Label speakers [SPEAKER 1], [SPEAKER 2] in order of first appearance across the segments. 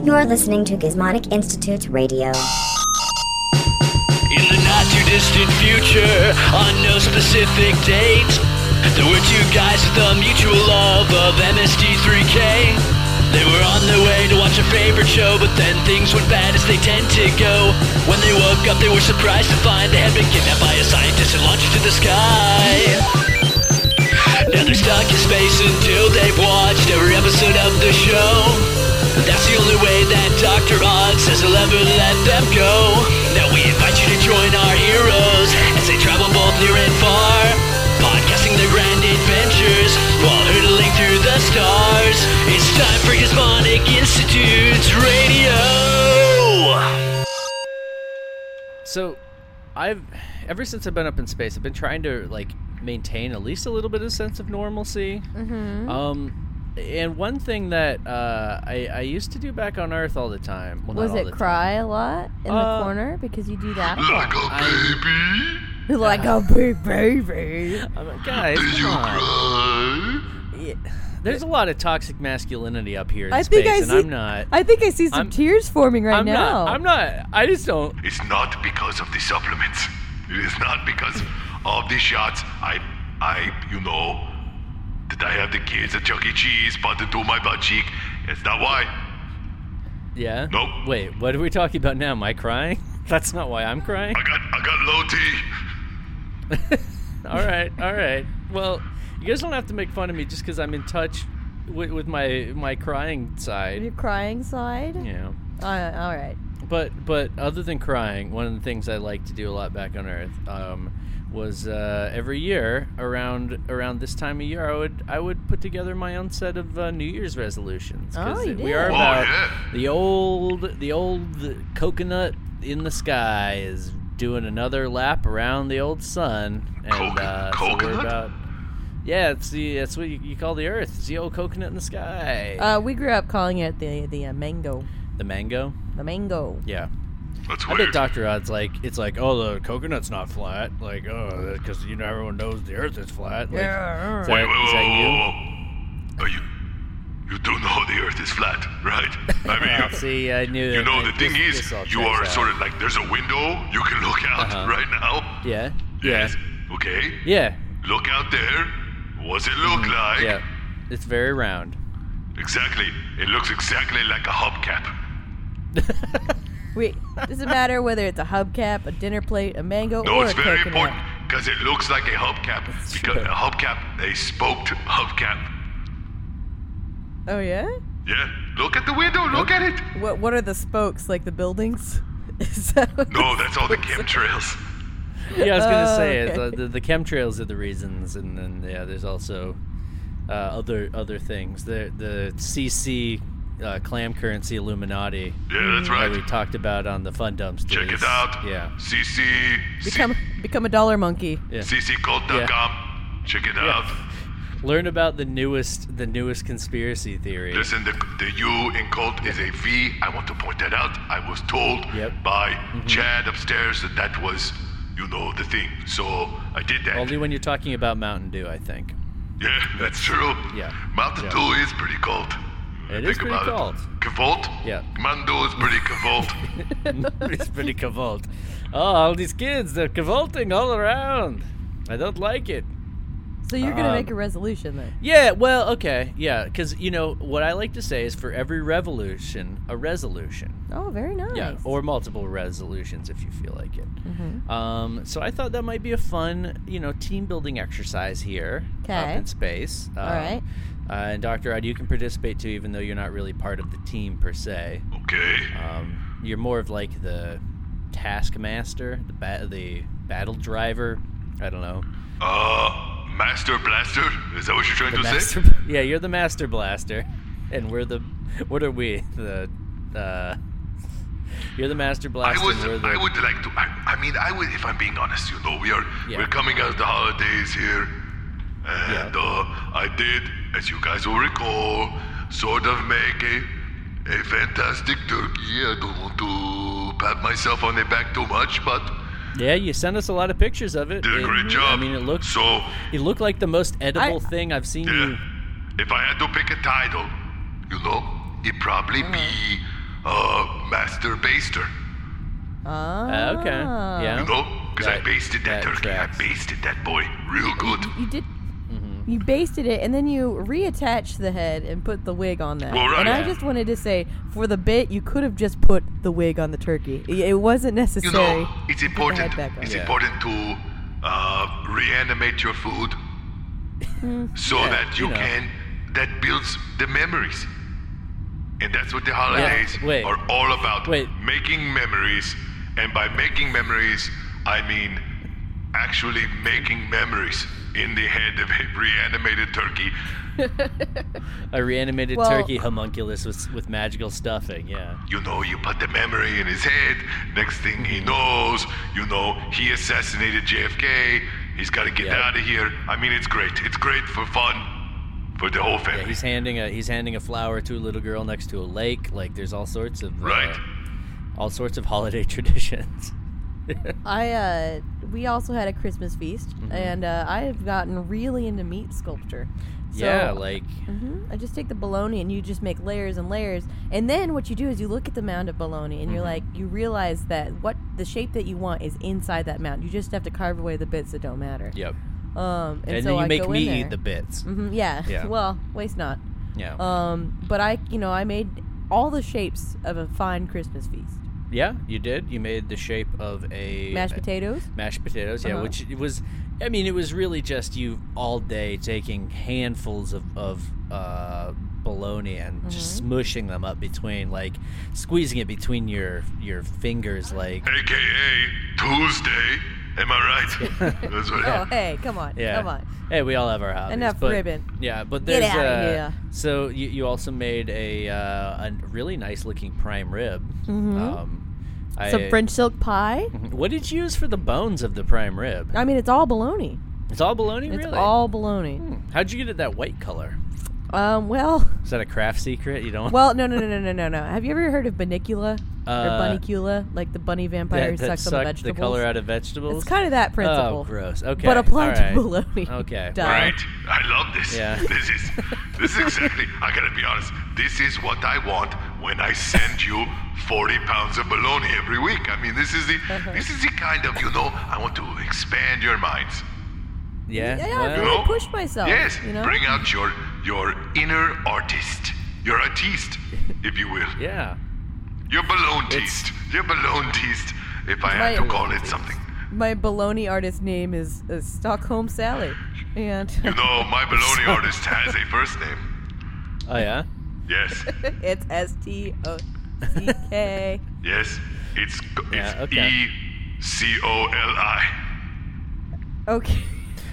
[SPEAKER 1] You're listening to Gizmonic Institute Radio.
[SPEAKER 2] In the not too distant future, on no specific date, there were two guys with a mutual love of MSD3K. They were on their way to watch a favorite show, but then things went bad as they tend to go. When they woke up, they were surprised to find they had been kidnapped by a scientist and launched into the sky. Now they're stuck in space until they've watched every episode of the show. That's the only way that Dr. Odd says he'll ever let them go. Now we invite you to join our heroes as they travel both near and far, podcasting their grand adventures while hurtling through the stars. It's time for Gizmonic Institute's radio.
[SPEAKER 3] So, I've ever since I've been up in space, I've been trying to like maintain at least a little bit of sense of normalcy.
[SPEAKER 4] Mm-hmm.
[SPEAKER 3] Um, and one thing that uh, I, I used to do back on Earth all the time. Well, not
[SPEAKER 4] Was
[SPEAKER 3] all
[SPEAKER 4] it
[SPEAKER 3] the time.
[SPEAKER 4] cry a lot in
[SPEAKER 3] Uh,
[SPEAKER 4] the corner because you do that a lot?
[SPEAKER 3] I,
[SPEAKER 4] like a big baby.
[SPEAKER 3] I'm like, guys, come on. Yeah. There's a lot of toxic masculinity up here in
[SPEAKER 4] I
[SPEAKER 3] space,
[SPEAKER 4] think I
[SPEAKER 3] and
[SPEAKER 4] see-
[SPEAKER 3] I'm not.
[SPEAKER 4] I think I see some
[SPEAKER 3] I'm-
[SPEAKER 4] tears forming right
[SPEAKER 3] I'm
[SPEAKER 4] now.
[SPEAKER 3] not. I'm not. I just don't.
[SPEAKER 5] It's not because of the supplements. It is not because of the shots. I, I, you know, that I have the kids at Chuck E. Cheese but into my butt cheek. It's not why.
[SPEAKER 3] Yeah.
[SPEAKER 5] Nope.
[SPEAKER 3] Wait. What are we talking about now? Am I crying? That's not why I'm crying.
[SPEAKER 5] I got, I got low T.
[SPEAKER 3] all right, all right. Well, you guys don't have to make fun of me just because I'm in touch with, with my my crying
[SPEAKER 4] Your
[SPEAKER 3] side.
[SPEAKER 4] crying side?
[SPEAKER 3] You know,
[SPEAKER 4] Uh, all right.
[SPEAKER 3] but but other than crying, one of the things I like to do a lot back on Earth um, was uh, every year around around this time of year, I would I would put together my own set of uh, New Year's resolutions
[SPEAKER 4] Oh, you
[SPEAKER 3] we
[SPEAKER 4] did.
[SPEAKER 3] are
[SPEAKER 4] Oh,
[SPEAKER 3] about
[SPEAKER 5] yeah.
[SPEAKER 3] the old the old coconut in the sky is doing another lap around the old sun and
[SPEAKER 5] Coco-
[SPEAKER 3] uh, So we're
[SPEAKER 5] coconut?
[SPEAKER 3] about, yeah, it's the that's what you, you call the Earth. It's the old coconut in the sky.
[SPEAKER 4] Uh, we grew up calling it the the uh, mango.
[SPEAKER 3] the mango.
[SPEAKER 4] The mango.
[SPEAKER 3] Yeah.
[SPEAKER 5] That's
[SPEAKER 3] I
[SPEAKER 5] weird.
[SPEAKER 3] bet Doctor Odd's like it's like oh the coconut's not flat like oh because you know everyone knows the Earth is flat. Like,
[SPEAKER 4] Yeah.
[SPEAKER 3] is that,
[SPEAKER 5] Wait, wait,
[SPEAKER 3] is
[SPEAKER 5] whoa,
[SPEAKER 3] that you?
[SPEAKER 5] whoa, whoa, whoa. Are you, you do know the Earth is flat, right? I mean,
[SPEAKER 3] Well,
[SPEAKER 5] you-
[SPEAKER 3] see, I knew.
[SPEAKER 5] you
[SPEAKER 3] that-
[SPEAKER 5] know
[SPEAKER 3] like,
[SPEAKER 5] the thing
[SPEAKER 3] this-
[SPEAKER 5] is,
[SPEAKER 3] this all
[SPEAKER 5] you
[SPEAKER 3] checks
[SPEAKER 5] are
[SPEAKER 3] out.
[SPEAKER 5] sort of like there's a window you can look out
[SPEAKER 3] Uh-huh.
[SPEAKER 5] right now.
[SPEAKER 3] yeah,
[SPEAKER 5] Yes. Okay.
[SPEAKER 3] yeah,
[SPEAKER 5] Look out there. What's it look like?
[SPEAKER 3] Mm, yeah. It's very round.
[SPEAKER 5] Exactly. It looks exactly like a hubcap.
[SPEAKER 4] Wait, doesn't matter whether it's a hubcap, a dinner plate, a mango,
[SPEAKER 5] No,
[SPEAKER 4] or
[SPEAKER 5] it's
[SPEAKER 4] a
[SPEAKER 5] very
[SPEAKER 4] coconut.
[SPEAKER 5] important because it looks like a hubcap. because
[SPEAKER 3] true.
[SPEAKER 5] a hubcap, a spoked hubcap.
[SPEAKER 4] Oh yeah.
[SPEAKER 5] Yeah. Look at the window. Look at it.
[SPEAKER 4] What What are the spokes like the buildings? Is that what
[SPEAKER 5] No, that's all the chemtrails.
[SPEAKER 3] Yeah, I was gonna
[SPEAKER 4] Oh,
[SPEAKER 3] say it's, uh,
[SPEAKER 4] okay.
[SPEAKER 3] the, the chemtrails are the reasons, and then yeah, there's also uh, other other things. The the CC uh, clam currency Illuminati
[SPEAKER 5] Yeah, that's
[SPEAKER 3] that Mm, we
[SPEAKER 5] right.
[SPEAKER 3] talked about on the Fun Dumpster.
[SPEAKER 5] Check it out.
[SPEAKER 3] Yeah.
[SPEAKER 5] CC.
[SPEAKER 4] become become a dollar monkey?
[SPEAKER 3] Yeah.
[SPEAKER 5] CCCult.com. Check it out.
[SPEAKER 3] Learn about the newest the newest conspiracy theory.
[SPEAKER 5] Listen, the, the U in cult is a V. I want to point that out. I was told
[SPEAKER 3] Yep. Mm-hmm.
[SPEAKER 5] by Chad upstairs that that was, you know, the thing. So I did that.
[SPEAKER 3] Only when you're talking about Mountain Dew, I think.
[SPEAKER 5] yeah, that's true.
[SPEAKER 3] Yeah.
[SPEAKER 5] Mountain
[SPEAKER 3] Yeah.
[SPEAKER 5] Dew is pretty cold.
[SPEAKER 3] It
[SPEAKER 5] Think
[SPEAKER 3] is pretty
[SPEAKER 5] about
[SPEAKER 3] cold.
[SPEAKER 5] It. Cavolt?
[SPEAKER 3] Yeah.
[SPEAKER 5] Mountain Dew is pretty cavolt.
[SPEAKER 3] it's pretty cavalt. Oh, all these kids, they're cavalting all around. I don't like it.
[SPEAKER 4] So you're gonna
[SPEAKER 3] Um,
[SPEAKER 4] make a resolution then?
[SPEAKER 3] Yeah, well, okay. Yeah, because, you know, what I like to say is for every revolution, a resolution.
[SPEAKER 4] Oh, very nice. Mm-hmm.
[SPEAKER 3] Yeah, or multiple resolutions if you feel like it. Um, so I thought that might be a fun, you know, team building exercise here up
[SPEAKER 4] 'Kay.
[SPEAKER 3] in space. Um,
[SPEAKER 4] right.
[SPEAKER 3] Uh, and Dr. Odd, you can participate too, even though you're not really part of the team per se.
[SPEAKER 5] okay.
[SPEAKER 3] Um, you're more of like the taskmaster, the ba- the battle driver. I don't know.
[SPEAKER 5] Uh, Master Blaster? Is that what you're trying
[SPEAKER 3] The
[SPEAKER 5] to
[SPEAKER 3] master.
[SPEAKER 5] say?
[SPEAKER 3] Yeah, you're the master blaster, and we're the. What are we? The. Uh, you're the master blaster.
[SPEAKER 5] I
[SPEAKER 3] and
[SPEAKER 5] was,
[SPEAKER 3] we're the,
[SPEAKER 5] I would like to. I, I mean, I would, if I'm being honest, you know, we are,
[SPEAKER 3] Yeah.
[SPEAKER 5] we're coming out of the holidays here, and
[SPEAKER 3] Yeah.
[SPEAKER 5] uh, I did, as you guys will recall, sort of make a, a fantastic turkey. I don't want to pat myself on the back too much, but
[SPEAKER 3] Yeah, you sent us a lot of pictures of it.
[SPEAKER 5] did a
[SPEAKER 3] and,
[SPEAKER 5] great job.
[SPEAKER 3] I mean, it looked.
[SPEAKER 5] so.
[SPEAKER 3] It looked like the most edible
[SPEAKER 4] I-
[SPEAKER 3] thing I've seen
[SPEAKER 5] Yeah,
[SPEAKER 3] you. Mm.
[SPEAKER 5] if I had to pick a title, you know, it'd probably be uh, master baster.
[SPEAKER 4] Ah.
[SPEAKER 3] Uh, okay.
[SPEAKER 5] You
[SPEAKER 3] Yeah.
[SPEAKER 5] know, because I
[SPEAKER 3] That-
[SPEAKER 5] basted
[SPEAKER 3] that
[SPEAKER 5] that, turkey.
[SPEAKER 3] tracks.
[SPEAKER 5] I basted that boy real good.
[SPEAKER 4] You did.
[SPEAKER 3] Mm-hmm.
[SPEAKER 4] You basted it, and then you reattached the head and put the wig on that.
[SPEAKER 5] Well, right.
[SPEAKER 4] And I
[SPEAKER 5] Yeah.
[SPEAKER 4] just wanted to say, for the bit, you could have just put the wig on the turkey. I- It wasn't
[SPEAKER 5] You
[SPEAKER 4] necessary.
[SPEAKER 5] know, it's
[SPEAKER 4] to put the head
[SPEAKER 5] important.
[SPEAKER 4] back on.
[SPEAKER 5] It's
[SPEAKER 3] Yeah.
[SPEAKER 5] important to uh, reanimate your food so that you
[SPEAKER 3] you know.
[SPEAKER 5] can. That builds the memories, and that's what the holidays
[SPEAKER 3] wait.
[SPEAKER 5] are all about.
[SPEAKER 3] Wait.
[SPEAKER 5] Making memories, and by making memories, I mean actually making memories in the head of a reanimated turkey.
[SPEAKER 3] A reanimated
[SPEAKER 4] Well-
[SPEAKER 3] turkey homunculus with with magical stuffing. Yeah.
[SPEAKER 5] You know, you put the memory in his head. Next thing he knows, you know, he assassinated JFK. He's got to get
[SPEAKER 3] Yeah.
[SPEAKER 5] out of here. I mean, it's great. It's great for fun, for the whole
[SPEAKER 3] Yeah,
[SPEAKER 5] family.
[SPEAKER 3] he's handing a he's handing a flower to a little girl next to a lake. Like there's all sorts of uh,
[SPEAKER 5] Right.
[SPEAKER 3] all sorts of holiday traditions.
[SPEAKER 4] I uh, we also had a Christmas feast,
[SPEAKER 3] Mm-hmm.
[SPEAKER 4] and uh, I have gotten really into meat sculpture. So,
[SPEAKER 3] yeah, like Mm-hmm.
[SPEAKER 4] Mhm. I just take the bologna and you just make layers and layers. And then what you do is you look at the mound of bologna and you're like,
[SPEAKER 3] Mm-hmm.
[SPEAKER 4] you realize that what the shape that you want is inside that mound. You just have to carve away the bits that don't matter.
[SPEAKER 3] yep.
[SPEAKER 4] Um, and,
[SPEAKER 3] And,
[SPEAKER 4] so
[SPEAKER 3] then you
[SPEAKER 4] I
[SPEAKER 3] make
[SPEAKER 4] go in
[SPEAKER 3] me
[SPEAKER 4] there.
[SPEAKER 3] eat the bits.
[SPEAKER 4] Mhm, yeah.
[SPEAKER 3] Yeah.
[SPEAKER 4] Well, waste not.
[SPEAKER 3] Yeah.
[SPEAKER 4] Um, but I, you know, I made all the shapes of a fine Christmas feast.
[SPEAKER 3] yeah, you did. You made the shape of a
[SPEAKER 4] Mashed potatoes.
[SPEAKER 3] mashed potatoes yeah
[SPEAKER 4] Uh-huh.
[SPEAKER 3] which it was i mean it was really just you all day taking handfuls of, of uh, bologna and just
[SPEAKER 4] Mm-hmm.
[SPEAKER 3] smushing them up between like squeezing it between your your fingers like
[SPEAKER 5] AKA Tuesday. Am I right? That's what
[SPEAKER 4] Oh, hey, come on.
[SPEAKER 3] yeah
[SPEAKER 4] Come on.
[SPEAKER 3] hey we all have our hobbies
[SPEAKER 4] Enough
[SPEAKER 3] but,
[SPEAKER 4] ribbon.
[SPEAKER 3] yeah but
[SPEAKER 4] Get
[SPEAKER 3] there's
[SPEAKER 4] outta
[SPEAKER 3] uh,
[SPEAKER 4] here.
[SPEAKER 3] so you, you also made a uh, a really nice looking prime rib um I,
[SPEAKER 4] Mm-hmm.
[SPEAKER 3] Mm-hmm.
[SPEAKER 4] Some French silk pie.
[SPEAKER 3] what did you use for the bones of the prime rib
[SPEAKER 4] I mean, it's all bologna.
[SPEAKER 3] it's all bologna
[SPEAKER 4] It's
[SPEAKER 3] really Hmm.
[SPEAKER 4] all bologna.
[SPEAKER 3] how'd you get it that white color
[SPEAKER 4] Um, well,
[SPEAKER 3] Is that a craft secret? You don't.
[SPEAKER 4] well, no, no, no, no, no, no, no. Have you ever heard of bunnicula
[SPEAKER 3] Uh,
[SPEAKER 4] or bunnicula, like the bunny vampire
[SPEAKER 3] that,
[SPEAKER 4] who
[SPEAKER 3] that
[SPEAKER 4] sucks on the
[SPEAKER 3] sucked the
[SPEAKER 4] vegetables?
[SPEAKER 3] color out of vegetables.
[SPEAKER 4] It's kind of that principle.
[SPEAKER 3] Oh, gross. Okay,
[SPEAKER 4] But applied to
[SPEAKER 3] all right.
[SPEAKER 4] bologna.
[SPEAKER 3] Okay.
[SPEAKER 4] Duh.
[SPEAKER 5] Right. I love this.
[SPEAKER 3] Yeah.
[SPEAKER 5] This is this is exactly. I gotta be honest. This is what I want when I send you 40 pounds of bologna every week. I mean, this is the
[SPEAKER 4] Uh-huh.
[SPEAKER 5] this is the kind of you know. I want to expand your minds.
[SPEAKER 3] Yeah.
[SPEAKER 4] Yeah, I
[SPEAKER 3] well,
[SPEAKER 4] really pushed myself.
[SPEAKER 5] Yes.
[SPEAKER 4] You know?
[SPEAKER 5] Bring out your your inner artist, your artiste, if you will.
[SPEAKER 3] yeah.
[SPEAKER 5] Your balloon
[SPEAKER 3] It's-
[SPEAKER 5] teast. Your balloon teast. If I
[SPEAKER 4] My-
[SPEAKER 5] had to call it something.
[SPEAKER 4] My bologna artist name is, is Stockholm Sally, and
[SPEAKER 5] You know, my baloney artist has a first name.
[SPEAKER 3] Oh yeah.
[SPEAKER 5] Yes.
[SPEAKER 4] it's S T O C K.
[SPEAKER 5] Yes. It's c-
[SPEAKER 3] Yeah,
[SPEAKER 5] it's
[SPEAKER 3] okay.
[SPEAKER 5] E C O L I.
[SPEAKER 4] Okay.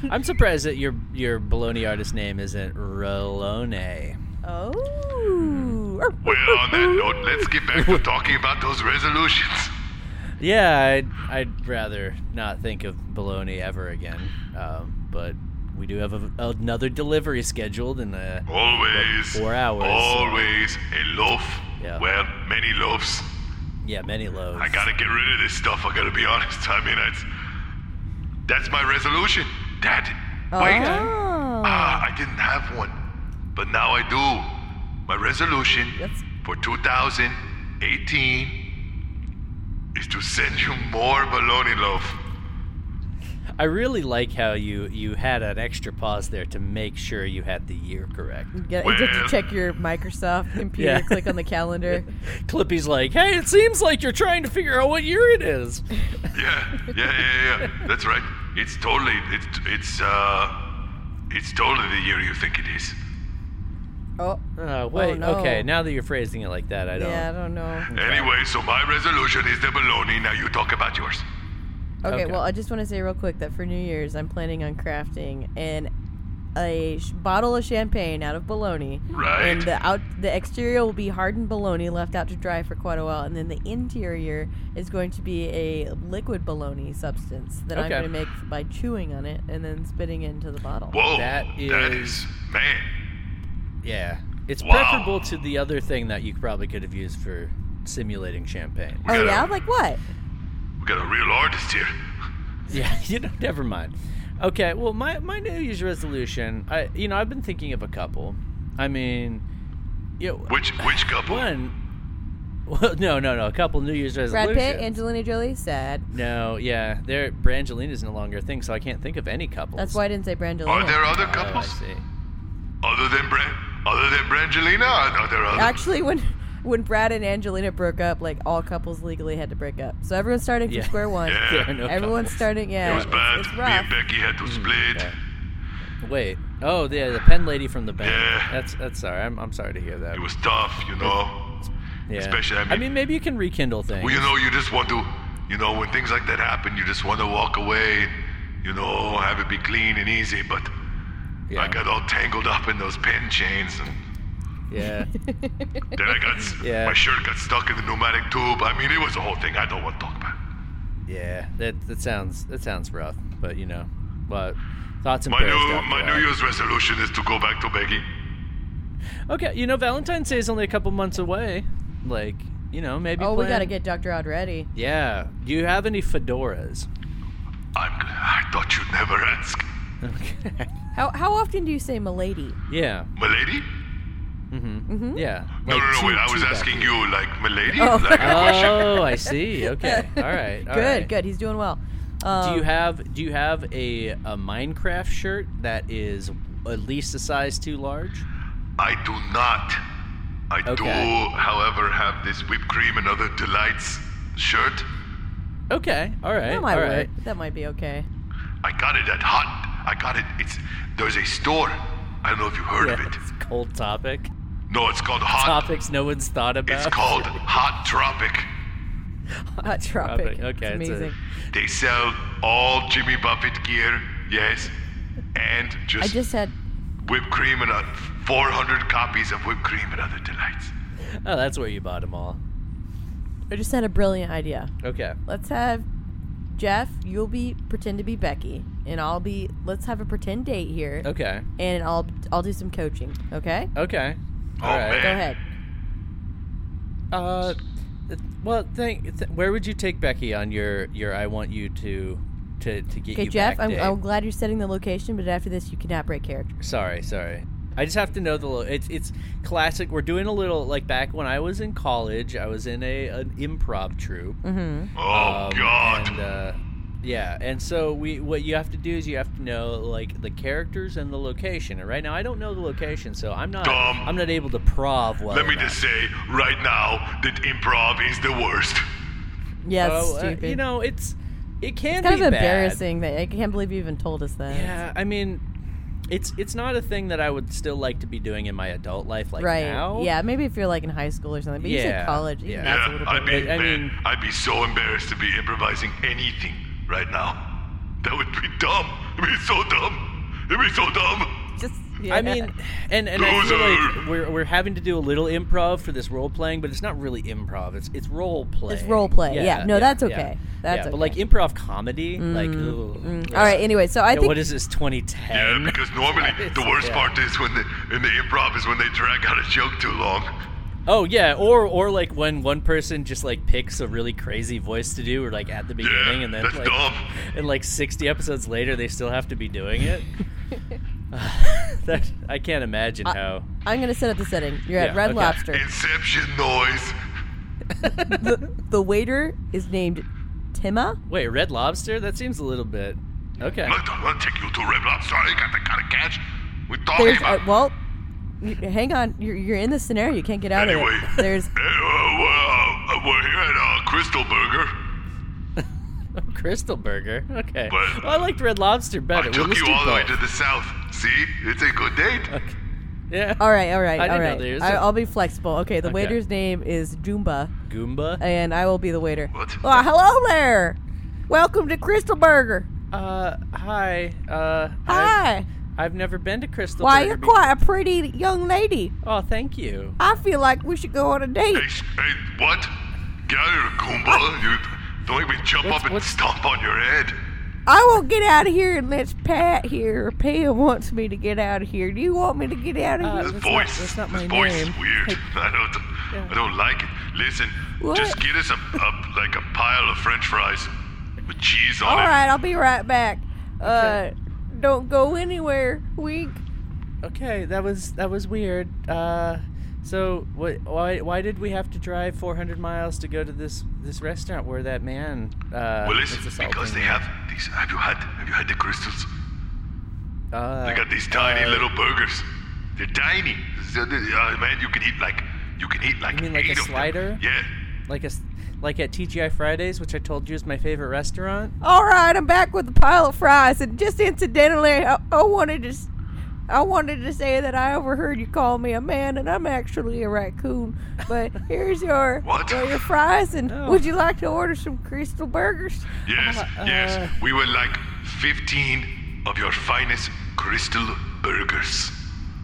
[SPEAKER 3] I'm surprised that your your bologna artist name isn't Rolone.
[SPEAKER 4] Oh.
[SPEAKER 5] Well, on that note, let's get back to talking about those resolutions.
[SPEAKER 3] Yeah, I'd I'd rather not think of bologna ever again. Um, but we do have a, another delivery scheduled, and uh,
[SPEAKER 5] Always.
[SPEAKER 3] Four hours.
[SPEAKER 5] Always a loaf.
[SPEAKER 3] Yeah.
[SPEAKER 5] Well, many loaves.
[SPEAKER 3] yeah, many loaves.
[SPEAKER 5] I gotta get rid of this stuff. I gotta be honest. I mean, that's that's my resolution. Dad,
[SPEAKER 4] Oh.
[SPEAKER 5] wait. Oh, Ah, I didn't have one, but now I do. My resolution
[SPEAKER 4] That's-
[SPEAKER 5] for 2018 is to send you more bologna loaf.
[SPEAKER 3] I really like how you you had an extra pause there to make sure you had the year correct.
[SPEAKER 4] Yeah, you have
[SPEAKER 5] Well.
[SPEAKER 4] to check your Microsoft computer,
[SPEAKER 3] Yeah.
[SPEAKER 4] click on the calendar.
[SPEAKER 3] Clippy's like, hey, it seems like you're trying to figure out what year it is.
[SPEAKER 5] Yeah, yeah, yeah, yeah. That's right. It's totally, it's it's uh, it's totally the year you think it is.
[SPEAKER 4] Oh,
[SPEAKER 3] Uh, wait,
[SPEAKER 4] no.
[SPEAKER 3] okay, now that you're phrasing it like that, I don't.
[SPEAKER 4] yeah, I don't know.
[SPEAKER 5] Anyway, so my resolution is the bologna. Now you talk about yours.
[SPEAKER 4] Okay,
[SPEAKER 3] Okay.
[SPEAKER 4] well, I just want to say real quick that for New Year's, I'm planning on crafting an a sh- bottle of champagne out of bologna.
[SPEAKER 5] Right.
[SPEAKER 4] And the out the exterior will be hardened bologna left out to dry for quite a while, and then the interior is going to be a liquid bologna substance that I'm
[SPEAKER 3] Okay.
[SPEAKER 4] going to make by chewing on it and then spitting it into the bottle.
[SPEAKER 5] Whoa,
[SPEAKER 3] That
[SPEAKER 5] that
[SPEAKER 3] is-
[SPEAKER 5] is man.
[SPEAKER 3] Yeah. It's
[SPEAKER 5] Wow.
[SPEAKER 3] preferable to the other thing that you probably could have used for simulating champagne.
[SPEAKER 4] Oh
[SPEAKER 5] gotta-
[SPEAKER 4] yeah, like what?
[SPEAKER 5] We got a real artist here.
[SPEAKER 3] Yeah, you know, never mind. Okay, well, my my New Year's resolution, I you know, I've been thinking of a couple. I mean, you know,
[SPEAKER 5] Which which couple?
[SPEAKER 3] one. Well, no, no, no. A couple New Year's
[SPEAKER 4] Brad
[SPEAKER 3] resolutions.
[SPEAKER 4] Pitt, Angelina Jolie, sad.
[SPEAKER 3] no, yeah, they're Brangelina's no longer a thing, so I can't think of any couples.
[SPEAKER 4] That's why I didn't say
[SPEAKER 5] Are
[SPEAKER 4] Brangelina.
[SPEAKER 5] there other
[SPEAKER 3] Oh, I
[SPEAKER 5] couples
[SPEAKER 3] see.
[SPEAKER 5] other than Bran, other than Brangelina? Are are there other?
[SPEAKER 4] Actually, when when Brad and Angelina broke up, like all couples legally had to break up. So everyone's starting from
[SPEAKER 3] Yeah.
[SPEAKER 4] square one.
[SPEAKER 5] Yeah.
[SPEAKER 3] There are no
[SPEAKER 4] Everyone's
[SPEAKER 3] couples.
[SPEAKER 4] starting. Yeah,
[SPEAKER 5] it was
[SPEAKER 4] it's-
[SPEAKER 5] bad.
[SPEAKER 4] It's,
[SPEAKER 5] Me
[SPEAKER 4] rough.
[SPEAKER 5] and Becky had to split.
[SPEAKER 3] Mm, yeah. Wait. Oh, yeah, the pen lady from the band.
[SPEAKER 5] Yeah.
[SPEAKER 3] That's that's sorry. I'm I'm sorry to hear that.
[SPEAKER 5] It was tough, you know.
[SPEAKER 3] yeah.
[SPEAKER 5] especially, I
[SPEAKER 3] I
[SPEAKER 5] mean-
[SPEAKER 3] mean, maybe you can rekindle things.
[SPEAKER 5] Well, you know, you just want to, you know, when things like that happen, you just want to walk away, you know, have it be clean and easy. But
[SPEAKER 3] yeah.
[SPEAKER 5] I got all tangled up in those pin chains, and
[SPEAKER 3] yeah.
[SPEAKER 5] then I got s-
[SPEAKER 3] Yeah.
[SPEAKER 5] my shirt got stuck in the pneumatic tube. I mean, it was a whole thing. I don't want to talk about. it.
[SPEAKER 3] Yeah. That that sounds that sounds rough, but you know, but thoughts and
[SPEAKER 5] My
[SPEAKER 3] prayers.
[SPEAKER 5] new
[SPEAKER 3] go out
[SPEAKER 5] my
[SPEAKER 3] to
[SPEAKER 5] New
[SPEAKER 3] that.
[SPEAKER 5] Year's resolution is to go back to Becky.
[SPEAKER 3] Okay, you know, Valentine's Day is only a couple months away. Like, you know, maybe.
[SPEAKER 4] Oh, we
[SPEAKER 3] plan-
[SPEAKER 4] gotta get Doctor Odd ready.
[SPEAKER 3] Yeah. Do you have any fedoras?
[SPEAKER 5] I'm. g- I thought you'd never ask,
[SPEAKER 3] Okay.
[SPEAKER 4] How how often do you say "milady"?
[SPEAKER 3] yeah.
[SPEAKER 5] milady.
[SPEAKER 4] Mm-hmm.
[SPEAKER 3] Yeah.
[SPEAKER 5] No,
[SPEAKER 3] Like
[SPEAKER 5] no, no.
[SPEAKER 3] two-
[SPEAKER 5] Wait, I
[SPEAKER 3] two
[SPEAKER 5] was
[SPEAKER 3] back.
[SPEAKER 5] asking you, like, milady.
[SPEAKER 4] Oh.
[SPEAKER 5] Like, a question.
[SPEAKER 3] Oh, I see. Okay. All right. all
[SPEAKER 4] good,
[SPEAKER 3] right.
[SPEAKER 4] good. He's doing well.
[SPEAKER 3] Do
[SPEAKER 4] Um,
[SPEAKER 3] you have Do you have a a Minecraft shirt that is at least a size too large?
[SPEAKER 5] I do not. I
[SPEAKER 3] Okay.
[SPEAKER 5] do, however, have this whipped cream and other delights shirt.
[SPEAKER 3] Okay. All right.
[SPEAKER 4] That might
[SPEAKER 3] all
[SPEAKER 4] work.
[SPEAKER 3] right.
[SPEAKER 4] That might be okay.
[SPEAKER 5] I got it at Hot. I got it. It's there's a store. I don't know if you heard
[SPEAKER 3] Yeah,
[SPEAKER 5] of it.
[SPEAKER 3] it's a cold topic.
[SPEAKER 5] No, it's called Hot.
[SPEAKER 3] Topics no one's thought about.
[SPEAKER 5] It's called Hot Tropic.
[SPEAKER 4] Hot tropic.
[SPEAKER 3] Okay,
[SPEAKER 4] it's
[SPEAKER 3] it's a-
[SPEAKER 4] amazing.
[SPEAKER 5] They sell all Jimmy Buffett gear. Yes, and
[SPEAKER 4] I
[SPEAKER 5] just,
[SPEAKER 4] just had.
[SPEAKER 5] whipped cream and uh, 400 copies of whipped cream and other delights.
[SPEAKER 3] Oh, that's where you bought them all.
[SPEAKER 4] I just had a brilliant idea.
[SPEAKER 3] Okay.
[SPEAKER 4] Let's have Jeff. You'll be pretend to be Becky, and I'll be. Let's have a pretend date here,
[SPEAKER 3] Okay.
[SPEAKER 4] and I'll I'll do some coaching. Okay.
[SPEAKER 3] Okay.
[SPEAKER 5] Oh,
[SPEAKER 3] All right.
[SPEAKER 5] man.
[SPEAKER 4] Go ahead.
[SPEAKER 3] Uh, th- well, thank. Th- where would you take Becky on your your? I want you to to to get
[SPEAKER 4] Okay,
[SPEAKER 3] you
[SPEAKER 4] Jeff.
[SPEAKER 3] back
[SPEAKER 4] I'm,
[SPEAKER 3] date?
[SPEAKER 4] I'm glad you're setting the location, but after this, you cannot break character.
[SPEAKER 3] Sorry, sorry. I just have to know the little. It's it's classic. We're doing a little like back when I was in college. I was in a an improv troupe.
[SPEAKER 4] Mm-hmm.
[SPEAKER 5] Oh
[SPEAKER 3] Um,
[SPEAKER 5] God.
[SPEAKER 3] And, uh, yeah, and so we what you have to do is you have to know like the characters and the location. And right now, I don't know the location, so I'm not
[SPEAKER 5] Dumb.
[SPEAKER 3] I'm not able to prov well.
[SPEAKER 5] Let me
[SPEAKER 3] enough.
[SPEAKER 5] just say right now that improv is the worst.
[SPEAKER 4] Yeah, it's
[SPEAKER 3] Oh, uh,
[SPEAKER 4] stupid.
[SPEAKER 3] you know, it's it can
[SPEAKER 4] kind
[SPEAKER 3] be
[SPEAKER 4] of
[SPEAKER 3] bad.
[SPEAKER 4] embarrassing that I can't believe you even told us that.
[SPEAKER 3] Yeah, I mean, it's it's not a thing that I would still like to be doing in my adult life, like
[SPEAKER 4] Right.
[SPEAKER 3] now.
[SPEAKER 4] Yeah, maybe if you're like in high school or something, but you said
[SPEAKER 3] Yeah,
[SPEAKER 4] college. even
[SPEAKER 3] yeah.
[SPEAKER 4] that's a
[SPEAKER 5] Yeah,
[SPEAKER 4] little
[SPEAKER 5] I'd
[SPEAKER 4] bit.
[SPEAKER 5] be,
[SPEAKER 3] I- I
[SPEAKER 5] man,
[SPEAKER 3] mean-
[SPEAKER 5] I'd be so embarrassed to be improvising anything right now. That would be dumb. It'd be so dumb. It'd be so dumb.
[SPEAKER 4] Just,
[SPEAKER 3] I
[SPEAKER 4] yeah.
[SPEAKER 3] mean, and and I feel
[SPEAKER 5] Loser.
[SPEAKER 3] like we're we're having to do a little improv for this role playing, but it's not really improv. It's it's role play.
[SPEAKER 4] It's role play. Yeah. No, that's okay.
[SPEAKER 3] yeah.
[SPEAKER 4] That's
[SPEAKER 3] Yeah,
[SPEAKER 4] okay. Mm,
[SPEAKER 3] But like improv comedy, like ooh, yeah.
[SPEAKER 4] all right. Anyway, so I
[SPEAKER 3] Yeah,
[SPEAKER 4] think
[SPEAKER 3] what is this? Twenty
[SPEAKER 5] Yeah,
[SPEAKER 3] ten.
[SPEAKER 5] because normally the worst
[SPEAKER 3] yeah.
[SPEAKER 5] part is when the in the improv is when they drag out a joke too long.
[SPEAKER 3] Oh yeah, or or like when one person just like picks a really crazy voice to do, or like at the beginning, and then
[SPEAKER 5] that's
[SPEAKER 3] like
[SPEAKER 5] dumb.
[SPEAKER 3] and like sixty episodes later, they still have to be doing it. that I can't imagine how.
[SPEAKER 4] I'm gonna set up the setting. You're at
[SPEAKER 3] Yeah,
[SPEAKER 4] Red
[SPEAKER 3] okay.
[SPEAKER 4] Lobster.
[SPEAKER 5] Inception noise.
[SPEAKER 4] the, the waiter is named Tima.
[SPEAKER 3] Wait, Red Lobster? That seems a little bit. Okay.
[SPEAKER 5] Look, I'm gonna take you to Red Lobster. I got the kind of catch. We talking
[SPEAKER 4] There's uh,
[SPEAKER 5] about.
[SPEAKER 4] well, you, hang on. You're, you're in this scenario. You can't get out
[SPEAKER 5] Anyway.
[SPEAKER 4] of it. There's
[SPEAKER 5] Hey, uh, well, uh, we're here at uh, Crystal Burger.
[SPEAKER 3] Crystal Burger. Okay.
[SPEAKER 5] But-
[SPEAKER 3] Well, I liked Red Lobster
[SPEAKER 5] I
[SPEAKER 3] better. Well,
[SPEAKER 5] took
[SPEAKER 3] let's
[SPEAKER 5] you
[SPEAKER 3] do
[SPEAKER 5] all the way
[SPEAKER 3] both.
[SPEAKER 5] to the south. See, it's a good date.
[SPEAKER 3] Okay. Yeah.
[SPEAKER 4] all right, all right,
[SPEAKER 3] I
[SPEAKER 4] all
[SPEAKER 3] didn't know
[SPEAKER 4] right.
[SPEAKER 3] there was
[SPEAKER 4] I,
[SPEAKER 3] a-
[SPEAKER 4] I'll be flexible. Okay, the
[SPEAKER 3] Okay.
[SPEAKER 4] waiter's name is Jumba,
[SPEAKER 3] Goomba.
[SPEAKER 4] and I will be the waiter.
[SPEAKER 5] What?
[SPEAKER 4] Oh, hello there. Welcome to Crystal Burger.
[SPEAKER 3] Uh, hi. Uh, I've,
[SPEAKER 4] Hi.
[SPEAKER 3] I've never been to Crystal
[SPEAKER 4] Why,
[SPEAKER 3] Burger.
[SPEAKER 4] you're
[SPEAKER 3] be-
[SPEAKER 4] quite a pretty young lady.
[SPEAKER 3] Oh, thank you.
[SPEAKER 4] I feel like we should go on a date.
[SPEAKER 5] Hey, sh- hey, what? Get out of here, Goomba. You don't make me jump
[SPEAKER 3] Ah! What's-
[SPEAKER 5] up and
[SPEAKER 3] what's-
[SPEAKER 5] stomp on your head.
[SPEAKER 4] I won't get out of here unless Pat here or Pam wants me to get out of here. Do you want me to get out of
[SPEAKER 3] Uh,
[SPEAKER 4] here?
[SPEAKER 5] This
[SPEAKER 3] that's not-
[SPEAKER 5] voice,
[SPEAKER 3] that's not
[SPEAKER 5] this
[SPEAKER 3] my
[SPEAKER 5] voice is
[SPEAKER 3] name.
[SPEAKER 5] weird. I don't, I don't like it. Listen,
[SPEAKER 4] What?
[SPEAKER 5] just get us a, a like a pile of French fries with cheese on
[SPEAKER 4] All
[SPEAKER 5] it.
[SPEAKER 4] right, I'll be right back.
[SPEAKER 3] Okay.
[SPEAKER 4] Uh, don't go anywhere. Wink.
[SPEAKER 3] Okay, that was that was weird. Uh, So what? Why? Why did we have to drive 400 miles to go to this this restaurant where that man? Uh,
[SPEAKER 5] Well,
[SPEAKER 3] is
[SPEAKER 5] listen,
[SPEAKER 3] assaulting
[SPEAKER 5] because they
[SPEAKER 3] me?
[SPEAKER 5] have these. Have you had? Have you had the crystals?
[SPEAKER 3] Uh,
[SPEAKER 5] They got these tiny little burgers. They're tiny. So they- uh, man, you can eat like you can eat like
[SPEAKER 3] You mean like
[SPEAKER 5] eight
[SPEAKER 3] a
[SPEAKER 5] of them.
[SPEAKER 3] slider?
[SPEAKER 5] Yeah.
[SPEAKER 3] like a s- like at TGI Fridays, which I told you is my favorite restaurant.
[SPEAKER 4] All right, I'm back with the pile of fries, and just incidentally, I, I wanted to, s- I wanted to say that I overheard you call me a man, and I'm actually a raccoon. But here's your,
[SPEAKER 5] What?
[SPEAKER 4] well, your fries, and
[SPEAKER 3] Oh.
[SPEAKER 4] would you like to order some crystal burgers?
[SPEAKER 5] Yes.
[SPEAKER 3] Uh, uh.
[SPEAKER 5] yes. We would like 15 of your finest crystal burgers.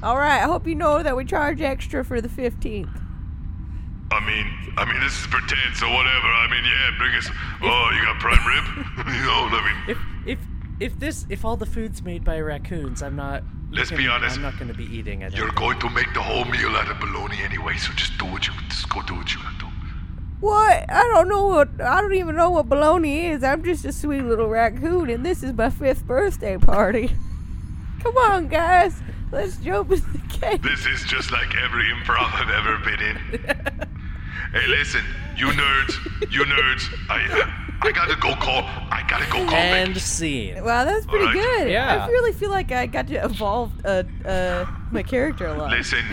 [SPEAKER 4] All right, I hope you know that we charge extra for the 15th.
[SPEAKER 5] I mean, I mean, this is pretend, so whatever. I mean, yeah, bring us. Oh, you got prime rib? you know, I mean,
[SPEAKER 3] If if if this if all the food's made by raccoons, I'm not.
[SPEAKER 5] Let's
[SPEAKER 3] gonna-
[SPEAKER 5] be honest.
[SPEAKER 3] I'm not going to be eating it.
[SPEAKER 5] you're going to make the whole meal out of bologna anyway, so just do what you just go do what you gotta do.
[SPEAKER 4] What? I don't know what. I don't even know what bologna is. I'm just a sweet little raccoon, and this is my fifth birthday party. Come on, guys, let's jump in the cake.
[SPEAKER 5] This is just like every improv I've ever been in. hey, listen, you nerds, you nerds. I, I gotta go call. I gotta go call. Becky.
[SPEAKER 3] And scene.
[SPEAKER 4] Wow, that's pretty
[SPEAKER 5] Alright.
[SPEAKER 4] good.
[SPEAKER 3] Yeah.
[SPEAKER 4] I really feel like I got to evolve uh, uh, my character a lot.
[SPEAKER 5] Listen,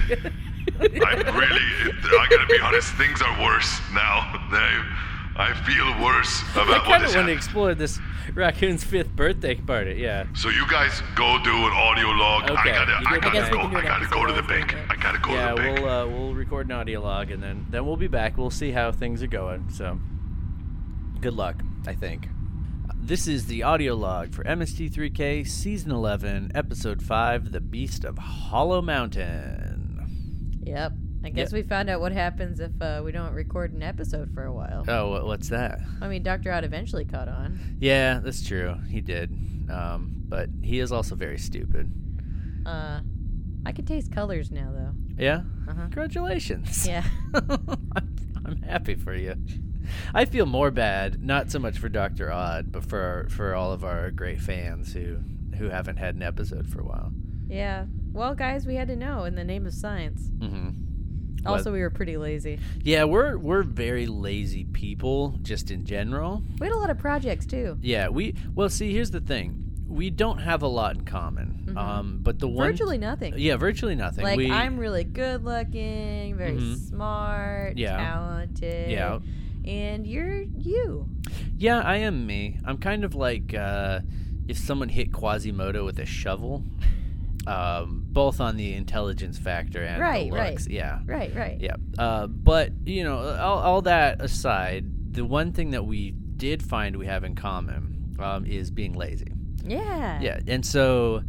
[SPEAKER 5] I'm really. I gotta be honest. Things are worse now. I, I feel worse
[SPEAKER 3] I
[SPEAKER 5] about what
[SPEAKER 3] kind
[SPEAKER 5] is
[SPEAKER 3] of want to
[SPEAKER 5] happening.
[SPEAKER 3] explore this raccoon's fifth birthday party. Yeah.
[SPEAKER 5] So you guys go do an audio log.
[SPEAKER 3] Okay,
[SPEAKER 5] I gotta,
[SPEAKER 3] you
[SPEAKER 5] I
[SPEAKER 3] do
[SPEAKER 5] gotta
[SPEAKER 3] that. I
[SPEAKER 5] go.
[SPEAKER 3] guess we can
[SPEAKER 4] do
[SPEAKER 5] I
[SPEAKER 4] an
[SPEAKER 5] gotta go to the
[SPEAKER 4] episode later.
[SPEAKER 5] bank. I gotta go
[SPEAKER 3] yeah,
[SPEAKER 5] to the bank.
[SPEAKER 3] we'll uh, we'll record an audio log and then then we'll be back. We'll see how things are going. So, good luck. I think. This is the audio log for MST3K Season 11, Episode 5, The Beast of Hollow Mountain.
[SPEAKER 4] Yep. I
[SPEAKER 3] Yep.
[SPEAKER 4] guess we found out what happens if uh, we don't record an episode for a while.
[SPEAKER 3] Oh, wha- what's that?
[SPEAKER 4] I mean, Doctor Odd eventually caught on.
[SPEAKER 3] Yeah, that's true. He did. Um, but he is also very stupid.
[SPEAKER 4] Uh, I can taste colors now, though.
[SPEAKER 3] Yeah?
[SPEAKER 4] Uh-huh.
[SPEAKER 3] Congratulations.
[SPEAKER 4] Yeah.
[SPEAKER 3] I'm, I'm happy for you. I feel more bad, not so much for Doctor Odd, but for for all of our great fans who who haven't had an episode for a while.
[SPEAKER 4] Yeah. Well, guys, we had to know in the name of science.
[SPEAKER 3] Mm-hmm.
[SPEAKER 4] Also, we were pretty lazy.
[SPEAKER 3] Yeah, we're we're very lazy people, just in general.
[SPEAKER 4] We had a lot of projects too.
[SPEAKER 3] Yeah, we well see. Here's the thing: we don't have a lot in common. Um, but the one
[SPEAKER 4] Mm-hmm. Virtually nothing.
[SPEAKER 3] yeah, virtually nothing.
[SPEAKER 4] Like
[SPEAKER 3] we,
[SPEAKER 4] I'm really good looking, very
[SPEAKER 3] Mhm.
[SPEAKER 4] smart,
[SPEAKER 3] Yeah.
[SPEAKER 4] talented.
[SPEAKER 3] Yeah.
[SPEAKER 4] And you're you.
[SPEAKER 3] yeah, I am me. I'm kind of like uh, if someone hit Quasimodo with a shovel. Um, both on the intelligence factor and
[SPEAKER 4] Right,
[SPEAKER 3] the
[SPEAKER 4] right.
[SPEAKER 3] looks. Yeah,
[SPEAKER 4] Right, right.
[SPEAKER 3] yeah. Uh, but you know, all, all that aside, the one thing that we did find we have in common um, is being lazy.
[SPEAKER 4] Yeah.
[SPEAKER 3] Yeah, and so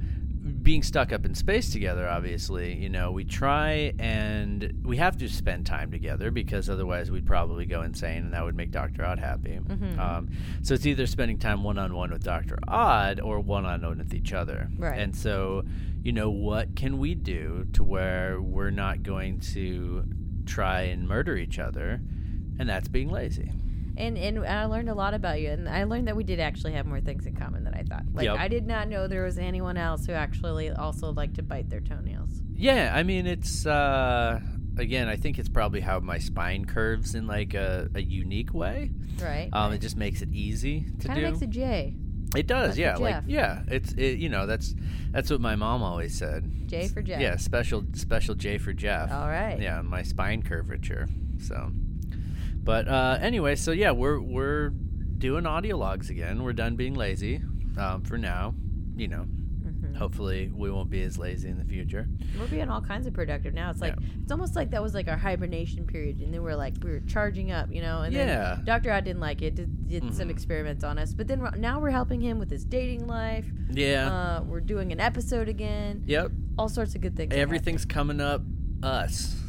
[SPEAKER 3] being stuck up in space together, obviously, you know, we try and we have to spend time together because otherwise we'd probably go insane, and that would make Doctor Odd happy. Um, so it's either spending time one on one with Doctor Odd or one on one with each other.
[SPEAKER 4] Right.
[SPEAKER 3] And so, you know, what can we do to where we're not going to try and murder each other? And that's being lazy.
[SPEAKER 4] And and I learned a lot about you and I learned that we did actually have more things in common than I thought. Like
[SPEAKER 3] Yep.
[SPEAKER 4] I did not know there was anyone else who actually also liked to bite their toenails.
[SPEAKER 3] Yeah, I mean it's uh again, I think it's probably how my spine curves in like a, a unique way.
[SPEAKER 4] Right.
[SPEAKER 3] Um it just makes it easy to
[SPEAKER 4] kind
[SPEAKER 3] do.
[SPEAKER 4] of makes a J.
[SPEAKER 3] it
[SPEAKER 4] that's
[SPEAKER 3] does,
[SPEAKER 4] a
[SPEAKER 3] yeah. Like
[SPEAKER 4] Jeff.
[SPEAKER 3] yeah, it's it, you know, that's that's what my mom always said.
[SPEAKER 4] J for Jeff.
[SPEAKER 3] Yeah, special special J for Jeff.
[SPEAKER 4] All right.
[SPEAKER 3] Yeah, my spine curvature. So But uh anyway, so yeah, we're we're doing audio logs again. We're done being lazy um for now, you know.
[SPEAKER 4] Mm-hmm.
[SPEAKER 3] Hopefully we won't be as lazy in the future.
[SPEAKER 4] We're being all kinds of productive now. It's like it's almost like that was like our hibernation period, and then we're like we were charging up, you know. And
[SPEAKER 3] Yeah. Mm-hmm.
[SPEAKER 4] then Doctor Odd didn't like it, did, did some experiments on us, but then we're- now we're helping him with his dating life.
[SPEAKER 3] Yeah.
[SPEAKER 4] Uh, we're doing an episode again.
[SPEAKER 3] Yep.
[SPEAKER 4] All sorts of good things. are
[SPEAKER 3] Everything's coming up us.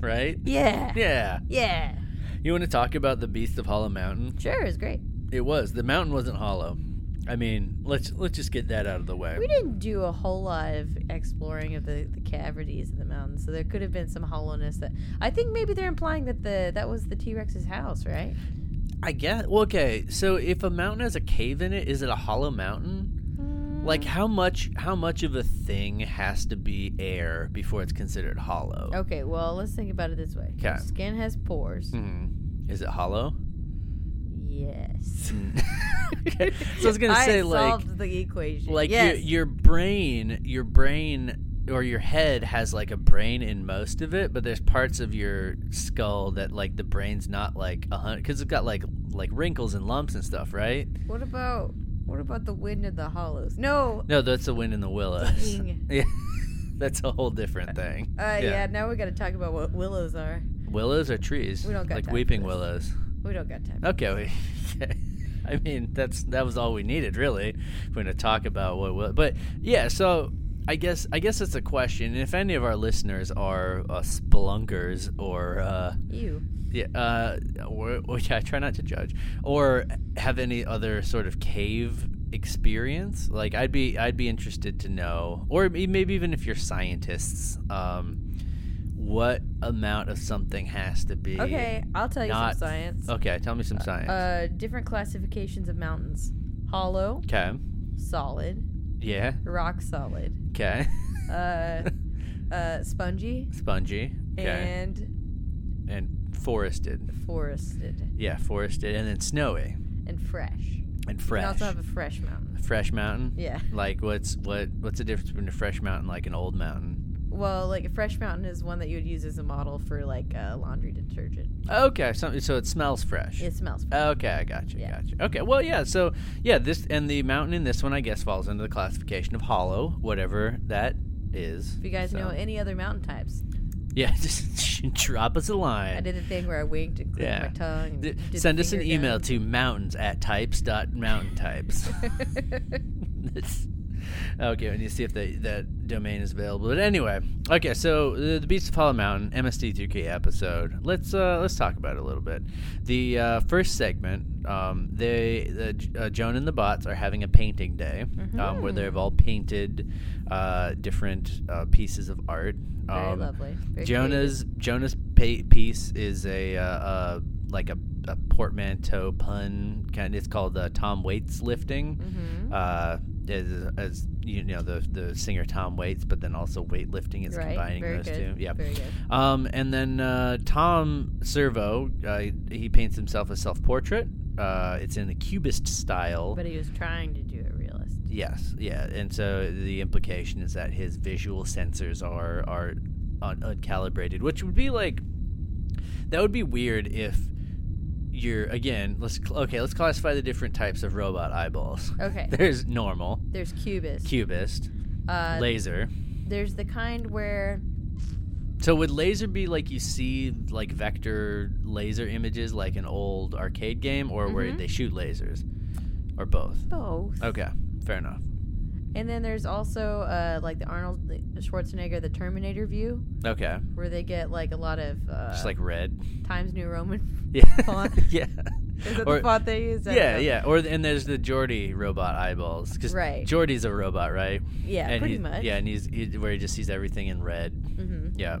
[SPEAKER 3] right?
[SPEAKER 4] happening. Yeah.
[SPEAKER 3] Yeah.
[SPEAKER 4] Yeah.
[SPEAKER 3] You want to talk about the beast of Hollow Mountain?
[SPEAKER 4] Sure, it's great.
[SPEAKER 3] It was. The mountain wasn't hollow. I mean, let's let's just get that out of the way.
[SPEAKER 4] We didn't do a whole lot of exploring of the, the cavities in the mountains, so there could have been some hollowness. That I think maybe they're implying that the that was the T Rex's house, right?
[SPEAKER 3] I guess. Well, okay. So if a mountain has a cave in it, is it a hollow mountain? Like how much how much of a thing has to be air before it's considered hollow?
[SPEAKER 6] Okay, well, let's think about it this way.
[SPEAKER 3] 'Kay.
[SPEAKER 6] Your Skin has pores.
[SPEAKER 3] Hmm. Is it hollow?
[SPEAKER 6] Yes.
[SPEAKER 3] okay. So I was gonna
[SPEAKER 6] I
[SPEAKER 3] say like
[SPEAKER 6] solved the equation.
[SPEAKER 3] like
[SPEAKER 6] yes.
[SPEAKER 3] your, your brain your brain or your head has like a brain in most of it but there's parts of your skull that like the brain's not like a hundred because it's got like like wrinkles and lumps and stuff right
[SPEAKER 6] what about what about the wind in the hollows? No.
[SPEAKER 3] no that's the wind in the willows
[SPEAKER 6] Dang.
[SPEAKER 3] yeah that's a whole different thing
[SPEAKER 6] Uh, yeah. Now we got to talk about what willows are.
[SPEAKER 3] willows are trees
[SPEAKER 6] We don't got
[SPEAKER 3] like
[SPEAKER 6] time for
[SPEAKER 3] weeping
[SPEAKER 6] this.
[SPEAKER 3] willows
[SPEAKER 6] We don't got time.
[SPEAKER 3] okay we, okay. i mean that's that was all we needed really if we're going to talk about what will but yeah so i guess i guess it's a question and if any of our listeners are uh, spelunkers or uh
[SPEAKER 6] You.
[SPEAKER 3] yeah, uh, or, or yeah, I try not to judge, or have any other sort of cave experience. Like I'd be, I'd be interested to know, or e- maybe even if you're scientists, um, what amount of something has to be
[SPEAKER 6] Okay, I'll tell you
[SPEAKER 3] Not-
[SPEAKER 6] some science.
[SPEAKER 3] Okay, tell me some science.
[SPEAKER 6] Uh, different classifications of mountains: hollow,
[SPEAKER 3] okay,
[SPEAKER 6] solid,
[SPEAKER 3] yeah,
[SPEAKER 6] rock solid,
[SPEAKER 3] okay,
[SPEAKER 6] uh, uh, spongy,
[SPEAKER 3] spongy, okay,
[SPEAKER 6] and
[SPEAKER 3] and, forested,
[SPEAKER 6] forested
[SPEAKER 3] yeah, forested, and then snowy
[SPEAKER 6] and fresh.
[SPEAKER 3] and
[SPEAKER 6] We
[SPEAKER 3] fresh.
[SPEAKER 6] also have a fresh mountain.
[SPEAKER 3] fresh mountain.
[SPEAKER 6] Yeah.
[SPEAKER 3] Like what's what what's the difference between a fresh mountain like an old mountain?
[SPEAKER 6] Well, like a fresh mountain is one that you would use as a model for like uh, laundry detergent.
[SPEAKER 3] Okay, so, so it smells fresh.
[SPEAKER 6] It smells. Fresh.
[SPEAKER 3] Okay, I gotcha,
[SPEAKER 6] Yeah.
[SPEAKER 3] gotcha. Okay, well, yeah, so, yeah, this, and the mountain in this one, I guess, falls under the classification of hollow, whatever that is.
[SPEAKER 6] if you guys
[SPEAKER 3] so-
[SPEAKER 6] know any other mountain types,
[SPEAKER 3] Yeah, just drop us a line.
[SPEAKER 6] I did a thing where I winked and clicked
[SPEAKER 3] Yeah.
[SPEAKER 6] my tongue. And
[SPEAKER 3] D-
[SPEAKER 6] did the
[SPEAKER 3] Send us an
[SPEAKER 6] finger
[SPEAKER 3] email
[SPEAKER 6] down.
[SPEAKER 3] to mountains at types dot mountain types. This- okay, and you see if they, that domain is available. But anyway, okay, so the, the Beast of Hollow Mountain MSD2K episode. Let's uh, let's talk about it a little bit. The uh, first segment, um, they the, uh, Joan and the bots are having a painting day um,
[SPEAKER 6] Mm-hmm.
[SPEAKER 3] where they've all painted uh, different uh, pieces of art.
[SPEAKER 6] Very
[SPEAKER 3] Um,
[SPEAKER 6] lovely. Very
[SPEAKER 3] Jonah's Jonah's pa- piece is a uh, uh, like a, a portmanteau pun kind. It's called uh, Tom Waits lifting.
[SPEAKER 6] Mm-hmm.
[SPEAKER 3] Uh, as, as you know, the the singer Tom Waits, but then also weightlifting is
[SPEAKER 6] Right,
[SPEAKER 3] combining
[SPEAKER 6] very
[SPEAKER 3] those
[SPEAKER 6] good,
[SPEAKER 3] two. Yeah.
[SPEAKER 6] very good.
[SPEAKER 3] Um, and then uh, Tom Servo, uh, he paints himself a self portrait. Uh, it's in the cubist style.
[SPEAKER 6] But he was trying to do it realist.
[SPEAKER 3] Yes, yeah, and so the implication is that his visual sensors are are un- uncalibrated, which would be like that would be weird if you're again. Let's cl- okay, let's classify the different types of robot eyeballs.
[SPEAKER 6] Okay.
[SPEAKER 3] There's normal,
[SPEAKER 6] There's cubist.
[SPEAKER 3] cubist,
[SPEAKER 6] uh,
[SPEAKER 3] laser.
[SPEAKER 6] there's the kind where
[SPEAKER 3] So would laser be like you see like vector laser images like an old arcade game, or where
[SPEAKER 6] Mm-hmm.
[SPEAKER 3] they shoot lasers, or both?
[SPEAKER 6] both.
[SPEAKER 3] Okay, fair enough.
[SPEAKER 6] And then there's also uh, like the Arnold Schwarzenegger, the Terminator view,
[SPEAKER 3] Okay,
[SPEAKER 6] where they get like a lot of uh,
[SPEAKER 3] just like red.
[SPEAKER 6] Times New Roman.
[SPEAKER 3] Yeah,
[SPEAKER 6] font.
[SPEAKER 3] yeah.
[SPEAKER 6] Is that
[SPEAKER 3] Or-
[SPEAKER 6] the font they use? I don't
[SPEAKER 3] Yeah,
[SPEAKER 6] know.
[SPEAKER 3] yeah. Or and there's the Geordie robot eyeballs because
[SPEAKER 6] Right.
[SPEAKER 3] Geordie's a robot, right?
[SPEAKER 6] Yeah,
[SPEAKER 3] and
[SPEAKER 6] pretty
[SPEAKER 3] he's-
[SPEAKER 6] much.
[SPEAKER 3] Yeah, and he's he, where he just sees everything in red. Mm-hmm. Yeah.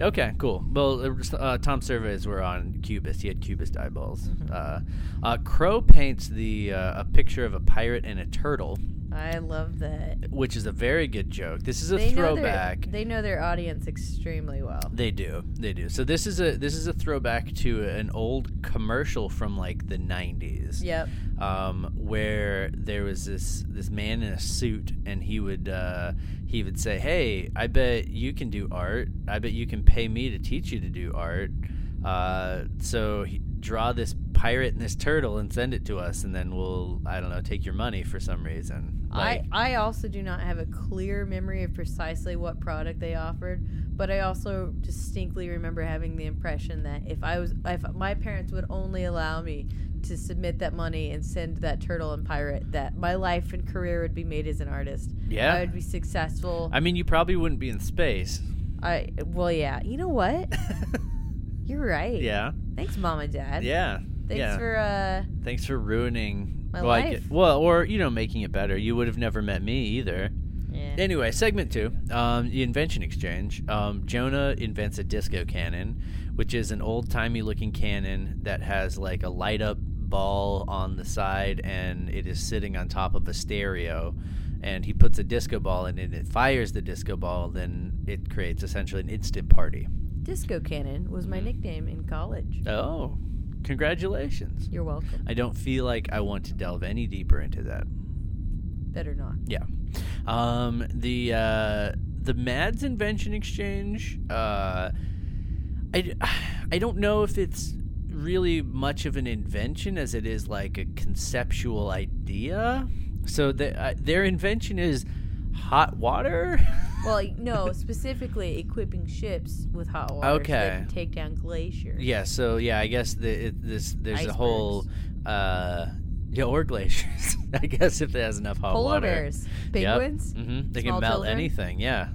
[SPEAKER 3] Okay, cool. Well, uh, Tom surveys were on Cubist. He had Cubist eyeballs.
[SPEAKER 6] Mm-hmm.
[SPEAKER 3] Uh, uh, Crow paints the uh, a picture of a pirate and a turtle,
[SPEAKER 6] I love that.
[SPEAKER 3] which is a very good joke. This is a
[SPEAKER 6] They know their-
[SPEAKER 3] throwback.
[SPEAKER 6] they know their audience extremely well.
[SPEAKER 3] They do. They do. So this is a this is a throwback to an old commercial from like the 90s.
[SPEAKER 6] Yep.
[SPEAKER 3] Um, where there was this this man in a suit and he would uh, he would say, "Hey, I bet you can do art. I bet you can pay me to teach you to do art." Uh, so he, draw this pirate and this turtle and send it to us and then we'll I don't know, take your money for some reason. Like,
[SPEAKER 6] I, I also do not have a clear memory of precisely what product they offered, but I also distinctly remember having the impression that if I was if my parents would only allow me to submit that money and send that turtle and pirate that my life and career would be made as an artist.
[SPEAKER 3] Yeah.
[SPEAKER 6] I would be successful.
[SPEAKER 3] I mean, you probably wouldn't be in space.
[SPEAKER 6] I well yeah. You know what? You're right.
[SPEAKER 3] Yeah.
[SPEAKER 6] Thanks mom and dad.
[SPEAKER 3] Yeah.
[SPEAKER 6] Thanks
[SPEAKER 3] yeah.
[SPEAKER 6] for uh
[SPEAKER 3] Thanks for ruining
[SPEAKER 6] My
[SPEAKER 3] well, I
[SPEAKER 6] life.
[SPEAKER 3] get- well, or you know, making it better. You would have never met me either.
[SPEAKER 6] yeah.
[SPEAKER 3] Anyway, segment two, um, the invention exchange. Um, Jonah invents a disco cannon, which is an old timey looking cannon that has like a light up ball on the side, and it is sitting on top of a stereo, and he puts a disco ball in it and it fires the disco ball, then it creates essentially an instant party.
[SPEAKER 4] Disco Cannon was
[SPEAKER 3] Mm-hmm.
[SPEAKER 4] my nickname in college.
[SPEAKER 3] Oh, congratulations.
[SPEAKER 4] You're welcome.
[SPEAKER 3] I don't feel like I want to delve any deeper into that.
[SPEAKER 4] Better not.
[SPEAKER 3] Yeah. Um, the uh, the Mads Invention Exchange. Uh, I d- I don't know if it's really much of an invention as it is like a conceptual idea. So the, uh, their invention is hot water.
[SPEAKER 4] Well, no, specifically equipping ships with hot water so they
[SPEAKER 3] Okay.
[SPEAKER 4] can take down glaciers.
[SPEAKER 3] yeah. So yeah, I guess the, it, this there's a whole. Uh, yeah, or glaciers. I guess if it has enough hot
[SPEAKER 4] Polar
[SPEAKER 3] water.
[SPEAKER 4] bears, penguins,
[SPEAKER 3] hmm They can
[SPEAKER 4] small
[SPEAKER 3] melt
[SPEAKER 4] children.
[SPEAKER 3] anything. Yeah.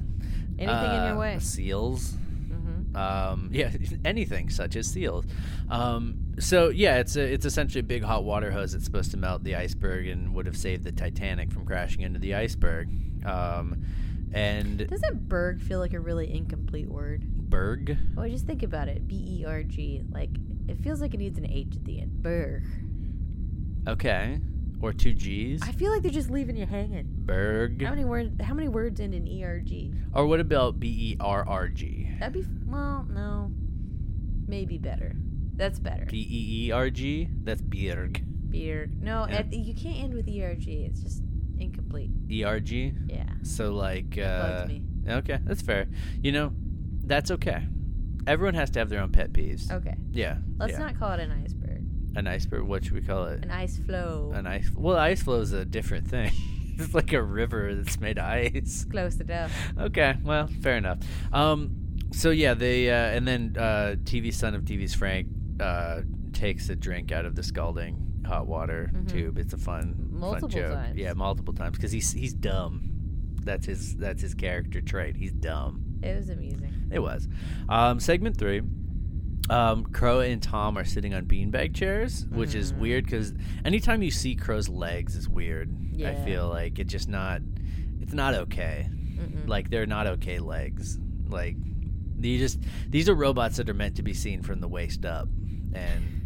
[SPEAKER 4] anything in your
[SPEAKER 3] Uh,
[SPEAKER 4] way.
[SPEAKER 3] Seals.
[SPEAKER 4] Mm-hmm.
[SPEAKER 3] Um, yeah, anything such as seals. Um, so yeah, it's a, it's essentially a big hot water hose that's supposed to melt the iceberg and would have saved the Titanic from crashing into the iceberg. Um, and
[SPEAKER 4] Doesn't berg feel like a really incomplete word?
[SPEAKER 3] berg.
[SPEAKER 4] Oh, just think about it. B E R G. Like it feels like it needs an H at the end. Berg.
[SPEAKER 3] Okay. Or two G's.
[SPEAKER 4] I feel like they're just leaving you hanging.
[SPEAKER 3] Berg.
[SPEAKER 4] How many words? How many words end in E R G?
[SPEAKER 3] Or what about B E R R G?
[SPEAKER 4] That'd be well, no, maybe better. That's better.
[SPEAKER 3] B E E R G? That's Berg.
[SPEAKER 4] Beer. No,
[SPEAKER 3] Yeah.
[SPEAKER 4] at the- you can't end with E R G. It's just incomplete.
[SPEAKER 3] E R G?
[SPEAKER 4] Yeah.
[SPEAKER 3] So like uh,
[SPEAKER 4] Bugs me.
[SPEAKER 3] Okay, that's fair. You know, that's okay. Everyone has to have their own pet peeves.
[SPEAKER 4] Okay.
[SPEAKER 3] Yeah.
[SPEAKER 4] Oh. Let's
[SPEAKER 3] yeah.
[SPEAKER 4] not call it an iceberg.
[SPEAKER 3] an iceberg. What should we call it?
[SPEAKER 4] An ice flow.
[SPEAKER 3] An ice. Well, ice flow is a different thing. it's like a river that's made of ice.
[SPEAKER 4] Close enough.
[SPEAKER 3] Okay, well, fair enough. Um, so yeah, they uh, and then uh, TV son of TV's Frank uh, takes a drink out of the scalding hot water tube. It's a fun,
[SPEAKER 4] Mm-hmm. Multiple
[SPEAKER 3] fun joke.
[SPEAKER 4] times.
[SPEAKER 3] Yeah, multiple times because he's he's dumb. That's his that's his character trait. He's dumb.
[SPEAKER 4] It was amusing.
[SPEAKER 3] It was. Um, segment three. Um, Crow and Tom are sitting on beanbag chairs, which
[SPEAKER 4] Mm.
[SPEAKER 3] is weird because anytime you see Crow's legs is weird. I
[SPEAKER 4] Yeah.
[SPEAKER 3] feel like it's just not. It's not okay. Like they're not okay legs. Like you just these are robots that are meant to be seen from the waist up, and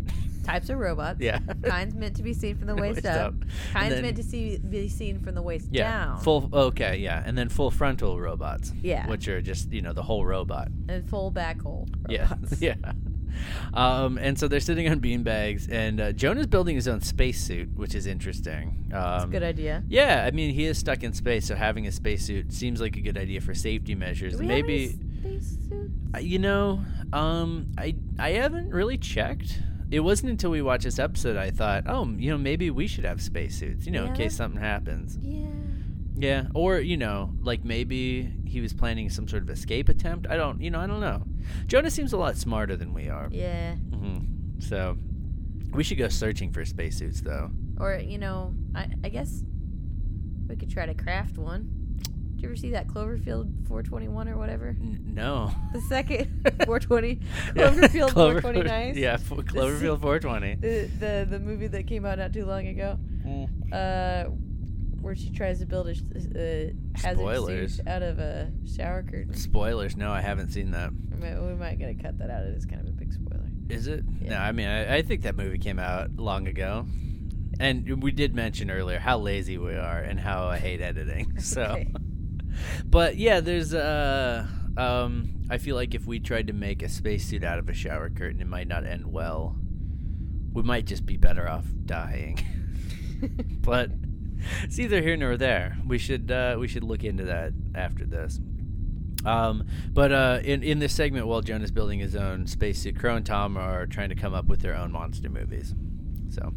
[SPEAKER 4] Types of robots.
[SPEAKER 3] yeah,
[SPEAKER 4] Kinds meant to be seen from the waist,
[SPEAKER 3] Waist up.
[SPEAKER 4] up.
[SPEAKER 3] And
[SPEAKER 4] Kinds
[SPEAKER 3] then-
[SPEAKER 4] meant to see be seen from the waist
[SPEAKER 3] yeah,
[SPEAKER 4] down.
[SPEAKER 3] full okay, yeah, and then full frontal robots,
[SPEAKER 4] Yeah.
[SPEAKER 3] which are just you know the whole robot.
[SPEAKER 4] and full back hole.
[SPEAKER 3] Yeah, yeah. Um, and so they're sitting on beanbags, and uh, Jonah's building his own spacesuit, which is interesting. Um,
[SPEAKER 4] Good idea.
[SPEAKER 3] Yeah, I mean he is stuck in space, so having a spacesuit seems like a good idea for safety measures.
[SPEAKER 4] Do we have any
[SPEAKER 3] Maybe
[SPEAKER 4] spacesuit?
[SPEAKER 3] uh, you know, um, I I haven't really checked. It wasn't until we watched this episode I thought, oh, you know, maybe we should have spacesuits, you know,
[SPEAKER 4] Yeah,
[SPEAKER 3] in case
[SPEAKER 4] that's-
[SPEAKER 3] something happens.
[SPEAKER 4] Yeah.
[SPEAKER 3] Yeah, or you know, like maybe he was planning some sort of escape attempt. I don't, you know, I don't know. Jonah seems a lot smarter than we are.
[SPEAKER 4] Yeah.
[SPEAKER 3] Mhm. So we should go searching for spacesuits, though.
[SPEAKER 4] Or you know, I, I guess we could try to craft one. Did you ever see that Cloverfield 421 or whatever?
[SPEAKER 3] N- no.
[SPEAKER 4] The second 420
[SPEAKER 3] Yeah.
[SPEAKER 4] Cloverfield
[SPEAKER 3] Clover-
[SPEAKER 4] 429.
[SPEAKER 3] Yeah, f- Cloverfield 420.
[SPEAKER 4] The, the the movie that came out not too long ago, uh, where she tries to build a, sh- a hazard
[SPEAKER 3] Spoilers.
[SPEAKER 4] suit out of a shower curtain.
[SPEAKER 3] Spoilers. No, I haven't seen that.
[SPEAKER 4] We might, we might gotta cut that out. It is kind of a big spoiler.
[SPEAKER 3] Is it? No,
[SPEAKER 4] Yeah.
[SPEAKER 3] I mean, I, I think that movie came out long ago. And we did mention earlier how lazy we are and how I hate editing. So,
[SPEAKER 4] Okay.
[SPEAKER 3] but yeah, there's uh, um, I feel like if we tried to make a spacesuit out of a shower curtain, it might not end well. We might just be better off dying. but it's either here nor there. We should uh, we should look into that after this. Um, but uh, in in this segment, while Jonah's building his own spacesuit, Crow and Tom are trying to come up with their own monster movies. So,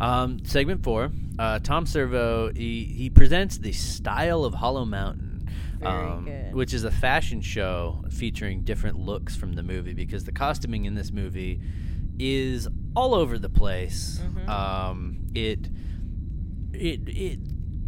[SPEAKER 3] um, segment four, uh, Tom Servo he, he presents the style of Hollow Mountain, um,
[SPEAKER 4] Very good.
[SPEAKER 3] which is a fashion show featuring different looks from the movie because the costuming in this movie is all over the place.
[SPEAKER 4] Mm-hmm.
[SPEAKER 3] Um, it it it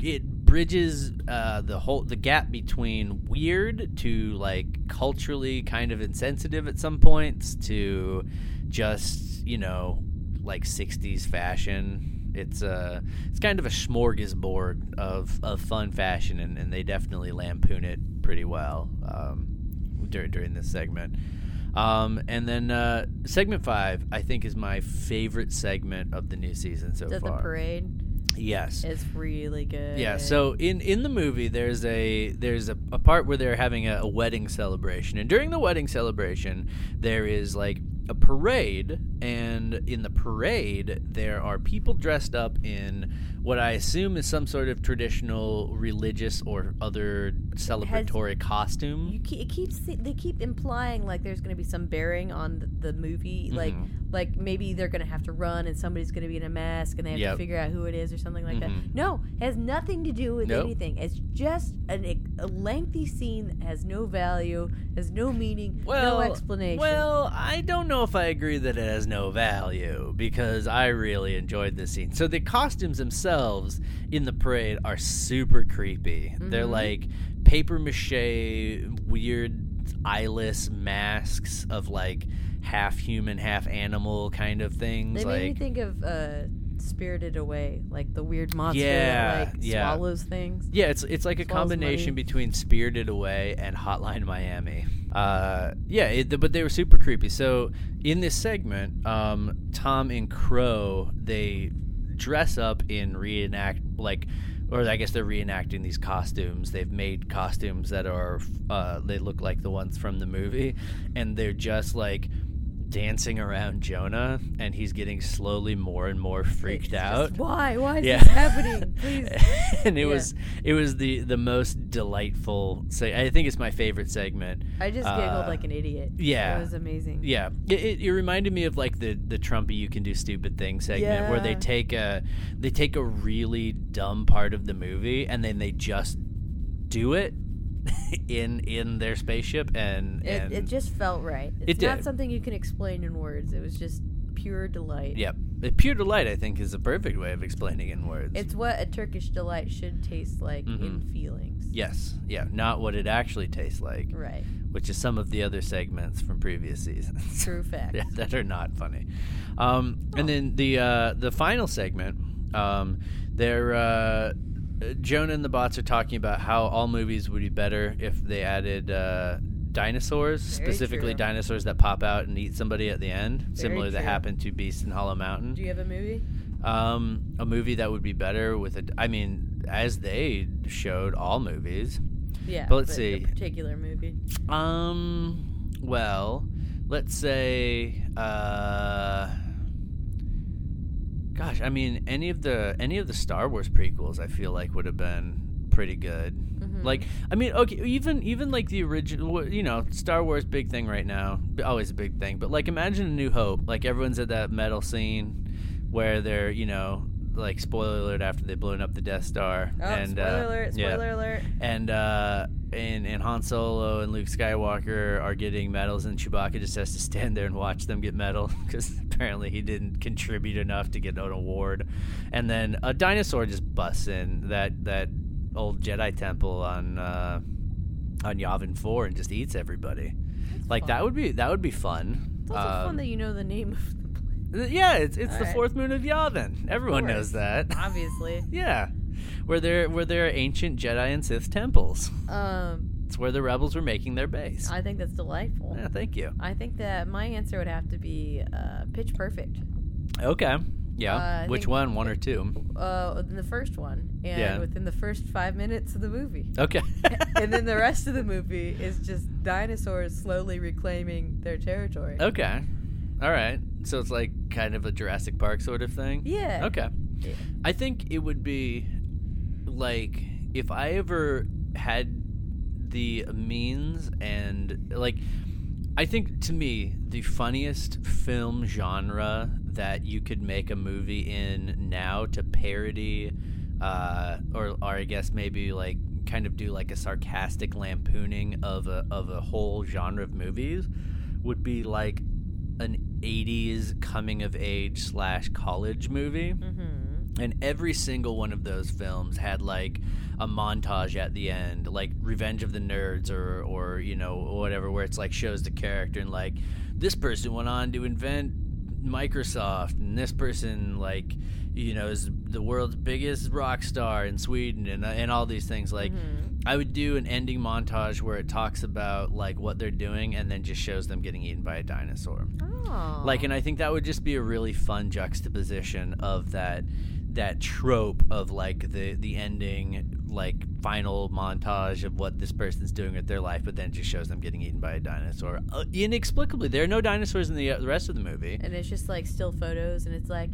[SPEAKER 3] it bridges uh, the whole the gap between weird to like culturally kind of insensitive at some points to just you know like 60s fashion it's uh, it's kind of a smorgasbord of, of fun fashion and, and they definitely lampoon it pretty well um, during during this segment um, and then uh, segment five I think is my favorite segment of the new season so
[SPEAKER 4] Does the
[SPEAKER 3] far
[SPEAKER 4] parade?
[SPEAKER 3] Yes.
[SPEAKER 6] It's really good.
[SPEAKER 3] Yeah. So in in the movie, there's a there's a, a part where they're having a, a wedding celebration, and during the wedding celebration, there is like a parade, and in the parade, there are people dressed up in what I assume is some sort of traditional religious or other celebratory costume.
[SPEAKER 6] you keep, it keeps they keep implying like there's going to be some bearing on the, the
[SPEAKER 3] Mm-hmm.
[SPEAKER 6] movie like like maybe they're going to have to run and somebody's going to be in a mask and they have
[SPEAKER 3] Yep. Mm-hmm.
[SPEAKER 6] to figure out who it is or something like that. No, it has nothing to do with
[SPEAKER 3] Nope.
[SPEAKER 6] anything. It's just an, e, a lengthy scene that has no value, has no meaning,
[SPEAKER 3] well,
[SPEAKER 6] no explanation.
[SPEAKER 3] Well, I don't know if I agree that it has no value because I really enjoyed this scene. So the costumes themselves in the parade are super creepy. They're
[SPEAKER 6] Mm-hmm.
[SPEAKER 3] like paper mache, weird eyeless masks of like half human, half animal kind of things.
[SPEAKER 6] they
[SPEAKER 3] like
[SPEAKER 6] made me think of uh, Spirited Away, like the weird monster
[SPEAKER 3] Yeah,
[SPEAKER 6] that like
[SPEAKER 3] yeah.
[SPEAKER 6] swallows things.
[SPEAKER 3] Yeah, it's it's like a
[SPEAKER 6] Swallows
[SPEAKER 3] combination
[SPEAKER 6] money.
[SPEAKER 3] between Spirited Away and Hotline Miami. Uh, yeah, it, but they were super creepy. So in this segment, um, Tom and Crow they dress up in reenact like, or I guess they're reenacting these costumes. They've made costumes that are uh, they look like the ones from the movie, and they're just like dancing around Jonah, and he's getting slowly more and more freaked
[SPEAKER 6] It's just,
[SPEAKER 3] out
[SPEAKER 6] Why? Why is
[SPEAKER 3] Yeah.
[SPEAKER 6] this happening? Please.
[SPEAKER 3] and it
[SPEAKER 6] Yeah.
[SPEAKER 3] was it was the the most delightful say i think it's my favorite segment
[SPEAKER 6] I just
[SPEAKER 3] Uh,
[SPEAKER 6] giggled like an idiot.
[SPEAKER 3] yeah.
[SPEAKER 6] It was amazing.
[SPEAKER 3] yeah it, it, it reminded me of like the the trumpy you can do stupid things segment where they
[SPEAKER 6] Yeah.
[SPEAKER 3] take a they take a really dumb part of the movie and then they just do it in in their spaceship and
[SPEAKER 6] It,
[SPEAKER 3] Uh, and
[SPEAKER 6] it just felt right.
[SPEAKER 3] It
[SPEAKER 6] It's not
[SPEAKER 3] did.
[SPEAKER 6] something you can explain in words. It was just pure delight.
[SPEAKER 3] yeah Uh, pure delight i think is the perfect way of explaining it in words
[SPEAKER 6] It's what a Turkish delight should taste like in feelings.
[SPEAKER 3] yes Mm-hmm. yeah not what it actually tastes like
[SPEAKER 6] Right.
[SPEAKER 3] which is some of the other segments from previous seasons
[SPEAKER 6] True fact.
[SPEAKER 3] yeah, that are not funny. Um, And then the uh, the final segment, um, they're uh, Jonah and the bots are talking about how all movies would be better if they added uh, dinosaurs,
[SPEAKER 6] Very
[SPEAKER 3] specifically
[SPEAKER 6] true.
[SPEAKER 3] dinosaurs that pop out and eat somebody at the end, similar that
[SPEAKER 6] true.
[SPEAKER 3] happened to Beast in Hollow Mountain
[SPEAKER 6] Do you have a movie?
[SPEAKER 3] um, a movie that would be better with a. I mean, as they showed all movies.
[SPEAKER 6] Yeah.
[SPEAKER 3] But let's
[SPEAKER 6] a
[SPEAKER 3] see.
[SPEAKER 6] particular movie.
[SPEAKER 3] Um, well, let's say, uh, gosh, I mean, any of the any of the Star Wars prequels, I feel like would have been pretty good.
[SPEAKER 6] Mm-hmm.
[SPEAKER 3] Like, I mean, okay, even even like the original, you know, Star Wars big thing right now, b- always a big thing. But like, imagine A New Hope, like everyone's at that metal scene where they're, you know. Like spoiler alert! After they've blown up the Death Star,
[SPEAKER 6] Oh,
[SPEAKER 3] and
[SPEAKER 6] spoiler
[SPEAKER 3] uh,
[SPEAKER 6] alert!
[SPEAKER 3] yeah
[SPEAKER 6] Spoiler alert!
[SPEAKER 3] and uh, and and Han Solo and Luke Skywalker are getting medals, and Chewbacca just has to stand there and watch them get medal because apparently he didn't contribute enough to get an award. And then a dinosaur just busts in that that old Jedi temple on uh, on Yavin Four and just eats everybody. like that would be that would be fun.
[SPEAKER 6] It's also
[SPEAKER 3] Um,
[SPEAKER 6] fun that you know the name of the planet.
[SPEAKER 3] th- yeah, it's it's the
[SPEAKER 6] Alright.
[SPEAKER 3] fourth moon of Yavin. Everyone
[SPEAKER 6] course.
[SPEAKER 3] knows that.
[SPEAKER 6] Obviously.
[SPEAKER 3] yeah, where there where there are ancient Jedi and Sith temples.
[SPEAKER 6] Um,
[SPEAKER 3] It's where the rebels were making their base.
[SPEAKER 6] I think that's delightful.
[SPEAKER 3] yeah, thank you.
[SPEAKER 6] I think that my answer would have to be uh, Pitch Perfect.
[SPEAKER 3] Okay. Yeah.
[SPEAKER 6] Uh, I
[SPEAKER 3] Which
[SPEAKER 6] think-
[SPEAKER 3] one? One or two?
[SPEAKER 6] Uh, the first one, and
[SPEAKER 3] Yeah.
[SPEAKER 6] within the first five minutes of the movie.
[SPEAKER 3] Okay.
[SPEAKER 6] and then the rest of the movie is just dinosaurs slowly reclaiming their territory.
[SPEAKER 3] okay. All right. So it's like kind of a Jurassic Park sort of thing.
[SPEAKER 6] Yeah.
[SPEAKER 3] Okay.
[SPEAKER 6] Yeah.
[SPEAKER 3] I think it would be like if I ever had the means and like I think to me the funniest film genre that you could make a movie in now to parody uh, or or I guess maybe like kind of do like a sarcastic lampooning of a of a whole genre of movies would be like an 80s coming of age slash college movie and every single one of those films had like a montage at the end, like Revenge of the Nerds or or you know whatever, where it's like shows the character and like this person went on to invent Microsoft and this person like you know is the world's biggest rock star in Sweden and and all these things like I would do an ending montage where it talks about like what they're doing and then just shows them getting eaten by a
[SPEAKER 4] Oh. Um,
[SPEAKER 3] dinosaur. Like, and I think that would just be a really fun juxtaposition of that that trope of like the the ending like final montage of what this person's doing with their life but then it just shows them getting eaten by a dinosaur uh, inexplicably there are no dinosaurs in the, uh, the rest of the movie
[SPEAKER 4] and it's just like still photos, and it's like.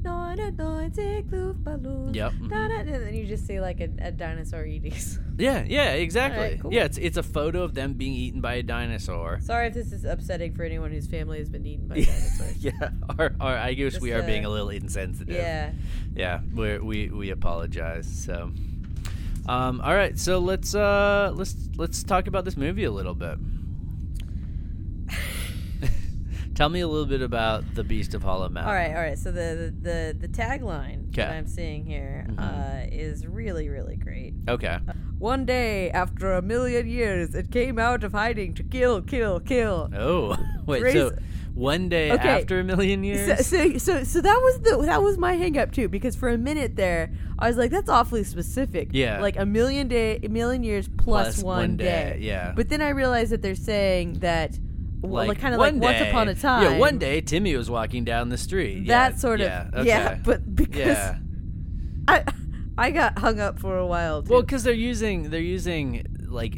[SPEAKER 4] "Non-anointed Luftballon."
[SPEAKER 3] Yep, mhm.
[SPEAKER 4] Da-da-da, And then you just see like a, a dinosaur eating. some-
[SPEAKER 3] yeah yeah exactly
[SPEAKER 4] Alright, cool.
[SPEAKER 3] yeah it's it's a photo of them being eaten by a dinosaur
[SPEAKER 4] Sorry if this is upsetting for anyone whose family has been eaten by dinosaurs.
[SPEAKER 3] yeah or, or i guess we are
[SPEAKER 4] Just, uh,
[SPEAKER 3] being a little insensitive
[SPEAKER 4] yeah.
[SPEAKER 3] yeah we're, we we apologize so um, all right so let's uh let's let's talk about this movie a little bit tell me a little bit about the beast of hollow mountain
[SPEAKER 4] All right, all right. So the the the, the tagline that
[SPEAKER 3] Okay.
[SPEAKER 4] I'm seeing here uh, is really really great.
[SPEAKER 3] okay
[SPEAKER 4] One day after a million years, it came out of hiding to kill, kill, kill.
[SPEAKER 3] oh wait
[SPEAKER 4] Raise-
[SPEAKER 3] so one day
[SPEAKER 4] Okay.
[SPEAKER 3] after a million
[SPEAKER 4] So,
[SPEAKER 3] years
[SPEAKER 4] so so so that was the that was my hang up too because for a minute there I was like that's awfully specific.
[SPEAKER 3] Yeah.
[SPEAKER 4] Like a million day a million years plus,
[SPEAKER 3] Plus
[SPEAKER 4] one,
[SPEAKER 3] one
[SPEAKER 4] day.
[SPEAKER 3] day, yeah.
[SPEAKER 4] But then I realized that they're saying that well, like, kind of like
[SPEAKER 3] one
[SPEAKER 4] once
[SPEAKER 3] day-
[SPEAKER 4] upon a time.
[SPEAKER 3] yeah one day timmy was walking down the street
[SPEAKER 4] That
[SPEAKER 3] yeah,
[SPEAKER 4] sort of
[SPEAKER 3] yeah, okay.
[SPEAKER 4] yeah, but because
[SPEAKER 3] yeah
[SPEAKER 4] I I got hung up for a while. Too.
[SPEAKER 3] Well, because they're using they're using like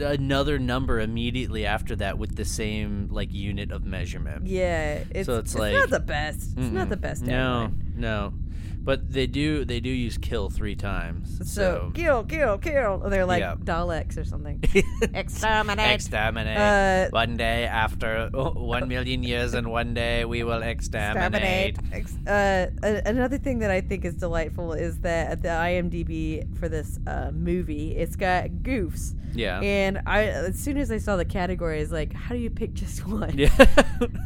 [SPEAKER 3] another number immediately after that with the same like unit of measurement.
[SPEAKER 4] yeah,
[SPEAKER 3] it's
[SPEAKER 4] it's, it's
[SPEAKER 3] like-
[SPEAKER 4] not the best. It's not the best.
[SPEAKER 3] No,
[SPEAKER 4] tagline.
[SPEAKER 3] no, but they do they do use kill three times.
[SPEAKER 4] So,
[SPEAKER 3] So,
[SPEAKER 4] kill, kill, kill. Or They're like
[SPEAKER 3] Yeah.
[SPEAKER 4] Daleks or something.
[SPEAKER 7] Exterminate.
[SPEAKER 3] exterminate.
[SPEAKER 4] Uh,
[SPEAKER 3] one day after oh, one million years, and one day we will exterminate.
[SPEAKER 4] Ex- Uh, a- another thing that I think is delightful is that at the IMDb for this uh, movie, it's got goofs.
[SPEAKER 3] Yeah.
[SPEAKER 4] And I, as soon as I saw the categories, like, how do you pick just one?
[SPEAKER 3] Yeah.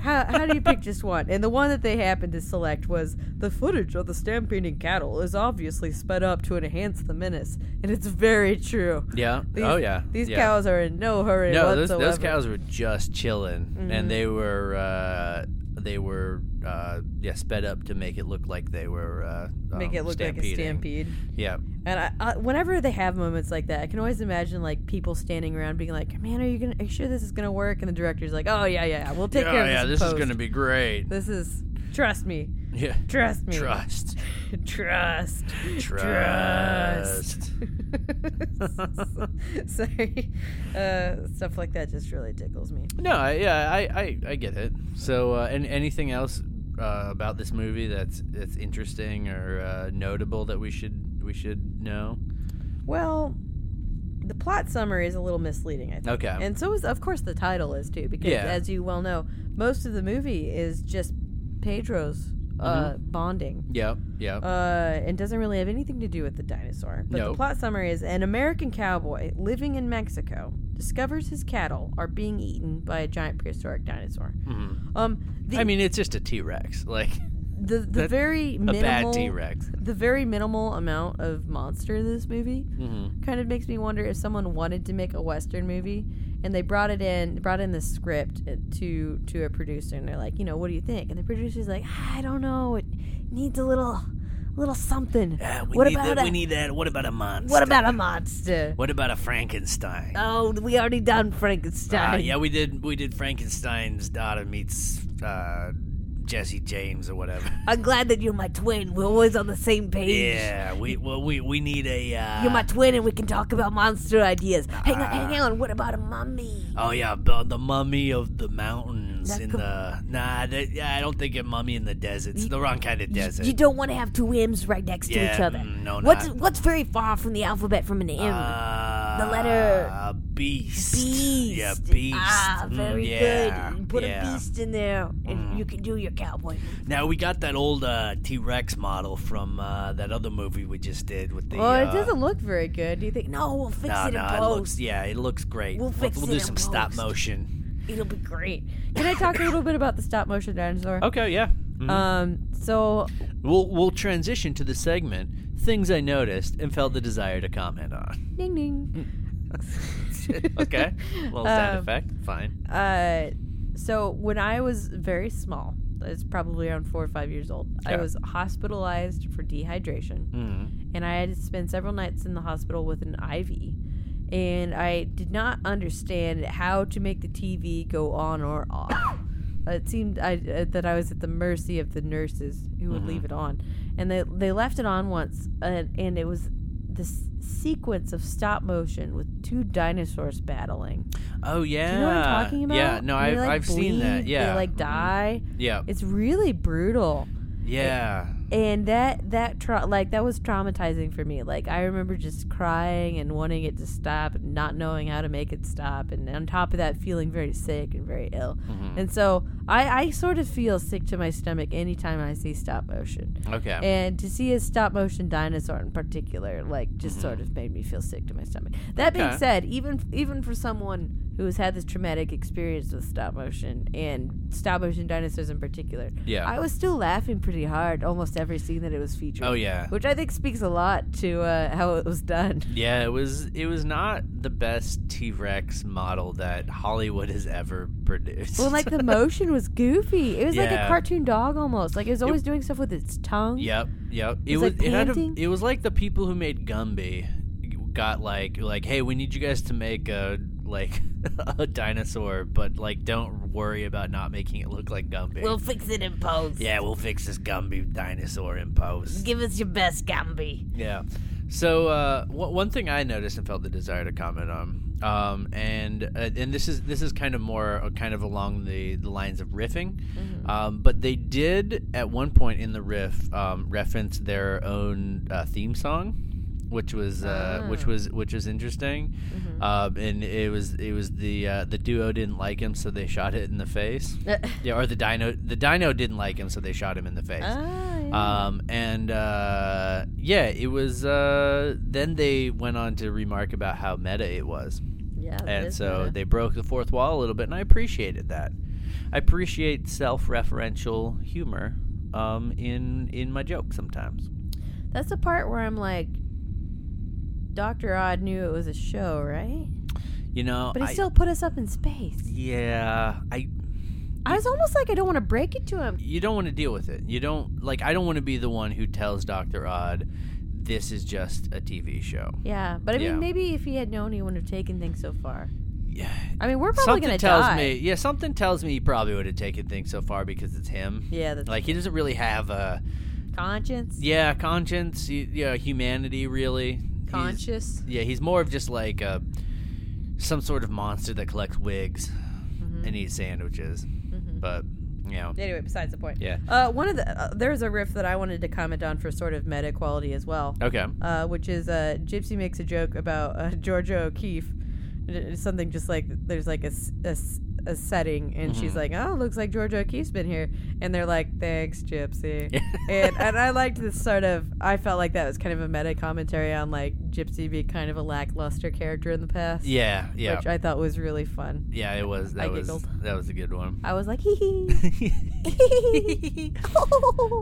[SPEAKER 4] How, how do you pick just one? And the one that they happened to select was the footage of the stampeding cattle is obviously sped up to enhance the menace, and it's very true.
[SPEAKER 3] Yeah.
[SPEAKER 4] These,
[SPEAKER 3] oh yeah.
[SPEAKER 4] These
[SPEAKER 3] yeah.
[SPEAKER 4] cows are in no hurry
[SPEAKER 3] No, those,
[SPEAKER 4] whatsoever. Mm-hmm.
[SPEAKER 3] those cows were just chilling, and they were uh, they were uh, yeah sped up to make it look like they were uh,
[SPEAKER 4] make
[SPEAKER 3] um,
[SPEAKER 4] it look like a
[SPEAKER 3] stampeding.
[SPEAKER 4] stampede.
[SPEAKER 3] Yeah,
[SPEAKER 4] And I, I, whenever they have moments like that, I can always imagine like people standing around being like, "Man, are you gonna? Are you sure this is gonna work?" And the director's like, "Oh yeah, yeah, yeah. we'll take care
[SPEAKER 3] yeah,
[SPEAKER 4] of
[SPEAKER 3] yeah. This
[SPEAKER 4] this. in
[SPEAKER 3] is
[SPEAKER 4] post.
[SPEAKER 3] gonna be great.
[SPEAKER 4] This is trust me,
[SPEAKER 3] Yeah,
[SPEAKER 4] trust me,
[SPEAKER 3] trust,
[SPEAKER 4] trust,
[SPEAKER 3] trust.
[SPEAKER 4] Sorry, uh, stuff like that just really tickles me.
[SPEAKER 3] No, I, yeah, I, I, I get it. So, uh, and anything else uh, about this movie that's that's interesting or uh, notable that we should we should know?
[SPEAKER 4] Well, the plot summary is a little misleading, I think.
[SPEAKER 3] Okay.
[SPEAKER 4] And so is, of course, the title is too, because
[SPEAKER 3] Oh. Yeah.
[SPEAKER 4] as you well know, most of the movie is just Pedro's uh,
[SPEAKER 3] Mm-hmm.
[SPEAKER 4] bonding.
[SPEAKER 3] Yep, yep.
[SPEAKER 4] uh, and doesn't really have anything to do with the dinosaur. But the
[SPEAKER 3] No.
[SPEAKER 4] plot summary is an American cowboy living in Mexico discovers his cattle are being eaten by a giant prehistoric dinosaur. Um, the,
[SPEAKER 3] Mm-hmm. I mean, it's just a T Rex, like
[SPEAKER 4] the, the very
[SPEAKER 3] a bad
[SPEAKER 4] minimal,
[SPEAKER 3] T Rex.
[SPEAKER 4] the very minimal amount of monster in this movie
[SPEAKER 3] Mm-hmm.
[SPEAKER 4] kind of makes me wonder if someone wanted to make a western movie and they brought it in brought in the script to to a producer and they're like you know what do you think and the producer's like i don't know it needs a little little something what about a,
[SPEAKER 3] Uh, need that. What about a monster?
[SPEAKER 4] what about a monster
[SPEAKER 3] What about a Frankenstein?
[SPEAKER 7] Uh,
[SPEAKER 4] oh we already done
[SPEAKER 3] Ah,
[SPEAKER 4] frankenstein
[SPEAKER 3] yeah, we did. We did Frankenstein's daughter meets uh, Jesse James or whatever.
[SPEAKER 4] i'm glad that you're my twin we're always on the same page
[SPEAKER 3] yeah, we well we we need a. Uh,
[SPEAKER 4] You're my twin, and we can talk about monster ideas. Hang on,
[SPEAKER 3] Ah.
[SPEAKER 4] hang on. What about a mummy?
[SPEAKER 3] oh yeah, the, the mummy of the mountains
[SPEAKER 4] That
[SPEAKER 3] in
[SPEAKER 4] could-
[SPEAKER 3] the nah. That, yeah, I don't think a mummy in the desert. It's the wrong kind of desert.
[SPEAKER 7] You don't want to have two M's right next to
[SPEAKER 3] Yeah,
[SPEAKER 7] each other.
[SPEAKER 3] mm, no,
[SPEAKER 7] what's
[SPEAKER 3] not-
[SPEAKER 7] what's very far from the alphabet from an M?
[SPEAKER 3] uh,
[SPEAKER 7] the letter-
[SPEAKER 3] beast.
[SPEAKER 7] beast.
[SPEAKER 3] Yeah, beast.
[SPEAKER 7] Ah,
[SPEAKER 3] Mm,
[SPEAKER 7] very
[SPEAKER 3] yeah,
[SPEAKER 7] good. You Put
[SPEAKER 3] yeah. Mm.
[SPEAKER 7] a beast in there, and you can do your cowboy.
[SPEAKER 3] Now we got that old uh, T Rex model from uh, that other movie we just did with the.
[SPEAKER 7] Oh,
[SPEAKER 4] Well,
[SPEAKER 3] uh,
[SPEAKER 4] it doesn't look very good. Do you think?
[SPEAKER 7] No, we'll fix
[SPEAKER 3] No,
[SPEAKER 7] it in
[SPEAKER 3] no,
[SPEAKER 7] post.
[SPEAKER 3] it looks yeah, it looks great.
[SPEAKER 7] We'll
[SPEAKER 3] We'll,
[SPEAKER 7] fix
[SPEAKER 3] we'll
[SPEAKER 7] it
[SPEAKER 3] do
[SPEAKER 7] in
[SPEAKER 3] some stop
[SPEAKER 7] post.
[SPEAKER 3] motion.
[SPEAKER 7] It'll be great.
[SPEAKER 4] Can I talk a little bit about the stop motion dinosaur?
[SPEAKER 3] Okay, yeah.
[SPEAKER 4] Um, so
[SPEAKER 3] We'll we'll transition to the segment things I noticed and felt the desire to comment on.
[SPEAKER 4] ding ding.
[SPEAKER 3] Mm. okay, well sound
[SPEAKER 4] Um,
[SPEAKER 3] effect, fine.
[SPEAKER 4] Uh, so when I was very small, I was probably around four or five years old. I
[SPEAKER 3] Yeah.
[SPEAKER 4] was hospitalized for dehydration, and I had to spend several nights in the hospital with an IV. And I did not understand how to make the TV go on or off. it seemed I, uh, that I was at the mercy of the nurses who would leave it on. and they they left it on once, and, and it was this sequence of stop motion with two dinosaurs battling.
[SPEAKER 3] Oh yeah.
[SPEAKER 4] Do you know what I'm talking about?
[SPEAKER 3] Yeah. No,
[SPEAKER 4] They,
[SPEAKER 3] I've,
[SPEAKER 4] like,
[SPEAKER 3] I've seen that.
[SPEAKER 4] bleed,
[SPEAKER 3] Yeah. Mm-hmm.
[SPEAKER 4] they like die.
[SPEAKER 3] Yeah.
[SPEAKER 4] It's really brutal,
[SPEAKER 3] yeah.
[SPEAKER 4] and that that tra- like that was traumatizing for me. Like I remember just crying and wanting it to stop, and not knowing how to make it stop, and on top of that, feeling very sick and very ill.
[SPEAKER 3] Mm-hmm.
[SPEAKER 4] And so I I sort of feel sick to my stomach anytime I see stop motion.
[SPEAKER 3] Okay.
[SPEAKER 4] And to see a stop motion dinosaur in particular, like, just sort of made me feel sick to my stomach. That
[SPEAKER 3] Mm-hmm. Okay.
[SPEAKER 4] being said, even even for someone who has had this traumatic experience with stop motion and stop motion dinosaurs in particular,
[SPEAKER 3] Yeah.
[SPEAKER 4] I was still laughing pretty hard almost every scene that it was featured.
[SPEAKER 3] Oh, yeah.
[SPEAKER 4] which I think speaks a lot to uh, how it was done.
[SPEAKER 3] yeah, it was it was not the best T Rex model that Hollywood has ever produced.
[SPEAKER 4] Well, like the motion was goofy. It was like a
[SPEAKER 3] Yeah.
[SPEAKER 4] cartoon dog almost. Like it was always doing stuff with its tongue.
[SPEAKER 3] Yep, yep. It
[SPEAKER 4] It's,
[SPEAKER 3] was
[SPEAKER 4] like,
[SPEAKER 3] it, had a,
[SPEAKER 4] panting.
[SPEAKER 3] it was like the people who made Gumby got like like hey, we need you guys to make a like a dinosaur, but like don't worry about not making it look like Gumby.
[SPEAKER 7] We'll fix it in post.
[SPEAKER 3] yeah, we'll fix this Gumby dinosaur in post.
[SPEAKER 7] Give us your best, Gumby.
[SPEAKER 3] Yeah. So uh, w- one thing I noticed and felt the desire to comment on, um, and uh, and this is this is kind of more uh, kind of along the, the lines of riffing, um, but they did at one point in the riff um, reference their own uh, theme song, which was uh, which was which was interesting, um, and it was it was the uh, the duo didn't like him so they shot it in the face, yeah, or the dino the dino didn't like him so they shot him in the face.
[SPEAKER 4] Ah, yeah.
[SPEAKER 3] Um, and uh, yeah, it was. Uh, then they went on to remark about how meta it was,
[SPEAKER 4] yeah that
[SPEAKER 3] and
[SPEAKER 4] is
[SPEAKER 3] so
[SPEAKER 4] meta.
[SPEAKER 3] they broke the fourth wall a little bit, and I appreciated that. I appreciate self-referential humor um, in in my joke sometimes.
[SPEAKER 4] That's the part where I'm like, Doctor Odd knew it was a show, right?
[SPEAKER 3] You know,
[SPEAKER 4] But he
[SPEAKER 3] I-
[SPEAKER 4] still put us up in space.
[SPEAKER 3] yeah, I
[SPEAKER 4] I was almost like, I don't want to break it to him.
[SPEAKER 3] you don't want to deal with it. You don't like. I don't want to be the one who tells Doctor Odd this is just a TV show.
[SPEAKER 4] Yeah, but I mean,
[SPEAKER 3] Yeah.
[SPEAKER 4] maybe if he had known, he wouldn't have taken things so far.
[SPEAKER 3] Yeah,
[SPEAKER 4] I mean, we're probably
[SPEAKER 3] something
[SPEAKER 4] gonna
[SPEAKER 3] tells
[SPEAKER 4] die.
[SPEAKER 3] me yeah something tells me he probably would have taken things so far because it's him
[SPEAKER 4] Yeah, that's
[SPEAKER 3] like he doesn't really have a
[SPEAKER 4] conscience,
[SPEAKER 3] yeah conscience y- yeah humanity really He's-
[SPEAKER 4] conscious.
[SPEAKER 3] yeah he's more of just like a some sort of monster that collects wigs
[SPEAKER 4] Mm-hmm.
[SPEAKER 3] and eats sandwiches but you know
[SPEAKER 4] Anyway, besides the point.
[SPEAKER 3] Yeah.
[SPEAKER 4] Uh, one of the uh, there's a riff that I wanted to comment on for sort of meta quality as well.
[SPEAKER 3] okay
[SPEAKER 4] uh, which is uh, Gypsy makes a joke about uh, Georgia O'Keeffe. And it- It's something just like there's like a, s- a s- a setting, and
[SPEAKER 3] Mm-hmm.
[SPEAKER 4] she's like, "Oh, looks like Georgia O'Keeffe's been here," and they're like, "Thanks, Gypsy." and and I liked this sort of. I felt like that was kind of a meta commentary on like Gypsy being kind of a lackluster character in the past.
[SPEAKER 3] yeah yeah
[SPEAKER 4] which I thought was really fun.
[SPEAKER 3] yeah it was that
[SPEAKER 4] I
[SPEAKER 3] was
[SPEAKER 4] giggled.
[SPEAKER 3] that was a good one
[SPEAKER 4] I was like, hee hee.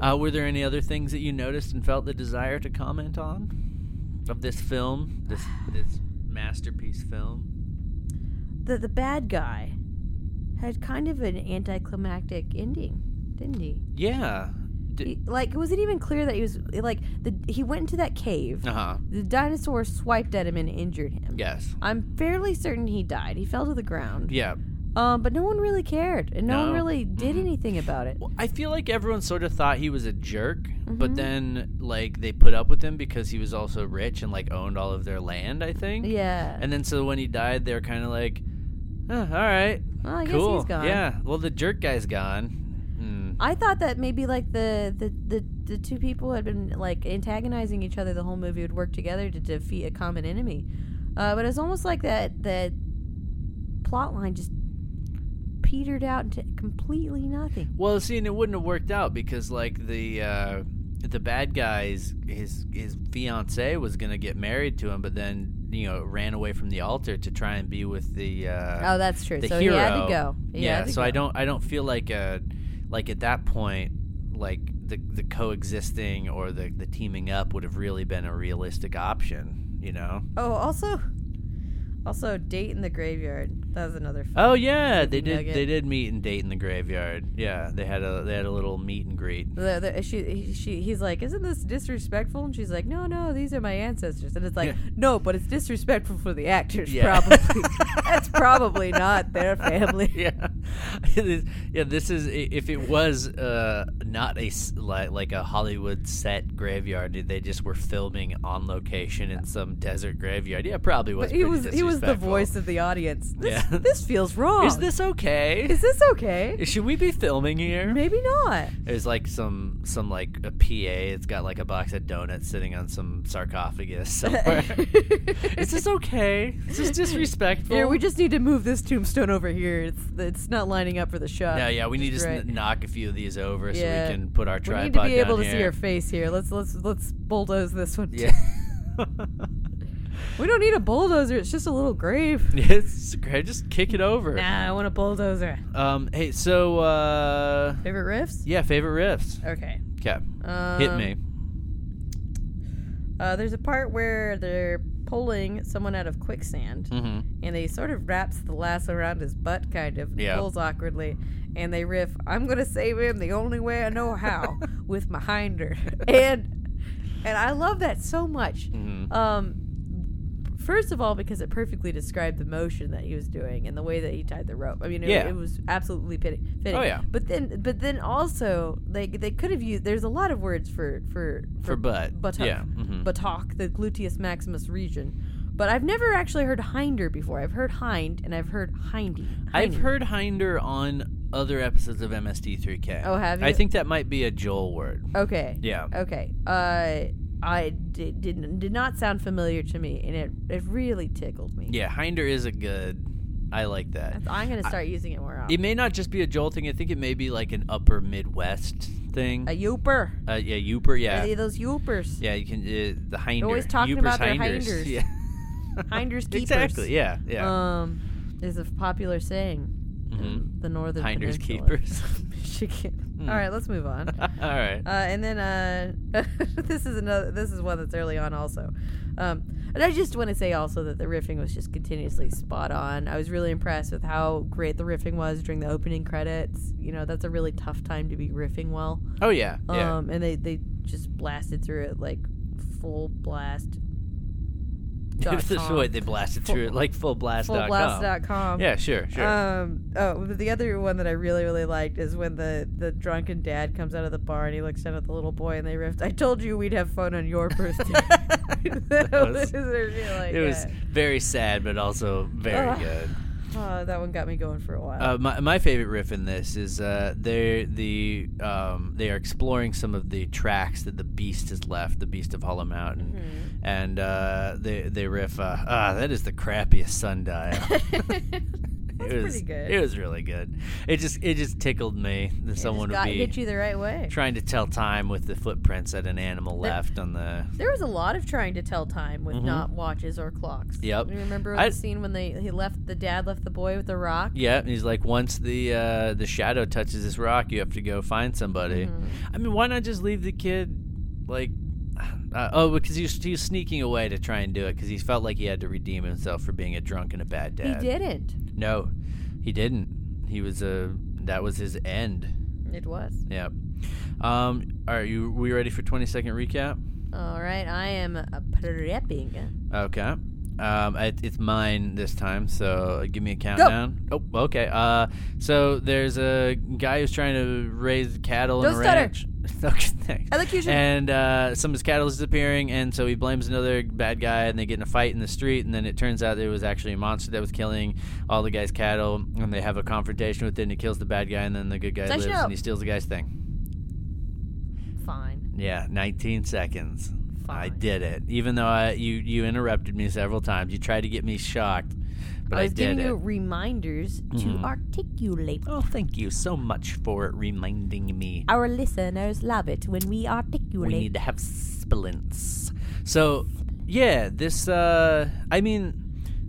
[SPEAKER 3] uh, were there any other things that you noticed and felt the desire to comment on of this film this this masterpiece film
[SPEAKER 4] the the bad guy had kind of an anticlimactic ending, didn't he?
[SPEAKER 3] Yeah.
[SPEAKER 4] He- like was it even clear that he was like the he went into that cave
[SPEAKER 3] Uh huh.
[SPEAKER 4] the dinosaur swiped at him and injured him
[SPEAKER 3] Yes.
[SPEAKER 4] i'm fairly certain he died he fell to the ground
[SPEAKER 3] Yeah.
[SPEAKER 4] um but no one really cared and no, one
[SPEAKER 3] No. Mm-hmm.
[SPEAKER 4] really did anything about it
[SPEAKER 3] Well, I feel like everyone sort of thought he was a jerk,
[SPEAKER 4] Mm-hmm.
[SPEAKER 3] but then like they put up with him because he was also rich and like owned all of their land. I think.
[SPEAKER 4] yeah
[SPEAKER 3] And then so when he died, they're kind of like, "Huh, all right,
[SPEAKER 4] Well, Oh, I guess
[SPEAKER 3] cool,
[SPEAKER 4] he's gone.
[SPEAKER 3] yeah. Well, the jerk guy's gone. Hmm.
[SPEAKER 4] i thought that maybe like the the, the the two people had been like antagonizing each other the whole movie would work together to defeat a common enemy uh but it's almost like that that plot line just petered out into completely nothing
[SPEAKER 3] Mm. Well, see, and it wouldn't have worked out because like the uh, the bad guy's his his fiance was gonna get married to him, but then you know ran away from the altar to try and be with the uh,
[SPEAKER 4] Oh, that's true.
[SPEAKER 3] the
[SPEAKER 4] so
[SPEAKER 3] hero.
[SPEAKER 4] he had to go. He
[SPEAKER 3] yeah,
[SPEAKER 4] had to
[SPEAKER 3] so I
[SPEAKER 4] go.
[SPEAKER 3] don't I don't feel like uh like at that point like the the coexisting or the the teaming up would have really been a realistic option, you know.
[SPEAKER 4] Oh, also,
[SPEAKER 6] Also, date in the graveyard. That was another. Fun.
[SPEAKER 3] Oh yeah, they did.
[SPEAKER 6] Nugget.
[SPEAKER 3] They did meet and date in the graveyard. Yeah, they had a they had a little meet and greet.
[SPEAKER 6] The, the, she, she, he's like, isn't this disrespectful? And she's like, no, no, these are my ancestors. And it's like,
[SPEAKER 3] Yeah.
[SPEAKER 6] no, but it's disrespectful for the actors,
[SPEAKER 3] Yeah.
[SPEAKER 6] probably. That's probably not their family.
[SPEAKER 3] yeah, It is- yeah. This is i- if it was uh, not a s- like like a Hollywood set graveyard. They just were filming on location in some desert graveyard. Yeah, probably was.
[SPEAKER 6] But he
[SPEAKER 3] pretty
[SPEAKER 6] was, he was the
[SPEAKER 3] disrespectful.
[SPEAKER 6] voice of the audience. This,
[SPEAKER 3] Yeah.
[SPEAKER 6] this feels wrong.
[SPEAKER 3] Is this okay?
[SPEAKER 6] Is this okay?
[SPEAKER 3] Should we be filming here?
[SPEAKER 6] Maybe not.
[SPEAKER 3] There's like some some like a PA. It's got like a box of donuts sitting on some sarcophagus somewhere. is this okay? Is this disrespectful?
[SPEAKER 6] Here, we just need to move this tombstone over here. It's, it's not lining up for the shot.
[SPEAKER 3] yeah, yeah. We need to
[SPEAKER 6] Right.
[SPEAKER 3] just n- knock a few of these over
[SPEAKER 6] Yeah.
[SPEAKER 3] so we can put our
[SPEAKER 6] We
[SPEAKER 3] tripod
[SPEAKER 6] need to be able
[SPEAKER 3] down
[SPEAKER 6] to see
[SPEAKER 3] here.
[SPEAKER 6] her face here. Let's let's let's bulldoze this one.
[SPEAKER 3] Yeah.
[SPEAKER 6] We don't need a bulldozer. It's just a little grave.
[SPEAKER 3] it's great. Just kick it over.
[SPEAKER 6] Nah, I want a bulldozer.
[SPEAKER 3] Um. Hey. So. uh
[SPEAKER 6] Favorite riffs?
[SPEAKER 3] Yeah. Favorite riffs.
[SPEAKER 6] Okay.
[SPEAKER 3] Okay.
[SPEAKER 6] Um,
[SPEAKER 3] Hit me.
[SPEAKER 6] Uh, there's a part where they're pulling someone out of quicksand,
[SPEAKER 3] hmm
[SPEAKER 6] and he sort of wraps the lasso around his butt, kind of, and
[SPEAKER 3] Yeah.
[SPEAKER 6] pulls awkwardly. And they riff, "I'm gonna save him the only way I know how, with my hinder." And and I love that so much.
[SPEAKER 3] Mm-hmm.
[SPEAKER 6] Um, first of all, because it perfectly described the motion that he was doing and the way that he tied the rope. I mean, it,
[SPEAKER 3] Yeah.
[SPEAKER 6] it was absolutely fit- fitting.
[SPEAKER 3] Oh, yeah.
[SPEAKER 6] But then, but then also, like they could have used. There's a lot of words for for
[SPEAKER 3] For butt.
[SPEAKER 6] buttock,
[SPEAKER 3] Yeah. mhm.
[SPEAKER 6] buttock, the gluteus maximus region. But I've never actually heard hinder before. I've heard hind and I've heard hindy.
[SPEAKER 3] I've
[SPEAKER 6] Hindy.
[SPEAKER 3] heard hinder on other episodes of MSD3K.
[SPEAKER 6] Oh, have
[SPEAKER 3] I
[SPEAKER 6] you? Oh.
[SPEAKER 3] think that might be a Joel word.
[SPEAKER 6] Okay.
[SPEAKER 3] Yeah.
[SPEAKER 6] Okay. Uh, I did, did did not sound familiar to me, and it it really tickled me.
[SPEAKER 3] Yeah, hinder is a good. I like that.
[SPEAKER 6] That's- I'm gonna start using it more
[SPEAKER 3] It
[SPEAKER 6] often.
[SPEAKER 3] may not just be a Joel thing. I think it may be like an Upper Midwest thing.
[SPEAKER 6] A youper.
[SPEAKER 3] Uh, yeah, Uper. Yeah,
[SPEAKER 6] Are those youpers.
[SPEAKER 3] yeah. You can uh, the hinder.
[SPEAKER 6] always talking
[SPEAKER 3] Uper's
[SPEAKER 6] about their
[SPEAKER 3] hinders.
[SPEAKER 6] hinders.
[SPEAKER 3] Yeah,
[SPEAKER 6] Hinders keepers.
[SPEAKER 3] exactly. Yeah, yeah.
[SPEAKER 6] Um, is a popular saying.
[SPEAKER 3] Mhm.
[SPEAKER 6] The northern
[SPEAKER 3] Hinders
[SPEAKER 6] peninsula.
[SPEAKER 3] keepers.
[SPEAKER 6] Michigan.
[SPEAKER 3] Mm.
[SPEAKER 6] All right, let's move on.
[SPEAKER 3] All right.
[SPEAKER 6] Uh, and then uh, this is another. This is one that's early on also. Um, and I just want to say also that the riffing was just continuously spot on. I was really impressed with how great the riffing was during the opening credits. You know, that's a really tough time to be riffing well.
[SPEAKER 3] oh yeah, yeah.
[SPEAKER 6] Um, and they they just blasted through it like full blast. dot
[SPEAKER 3] this is
[SPEAKER 6] com.
[SPEAKER 3] what they blasted through it like full blast.
[SPEAKER 6] full
[SPEAKER 3] dot
[SPEAKER 6] blast
[SPEAKER 3] com.
[SPEAKER 6] dot com.
[SPEAKER 3] Yeah, sure, sure.
[SPEAKER 6] Um. Oh, but the other one that I really, really liked is when the the drunken dad comes out of the bar and he looks down at the little boy and they rift. I told you we'd have fun on your birthday. that
[SPEAKER 3] was-
[SPEAKER 6] was, really like
[SPEAKER 3] it was
[SPEAKER 6] that.
[SPEAKER 3] very sad, but also very
[SPEAKER 6] Ugh.
[SPEAKER 3] good.
[SPEAKER 6] Oh, that one got me going for a while.
[SPEAKER 3] Uh, my, my favorite riff in this is uh, they the um, they are exploring some of the tracks that the Beast has left, the Beast of Hollow Mountain,
[SPEAKER 6] Mm-hmm.
[SPEAKER 3] and uh, they they riff uh, ah that is the crappiest sundial. That's it was,
[SPEAKER 6] pretty good.
[SPEAKER 3] It was really good. It just it just tickled me that someone would
[SPEAKER 6] got
[SPEAKER 3] be
[SPEAKER 6] hit you the right way.
[SPEAKER 3] trying to tell time with the footprints that an animal left on the.
[SPEAKER 6] There was a lot of trying to tell time with not watches or clocks.
[SPEAKER 3] Mm-hmm. Yep.
[SPEAKER 6] You remember
[SPEAKER 3] I-
[SPEAKER 6] the scene when they he left the dad left the boy with the rock.
[SPEAKER 3] Yeah, and he's like, once the uh, the shadow touches this rock, you have to go find somebody.
[SPEAKER 6] Mm-hmm.
[SPEAKER 3] I mean, why not just leave the kid, like, uh, oh, because he was, he was sneaking away to try and do it because he felt like he had to redeem himself for being a drunk and a bad
[SPEAKER 6] He
[SPEAKER 3] dad.
[SPEAKER 6] didn't.
[SPEAKER 3] No, he didn't. He was a that was his end.
[SPEAKER 6] It was.
[SPEAKER 3] Yeah. Um, are you we ready for twenty second recap?
[SPEAKER 6] All right, I am uh, prepping.
[SPEAKER 3] Okay. Um, it, it's mine this time, so give me a countdown. Oh, okay. Uh, so there's a guy who's trying to raise cattle in
[SPEAKER 6] Don't
[SPEAKER 3] a
[SPEAKER 6] stutter.
[SPEAKER 3] ranch. okay, thanks.
[SPEAKER 6] Elocution.
[SPEAKER 3] And uh, some of his cattle is disappearing, and so he blames another bad guy, and they get in a fight in the street, and then it turns out it was actually a monster that was killing all the guy's cattle, and they have a confrontation with it, and it kills the bad guy, and then the good guy
[SPEAKER 6] Touch
[SPEAKER 3] lives,
[SPEAKER 6] it up.
[SPEAKER 3] and he steals the guy's thing.
[SPEAKER 6] Fine.
[SPEAKER 3] Yeah, 19 seconds. I
[SPEAKER 6] Fine.
[SPEAKER 3] did it. Even though I, you you interrupted me several times, you tried to get me shocked, but I,
[SPEAKER 6] I was
[SPEAKER 3] did
[SPEAKER 6] giving
[SPEAKER 3] it. Mm-hmm.
[SPEAKER 6] you reminders to articulate.
[SPEAKER 3] oh, thank you so much for reminding me.
[SPEAKER 4] Our listeners love it when we articulate.
[SPEAKER 3] We need to have splints. So, yeah, this. Uh, I mean,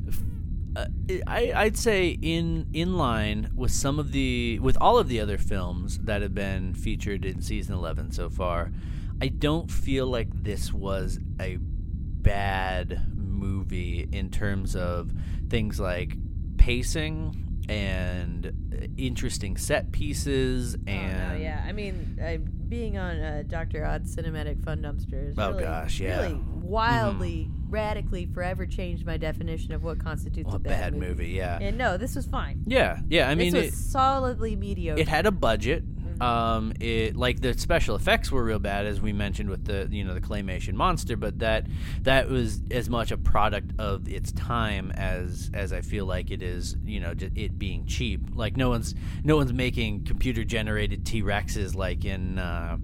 [SPEAKER 3] f- uh, I I'd say in in line with some of the with all of the other films that have been featured in season eleven so far. I don't feel like this was a bad movie in terms of things like pacing and uh, interesting set pieces and
[SPEAKER 4] Oh, yeah, I mean, uh, being on uh, Doctor Odd's cinematic fun dumpster is
[SPEAKER 3] Oh,
[SPEAKER 4] really,
[SPEAKER 3] gosh, yeah. Mm-hmm.
[SPEAKER 4] really wildly, radically, forever changed my definition of what constitutes
[SPEAKER 3] Oh, a bad movie, yeah.
[SPEAKER 4] And no, this was fine.
[SPEAKER 3] yeah, yeah. I mean,
[SPEAKER 4] this
[SPEAKER 3] it-
[SPEAKER 4] was solidly mediocre.
[SPEAKER 3] it had a budget.
[SPEAKER 4] Mm-hmm.
[SPEAKER 3] Um, it like the special effects were real bad, as we mentioned with the you know the claymation monster, but that that was as much a product of its time as as I feel like it is you know ju- it being cheap. Like no one's no one's making computer generated T Rexes like in. Uh,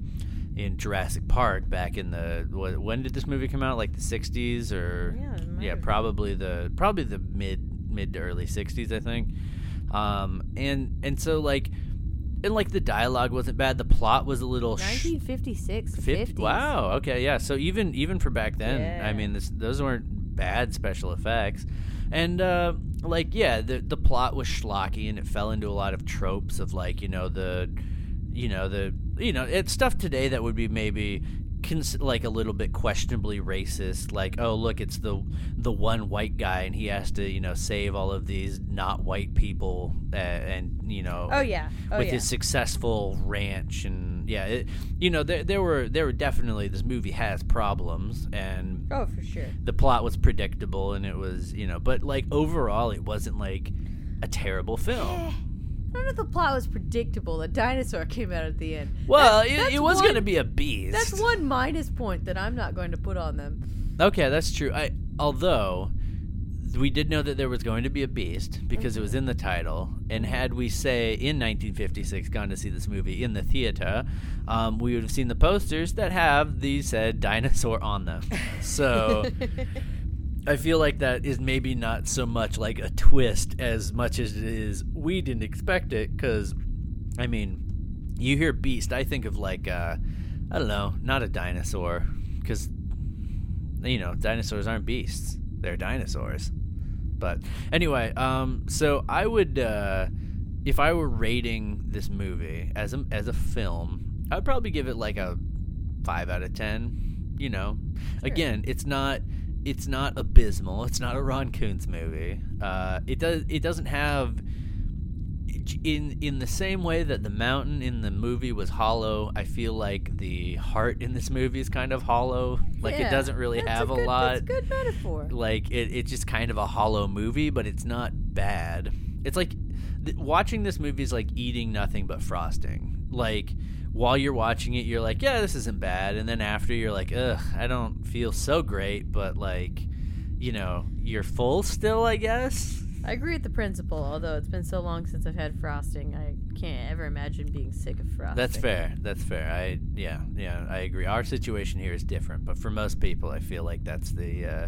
[SPEAKER 3] in Jurassic Park back in the wh- when did this movie come out? Like the '60s or
[SPEAKER 4] Yeah, it might
[SPEAKER 3] yeah,
[SPEAKER 4] have
[SPEAKER 3] probably the probably the mid mid to early '60s, I think. Um, and and so like and like the dialogue wasn't bad. The plot was a little sh-
[SPEAKER 4] 1956,
[SPEAKER 3] 50
[SPEAKER 4] 50s.
[SPEAKER 3] Wow. Okay. Yeah. So even even for back then, I mean, this, those weren't bad special effects, and uh, like yeah, the the plot was schlocky and it fell into a lot of tropes of like you know the, you know the you know it's stuff today that would be maybe. Cons- like a little bit questionably racist like oh look it's the the one white guy and he has to you know save all of these not white people uh, and you know
[SPEAKER 4] Oh yeah. Oh
[SPEAKER 3] with
[SPEAKER 4] yeah.
[SPEAKER 3] his successful ranch and yeah, it, you know there there were there were definitely this movie has problems and
[SPEAKER 4] oh for sure.
[SPEAKER 3] the plot was predictable and it was you know but like overall it wasn't like a terrible film.
[SPEAKER 4] I don't know if the plot was predictable. The dinosaur came out at the end.
[SPEAKER 3] Well,
[SPEAKER 4] That-
[SPEAKER 3] it,
[SPEAKER 4] that's
[SPEAKER 3] it was
[SPEAKER 4] one-
[SPEAKER 3] going to be a beast.
[SPEAKER 4] That's one minus point that I'm not going to put on them.
[SPEAKER 3] Okay, that's true. I although we did know that there was going to be a beast because it was in the title, and had we say in 1956 gone to see this movie in the theater, um, we would have seen the posters that have the said dinosaur on them. So. I feel like that is maybe not so much like a twist as much as it is we didn't expect it because, I mean, you hear beast, I think of like uh, I don't know, not a dinosaur because you know, dinosaurs aren't beasts. They're dinosaurs. But anyway, um, so I would, uh, if I were rating this movie as a, as a film, I would probably give it like a five out of ten. You know, again, it's not it's not abysmal. It's not a Ron Coons movie. Uh, it does it doesn't have in in the same way that the mountain in the movie was hollow, I feel like the heart in this movie is kind of hollow. Like it
[SPEAKER 4] Yeah,
[SPEAKER 3] doesn't really
[SPEAKER 4] that's
[SPEAKER 3] have a,
[SPEAKER 4] good,
[SPEAKER 3] lot.
[SPEAKER 4] That's a good metaphor.
[SPEAKER 3] Like it, it's just kind of a hollow movie, but it's not bad. It's like th- watching this movie is like eating nothing but frosting. Like while you're watching it, you're like, yeah, this isn't bad, and then after you're like, ugh, I don't feel so great, but like, you know, you're full still, I guess.
[SPEAKER 4] I agree with the principle, although it's been so long since I've had frosting, I can't ever imagine being sick of frosting.
[SPEAKER 3] That's fair. That's fair. I yeah yeah I agree. Our situation here is different, but for most people, I feel like that's the uh,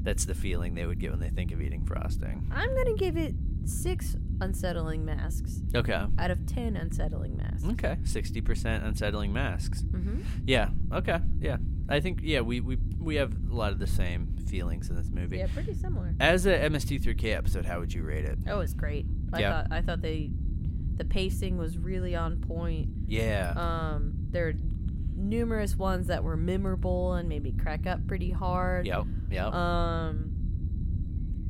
[SPEAKER 3] that's the feeling they would get when they think of eating frosting.
[SPEAKER 4] I'm gonna give it six unsettling masks
[SPEAKER 3] Okay.
[SPEAKER 4] out of ten unsettling masks.
[SPEAKER 3] Okay. Sixty percent unsettling masks. Mm-hmm. Yeah. Okay. Yeah. I think yeah we, we we have a lot of the same feelings in this movie.
[SPEAKER 4] Yeah, pretty similar.
[SPEAKER 3] As a MST3K episode, how would you rate it?
[SPEAKER 4] Oh, it's great. I
[SPEAKER 3] Yeah.
[SPEAKER 4] thought I thought they the pacing was really on point.
[SPEAKER 3] Yeah.
[SPEAKER 4] Um, there are numerous ones that were memorable and made me crack up pretty hard.
[SPEAKER 3] yep. Yep.
[SPEAKER 4] Um,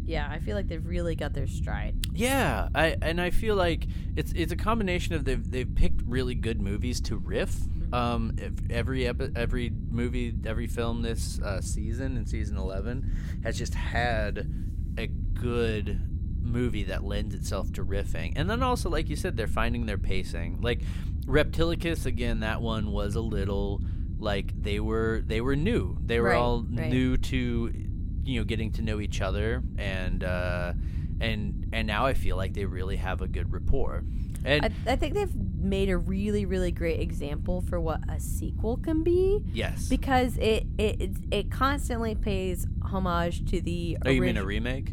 [SPEAKER 4] yeah, I feel like they've really got their stride.
[SPEAKER 3] Yeah, I and I feel like it's it's a combination of they've they've picked really good movies to riff.
[SPEAKER 4] Mm-hmm.
[SPEAKER 3] Um, ev- every epi- every movie, every film this uh, season in season eleven has just had a good movie that lends itself to riffing, and then also like you said, they're finding their pacing. Like Reptilicus again, that one was a little like they were they were new. They were
[SPEAKER 4] Right,
[SPEAKER 3] all
[SPEAKER 4] right.
[SPEAKER 3] new to you know getting to know each other and uh and and now I feel like they really have a good rapport. And
[SPEAKER 4] I, I think they've made a really, really great example for what a sequel can be
[SPEAKER 3] yes.
[SPEAKER 4] because it it it, it constantly pays homage to the.
[SPEAKER 3] oh, you mean a
[SPEAKER 4] orig-
[SPEAKER 3] remake?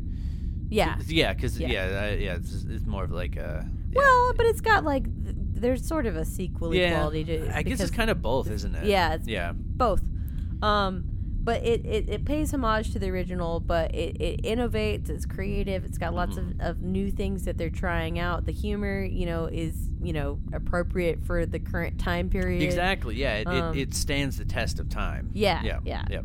[SPEAKER 4] Yeah.
[SPEAKER 3] Yeah, cuz yeah,
[SPEAKER 4] Yeah.
[SPEAKER 3] yeah, I, yeah it's, it's more of like a yeah.
[SPEAKER 4] Well, but it's got like th- there's sort of a sequel
[SPEAKER 3] yeah.
[SPEAKER 4] quality to it.
[SPEAKER 3] I guess it's
[SPEAKER 4] because-
[SPEAKER 3] kind of both, isn't it?
[SPEAKER 4] yeah, it's-
[SPEAKER 3] yeah.
[SPEAKER 4] both. Um, but it, it, it pays homage to the original, but it, it innovates. It's creative. It's got lots
[SPEAKER 3] Mm-hmm.
[SPEAKER 4] of, of new things that they're trying out. The humor, you know, is you know appropriate for the current time period.
[SPEAKER 3] Exactly. Yeah, it,
[SPEAKER 4] Um,
[SPEAKER 3] it, it stands the test of time.
[SPEAKER 4] Yeah,
[SPEAKER 3] Yeah.
[SPEAKER 4] yeah.
[SPEAKER 3] Yeah.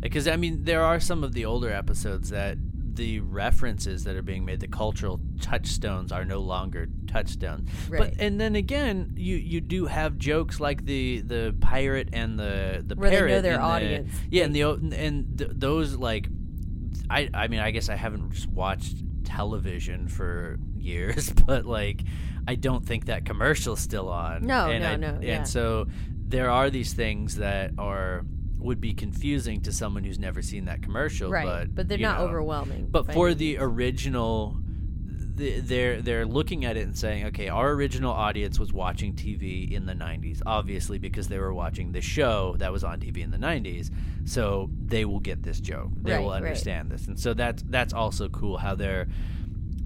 [SPEAKER 3] Because I mean, there are some of the older episodes that the references that are being made, the cultural touchstones, are no longer touchstones.
[SPEAKER 6] Right.
[SPEAKER 3] But and then again, you you do have jokes like the the pirate and the the
[SPEAKER 4] Where they know
[SPEAKER 3] parrot
[SPEAKER 4] their
[SPEAKER 3] and the-
[SPEAKER 4] audience.
[SPEAKER 3] yeah, and the o- and th- those like, I I mean, I guess I haven't s- watched television for years, but like, I don't think that commercial's still on.
[SPEAKER 4] No,
[SPEAKER 3] and
[SPEAKER 4] no,
[SPEAKER 3] I-
[SPEAKER 4] no,
[SPEAKER 3] And
[SPEAKER 4] yeah.
[SPEAKER 3] so there are these things that are would be confusing to someone who's never seen that commercial,
[SPEAKER 4] right.
[SPEAKER 3] but
[SPEAKER 4] But, they're
[SPEAKER 3] you
[SPEAKER 4] not
[SPEAKER 3] know.
[SPEAKER 4] overwhelming.
[SPEAKER 3] But
[SPEAKER 4] by
[SPEAKER 3] for
[SPEAKER 4] any
[SPEAKER 3] the
[SPEAKER 4] means.
[SPEAKER 3] original, th- they're they're looking at it and saying, okay, our original audience was watching TV in the '90s, obviously because they were watching the show that was on TV in the '90s, so they will get this joke, they
[SPEAKER 4] Right,
[SPEAKER 3] will
[SPEAKER 4] right.
[SPEAKER 3] understand this, and so that's that's also cool how they're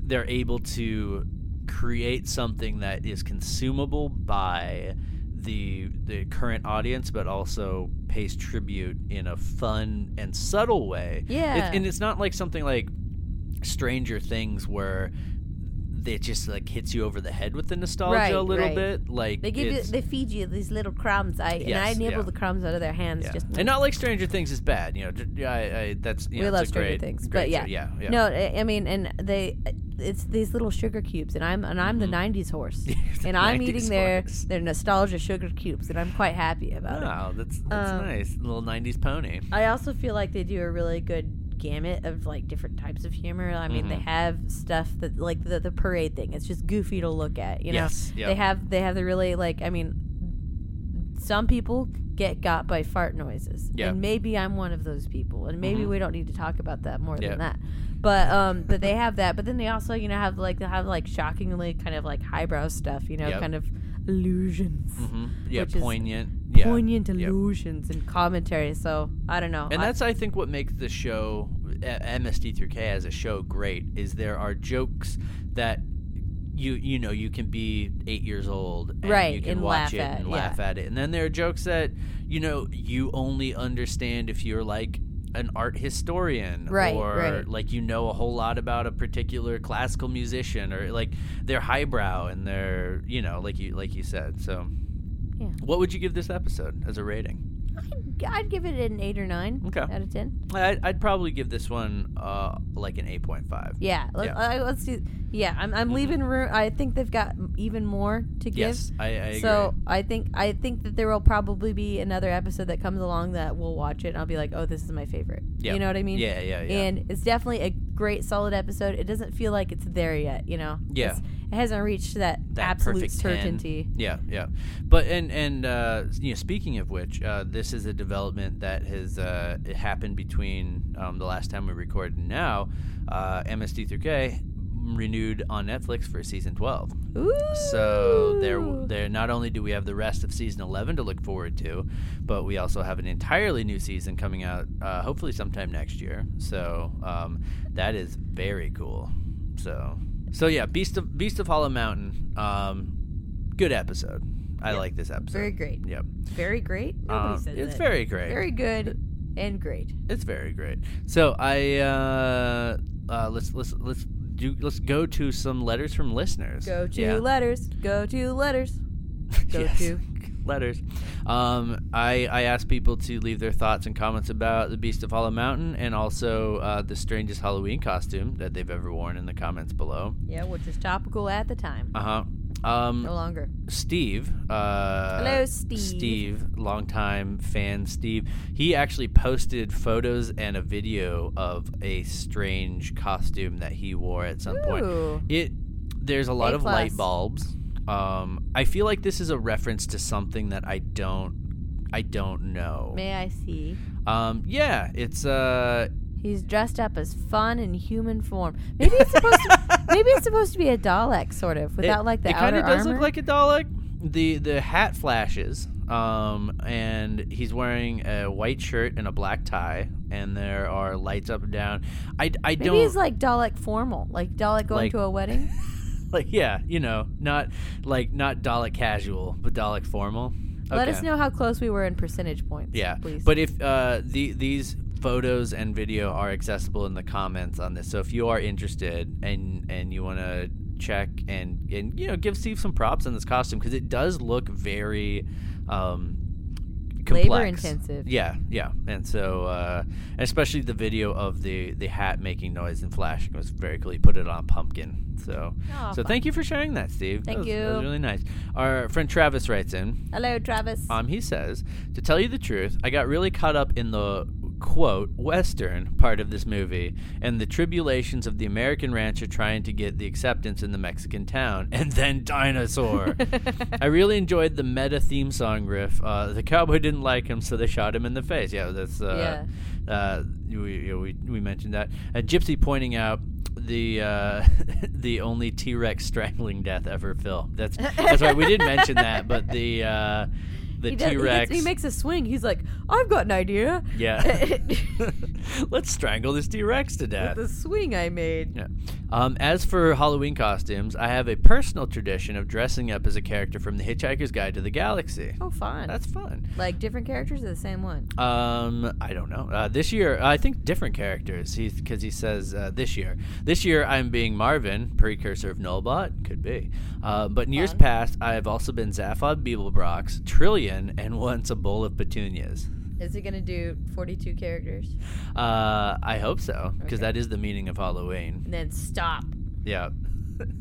[SPEAKER 3] they're able to create something that is consumable by the the current audience but also pays tribute in a fun and subtle way It-
[SPEAKER 4] Yeah.
[SPEAKER 3] and it's not like something like stranger things where it just like hits you over the head with the nostalgia
[SPEAKER 4] Right,
[SPEAKER 3] a little
[SPEAKER 4] right.
[SPEAKER 3] bit like
[SPEAKER 4] they give you,
[SPEAKER 3] it's-
[SPEAKER 4] they feed you these little crumbs. I and I
[SPEAKER 3] Yes,
[SPEAKER 4] nibble
[SPEAKER 3] yeah.
[SPEAKER 4] the crumbs out of their hands.
[SPEAKER 3] yeah.
[SPEAKER 4] Just
[SPEAKER 3] and not like stranger things is bad you know j- I, I, that's you
[SPEAKER 4] we
[SPEAKER 3] know,
[SPEAKER 4] love
[SPEAKER 3] it's a
[SPEAKER 4] Stranger
[SPEAKER 3] great,
[SPEAKER 4] Things,
[SPEAKER 3] great
[SPEAKER 4] but yeah.
[SPEAKER 3] show. yeah yeah
[SPEAKER 4] no, I, I mean, and they, it's these little sugar cubes, and I'm and I'm the '90s horse, and I'm
[SPEAKER 3] 90s
[SPEAKER 4] eating their
[SPEAKER 3] Mm-hmm. horse.
[SPEAKER 4] their nostalgia sugar cubes, and I'm quite happy about it.
[SPEAKER 3] wow that's that's
[SPEAKER 4] Um,
[SPEAKER 3] nice little 90s pony
[SPEAKER 4] I also feel like they do a really good gamut of like different types of humor. I mean, they
[SPEAKER 3] Mm-hmm.
[SPEAKER 4] have stuff that like the the parade thing. It's just goofy to look at, you know.
[SPEAKER 3] Yes, yeah.
[SPEAKER 4] They have they have the really like I mean, some people get got by fart noises,
[SPEAKER 3] Yeah. Mm-hmm.
[SPEAKER 4] and maybe I'm one of those people, and maybe we don't need to talk about that more
[SPEAKER 3] Yeah.
[SPEAKER 4] than that. But um, but they have that. But then they also you know have like they have like shockingly kind of like highbrow stuff, you know,
[SPEAKER 3] Yep.
[SPEAKER 4] kind of illusions.
[SPEAKER 3] hmm yeah
[SPEAKER 4] which is
[SPEAKER 3] poignant yeah.
[SPEAKER 4] Poignant
[SPEAKER 3] Yep.
[SPEAKER 4] illusions and commentary. So I don't know.
[SPEAKER 3] And
[SPEAKER 4] I-
[SPEAKER 3] that's, I think, what makes the show uh, MSD3K as a show great is there are jokes that you you know you can be eight years old and
[SPEAKER 4] Right,
[SPEAKER 3] you can
[SPEAKER 4] and
[SPEAKER 3] watch
[SPEAKER 4] laugh
[SPEAKER 3] it
[SPEAKER 4] at,
[SPEAKER 3] and
[SPEAKER 4] yeah.
[SPEAKER 3] laugh at it, and then there are jokes that you know you only understand if you're like an art historian
[SPEAKER 4] Right,
[SPEAKER 3] or
[SPEAKER 4] right.
[SPEAKER 3] like you know a whole lot about a particular classical musician or like they're highbrow and they're you know like you like you said so
[SPEAKER 4] Yeah.
[SPEAKER 3] what would you give this episode as a rating
[SPEAKER 4] I'd give it an eight or nine
[SPEAKER 3] Okay.
[SPEAKER 4] out of ten.
[SPEAKER 3] I- I'd probably give this one uh, like an 8.5.
[SPEAKER 4] Yeah, let,
[SPEAKER 3] Yeah. Mm-hmm.
[SPEAKER 4] I, let's do. Yeah, I'm, I'm leaving room. I think they've got m- even more to give.
[SPEAKER 3] Yes, I, I agree.
[SPEAKER 4] so I think I think that there will probably be another episode that comes along that we'll watch it and I'll be like, oh, this is my favorite.
[SPEAKER 3] Yeah.
[SPEAKER 4] You know what I mean?
[SPEAKER 3] Yeah, yeah, yeah.
[SPEAKER 4] And it's definitely a great solid episode. It doesn't feel like it's there yet. You know?
[SPEAKER 3] Yeah.
[SPEAKER 4] It's- it hasn't reached that,
[SPEAKER 3] that
[SPEAKER 4] absolute
[SPEAKER 3] perfect 10.
[SPEAKER 4] certainty.
[SPEAKER 3] Yeah, yeah. But and and uh, you know, speaking of which, uh, this is a development that has uh, it happened between um, the last time we recorded and now. Uh, MSD3K renewed on Netflix for season 12.
[SPEAKER 4] Ooh.
[SPEAKER 3] So there, there. Not only do we have the rest of season eleven to look forward to, but we also have an entirely new season coming out, uh, hopefully sometime next year. So um, that is very cool. So, so yeah, Beast of Beast of Hollow Mountain. Um, good episode. I like this episode.
[SPEAKER 4] Very great.
[SPEAKER 3] Yep.
[SPEAKER 4] Very great. Nobody
[SPEAKER 3] Um,
[SPEAKER 4] says
[SPEAKER 3] it's
[SPEAKER 4] that.
[SPEAKER 3] very great.
[SPEAKER 4] Very good and great.
[SPEAKER 3] It's very great. So I uh, uh, let's let's let's do let's go to some letters from listeners.
[SPEAKER 4] Go to
[SPEAKER 3] Yeah.
[SPEAKER 4] letters. Go to letters. Go
[SPEAKER 3] Yes.
[SPEAKER 4] to.
[SPEAKER 3] letters. Um, I I asked people to leave their thoughts and comments about the Beast of Hollow Mountain and also uh, the strangest Halloween costume that they've ever worn in the comments below.
[SPEAKER 4] Yeah, which was topical at the time.
[SPEAKER 3] Uh huh. Um,
[SPEAKER 4] No longer.
[SPEAKER 3] Steve. Uh,
[SPEAKER 4] Oh. Hello, Steve.
[SPEAKER 3] Steve, longtime fan Steve. He actually posted photos and a video of a strange costume that he wore at some
[SPEAKER 4] Ooh.
[SPEAKER 3] point. It there's a lot
[SPEAKER 4] A
[SPEAKER 3] of light
[SPEAKER 4] plus.
[SPEAKER 3] bulbs. Um, I feel like this is a reference to something that I don't I don't know.
[SPEAKER 4] May I see?
[SPEAKER 3] Um, yeah, it's uh
[SPEAKER 4] He's dressed up as fun in human form. Maybe it's supposed to. Maybe it's supposed to be a Dalek, sort of, without like the
[SPEAKER 3] it
[SPEAKER 4] outer
[SPEAKER 3] kinda does
[SPEAKER 4] armor.
[SPEAKER 3] look like a Dalek. The the hat flashes, um, and he's wearing a white shirt and a black tie, and there are lights up and down. I, I
[SPEAKER 4] Maybe
[SPEAKER 3] don't
[SPEAKER 4] he's like Dalek formal, like Dalek going
[SPEAKER 3] Like-
[SPEAKER 4] to a wedding.
[SPEAKER 3] like yeah, you know, not like not Dalek casual, but Dalek formal.
[SPEAKER 4] Let
[SPEAKER 3] Okay.
[SPEAKER 4] us know how close we were in percentage points.
[SPEAKER 3] Yeah,
[SPEAKER 4] please.
[SPEAKER 3] but if uh, the these photos and video are accessible in the comments on this, so if you are interested and and you want to check and and you know give Steve some props on this costume because it does look very um, complex.
[SPEAKER 4] labor-intensive.
[SPEAKER 3] Yeah, yeah, and so uh, especially the video of the the hat making noise and flashing was very cool. He put it on a pumpkin. So so thank you for sharing that, Steve. that
[SPEAKER 4] Thank
[SPEAKER 3] was, That
[SPEAKER 4] you.
[SPEAKER 3] was really nice. Our friend Travis writes in.
[SPEAKER 4] Hello, Travis.
[SPEAKER 3] Um, he says, to tell you the truth, I got really caught up in the quote western part of this movie and the tribulations of the American rancher trying to get the acceptance in the Mexican town, and then dinosaur. I really enjoyed the meta theme song riff. Uh, the cowboy didn't like him, so they shot him in the face. Yeah, that's uh, uh, we, we we mentioned that. Uh, Gypsy pointing out the uh, the only T Rex strangling death ever filmed. That's that's right. We did mention that, but the uh, the
[SPEAKER 6] He, does,
[SPEAKER 3] T
[SPEAKER 6] he,
[SPEAKER 3] Rex.
[SPEAKER 6] gets- he makes a swing. He's like, I've got an idea.
[SPEAKER 3] yeah. Let's strangle this T Rex to death.
[SPEAKER 6] the swing I made.
[SPEAKER 3] Yeah. Um, as for Halloween costumes, I have a personal tradition of dressing up as a character from The Hitchhiker's Guide to the Galaxy.
[SPEAKER 6] Oh, fun.
[SPEAKER 3] That's fun.
[SPEAKER 4] like different characters or the same one?
[SPEAKER 3] Um, I don't know. Uh, this year, I think different characters. He's because he says uh, this year. This year, I'm being Marvin, precursor of Nullbot, could be. Uh, but in years past, I have also been Zaphod Beeblebrox, Trillion, and once a bowl of petunias.
[SPEAKER 4] Is it gonna do forty-two characters?
[SPEAKER 3] Uh, I hope so, because that is the meaning of Halloween.
[SPEAKER 4] And then stop.
[SPEAKER 3] Yeah.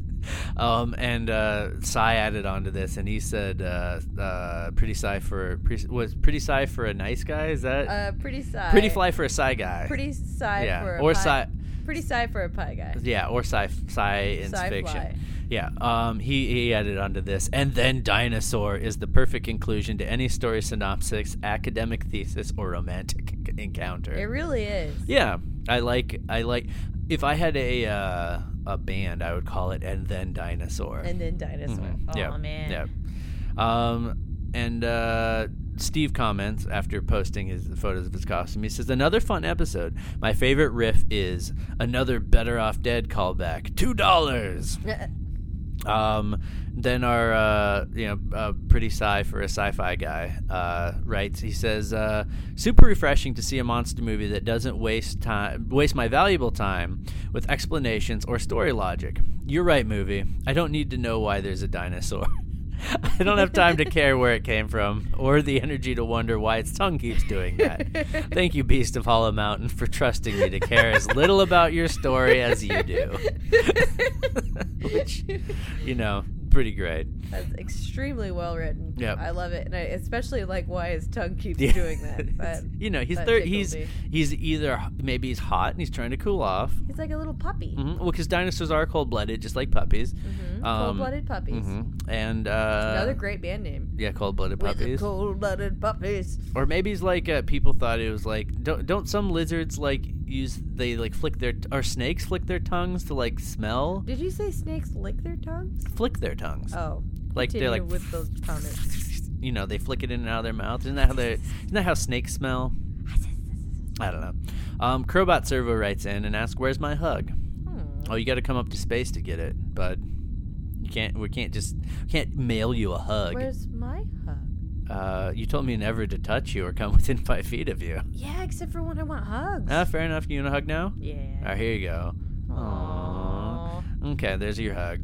[SPEAKER 3] um, and uh, Psy added on to this, and he said, uh, uh, "Pretty Psy for pre- was Pretty Psy for a nice guy." Is that
[SPEAKER 4] Uh, pretty side.
[SPEAKER 3] Pretty Fly for a Psy guy?
[SPEAKER 4] Pretty side
[SPEAKER 3] yeah,
[SPEAKER 4] for a
[SPEAKER 3] or
[SPEAKER 4] pie.
[SPEAKER 3] Psy.
[SPEAKER 4] Pretty side for a pie guy.
[SPEAKER 3] Yeah, or sci sci in
[SPEAKER 4] Sci-fi.
[SPEAKER 3] fiction. Yeah, um, he, he added onto this, and then dinosaur is the perfect conclusion to any story synopsis, academic thesis, or romantic en- encounter.
[SPEAKER 4] It really is.
[SPEAKER 3] yeah, I like I like. If I had a uh, a band, I would call it and then dinosaur.
[SPEAKER 4] And then dinosaur.
[SPEAKER 3] Mhm. yeah,
[SPEAKER 7] man.
[SPEAKER 3] yeah. Um, and uh, Steve comments after posting his photos of his costume. He says, "Another fun episode. My favorite riff is another Better Off Dead callback. Two dollars." Um, then our uh, you know uh, pretty sci for a sci-fi guy uh, writes. He says, uh, "Super refreshing to see a monster movie that doesn't waste time, waste my valuable time with explanations or story logic. You're right, movie. I don't need to know why there's a dinosaur." I don't have time to care where it came from or the energy to wonder why its tongue keeps doing that. Thank you, Beast of Hollow Mountain, for trusting me to care as little about your story as you do. Which, you know, pretty great.
[SPEAKER 6] That's extremely well written.
[SPEAKER 3] Yep.
[SPEAKER 6] I love it. And I especially like why his tongue keeps
[SPEAKER 3] Yeah.
[SPEAKER 6] doing that. But
[SPEAKER 3] you know, he's
[SPEAKER 6] that
[SPEAKER 3] thir-
[SPEAKER 6] tickled
[SPEAKER 3] he's
[SPEAKER 6] me.
[SPEAKER 3] he's either maybe he's hot and he's trying to cool off.
[SPEAKER 6] he's like a little puppy.
[SPEAKER 3] hmm Well, because dinosaurs are cold-blooded, just like puppies. Um,
[SPEAKER 6] Mm-hmm. Cold-blooded puppies.
[SPEAKER 3] mhm. And uh,
[SPEAKER 6] Another great band name.
[SPEAKER 3] yeah, cold-blooded puppies.
[SPEAKER 6] Cold-blooded puppies.
[SPEAKER 3] or maybe it's like uh, people thought it was like don't don't some lizards like use they like flick their t- or snakes flick their tongues to like smell
[SPEAKER 6] Did you say snakes lick their tongues?
[SPEAKER 3] flick their tongues
[SPEAKER 6] Oh,
[SPEAKER 3] like they're
[SPEAKER 6] continue
[SPEAKER 3] like
[SPEAKER 6] with those comments.
[SPEAKER 3] you know they flick it in and out of their mouth isn't that how they isn't that how snakes smell I don't know um, Crowbot Servo writes in and asks where's my hug
[SPEAKER 4] Hmm,
[SPEAKER 3] oh you got to come up to space to get it bud you can't we can't just can't mail you a hug
[SPEAKER 6] Where's my hug?
[SPEAKER 3] uh, you told me never to touch you or come within five feet of you
[SPEAKER 6] Yeah, except for when I want hugs.
[SPEAKER 3] ah fair enough you want a hug now
[SPEAKER 6] yeah.
[SPEAKER 3] Oh, here you go. Aww. Okay, there's your hug.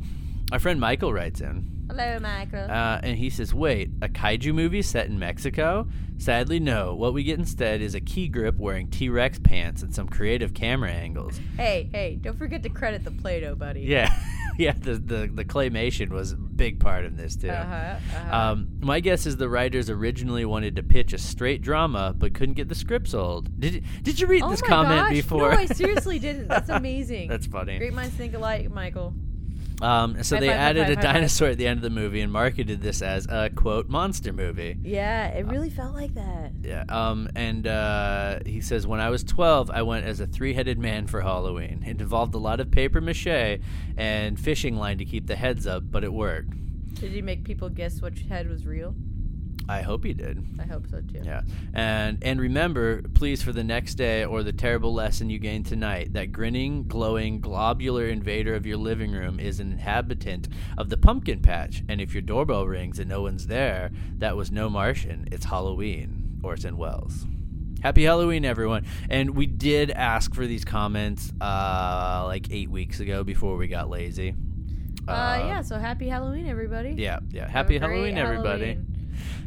[SPEAKER 3] Our friend Michael writes in,
[SPEAKER 4] Hello, Michael.
[SPEAKER 3] uh, and he says, "Wait, a kaiju movie set in Mexico? Sadly, no. What we get instead is a key grip wearing T-Rex pants and some creative camera angles.
[SPEAKER 6] Hey, hey, don't forget to credit the Play-Doh buddy.
[SPEAKER 3] Yeah, yeah. The, the the claymation was a big part of this too.
[SPEAKER 6] Uh-huh, uh-huh.
[SPEAKER 3] Um, my guess is the writers originally wanted to pitch a straight drama, but couldn't get the script sold. Did Did you read
[SPEAKER 6] oh
[SPEAKER 3] this
[SPEAKER 6] my
[SPEAKER 3] comment
[SPEAKER 6] gosh.
[SPEAKER 3] before?
[SPEAKER 6] No, I seriously didn't. That's amazing.
[SPEAKER 3] That's funny.
[SPEAKER 6] Great minds think alike, Michael.
[SPEAKER 3] Um, so
[SPEAKER 6] High
[SPEAKER 3] they
[SPEAKER 6] five, high
[SPEAKER 3] added
[SPEAKER 6] five,
[SPEAKER 3] a
[SPEAKER 6] high five.
[SPEAKER 3] dinosaur at the end of the movie and marketed this as a quote monster movie.
[SPEAKER 6] Yeah, it really felt like that.
[SPEAKER 3] Yeah. Um, and uh, he says, when I was 12, I went as a three-headed man for Halloween. It involved a lot of paper mache and fishing line to keep the heads up, but it worked.
[SPEAKER 6] Did you make people guess which head was real?
[SPEAKER 3] I hope he did.
[SPEAKER 6] I hope so too.
[SPEAKER 3] Yeah. And and remember, please for the next day or the terrible lesson you gain tonight, that grinning, glowing, globular invader of your living room is an inhabitant of the pumpkin patch. And if your doorbell rings and no one's there, that was no Martian. It's Halloween. Orson Welles. Happy Halloween, everyone. And we did ask for these comments uh, like eight weeks ago before we got lazy.
[SPEAKER 6] Uh, yeah, so happy Halloween, everybody.
[SPEAKER 3] Yeah, yeah. Happy
[SPEAKER 6] Have a great
[SPEAKER 3] Halloween, everybody.
[SPEAKER 6] Halloween.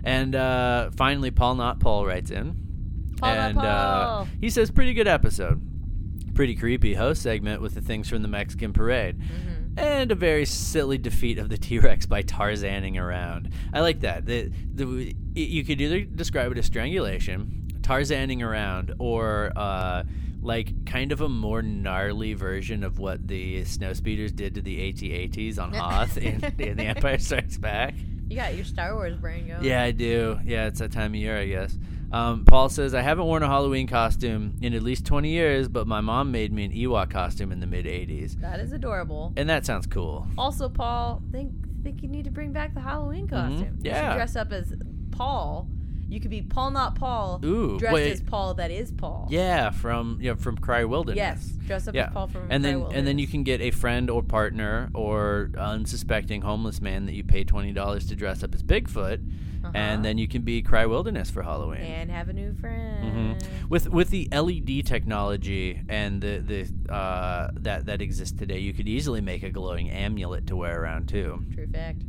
[SPEAKER 3] And uh, finally, Paul Not Paul writes in,
[SPEAKER 4] Paul Not
[SPEAKER 3] and Uh,
[SPEAKER 4] Paul.
[SPEAKER 3] he says, "Pretty good episode. Pretty creepy host segment with the things from the Mexican parade."
[SPEAKER 4] Mm-hmm.
[SPEAKER 3] And a very silly defeat of the T Rex by Tarzaning around. I like that. The, the, you could either describe it as strangulation, Tarzaning around, or uh, like kind of a more gnarly version of what the snowspeeders did to the AT-ATs on Hoth in, in The Empire Strikes Back.
[SPEAKER 6] You got your Star Wars brain going.
[SPEAKER 3] Yeah, I do. Yeah, it's that time of year, I guess. Um, Paul says, I haven't worn a Halloween costume in at least 20 years, but my mom made me an Ewok costume in the mid 80s.
[SPEAKER 6] That is adorable.
[SPEAKER 3] And that sounds cool.
[SPEAKER 6] Also, Paul, think think you need to bring back the Halloween costume. You
[SPEAKER 3] Mm-hmm. Yeah.
[SPEAKER 6] should dress up as Paul. You could be Paul, not Paul.
[SPEAKER 3] Ooh,
[SPEAKER 6] dressed
[SPEAKER 3] wait.
[SPEAKER 6] as Paul. That is Paul.
[SPEAKER 3] Yeah, from you know, from Cry Wilderness.
[SPEAKER 6] Yes, dress up as Paul from.
[SPEAKER 3] and then
[SPEAKER 6] Cry
[SPEAKER 3] and then
[SPEAKER 6] Wilderness.
[SPEAKER 3] you can get a friend or partner or unsuspecting homeless man that you pay twenty dollars to dress up as Bigfoot,
[SPEAKER 6] Uh-huh.
[SPEAKER 3] and then you can be Cry Wilderness for Halloween.
[SPEAKER 6] and have a new friend.
[SPEAKER 3] Mhm. With with the LED technology and the the uh, that that exists today, you could easily make a glowing amulet to wear around too.
[SPEAKER 6] True fact.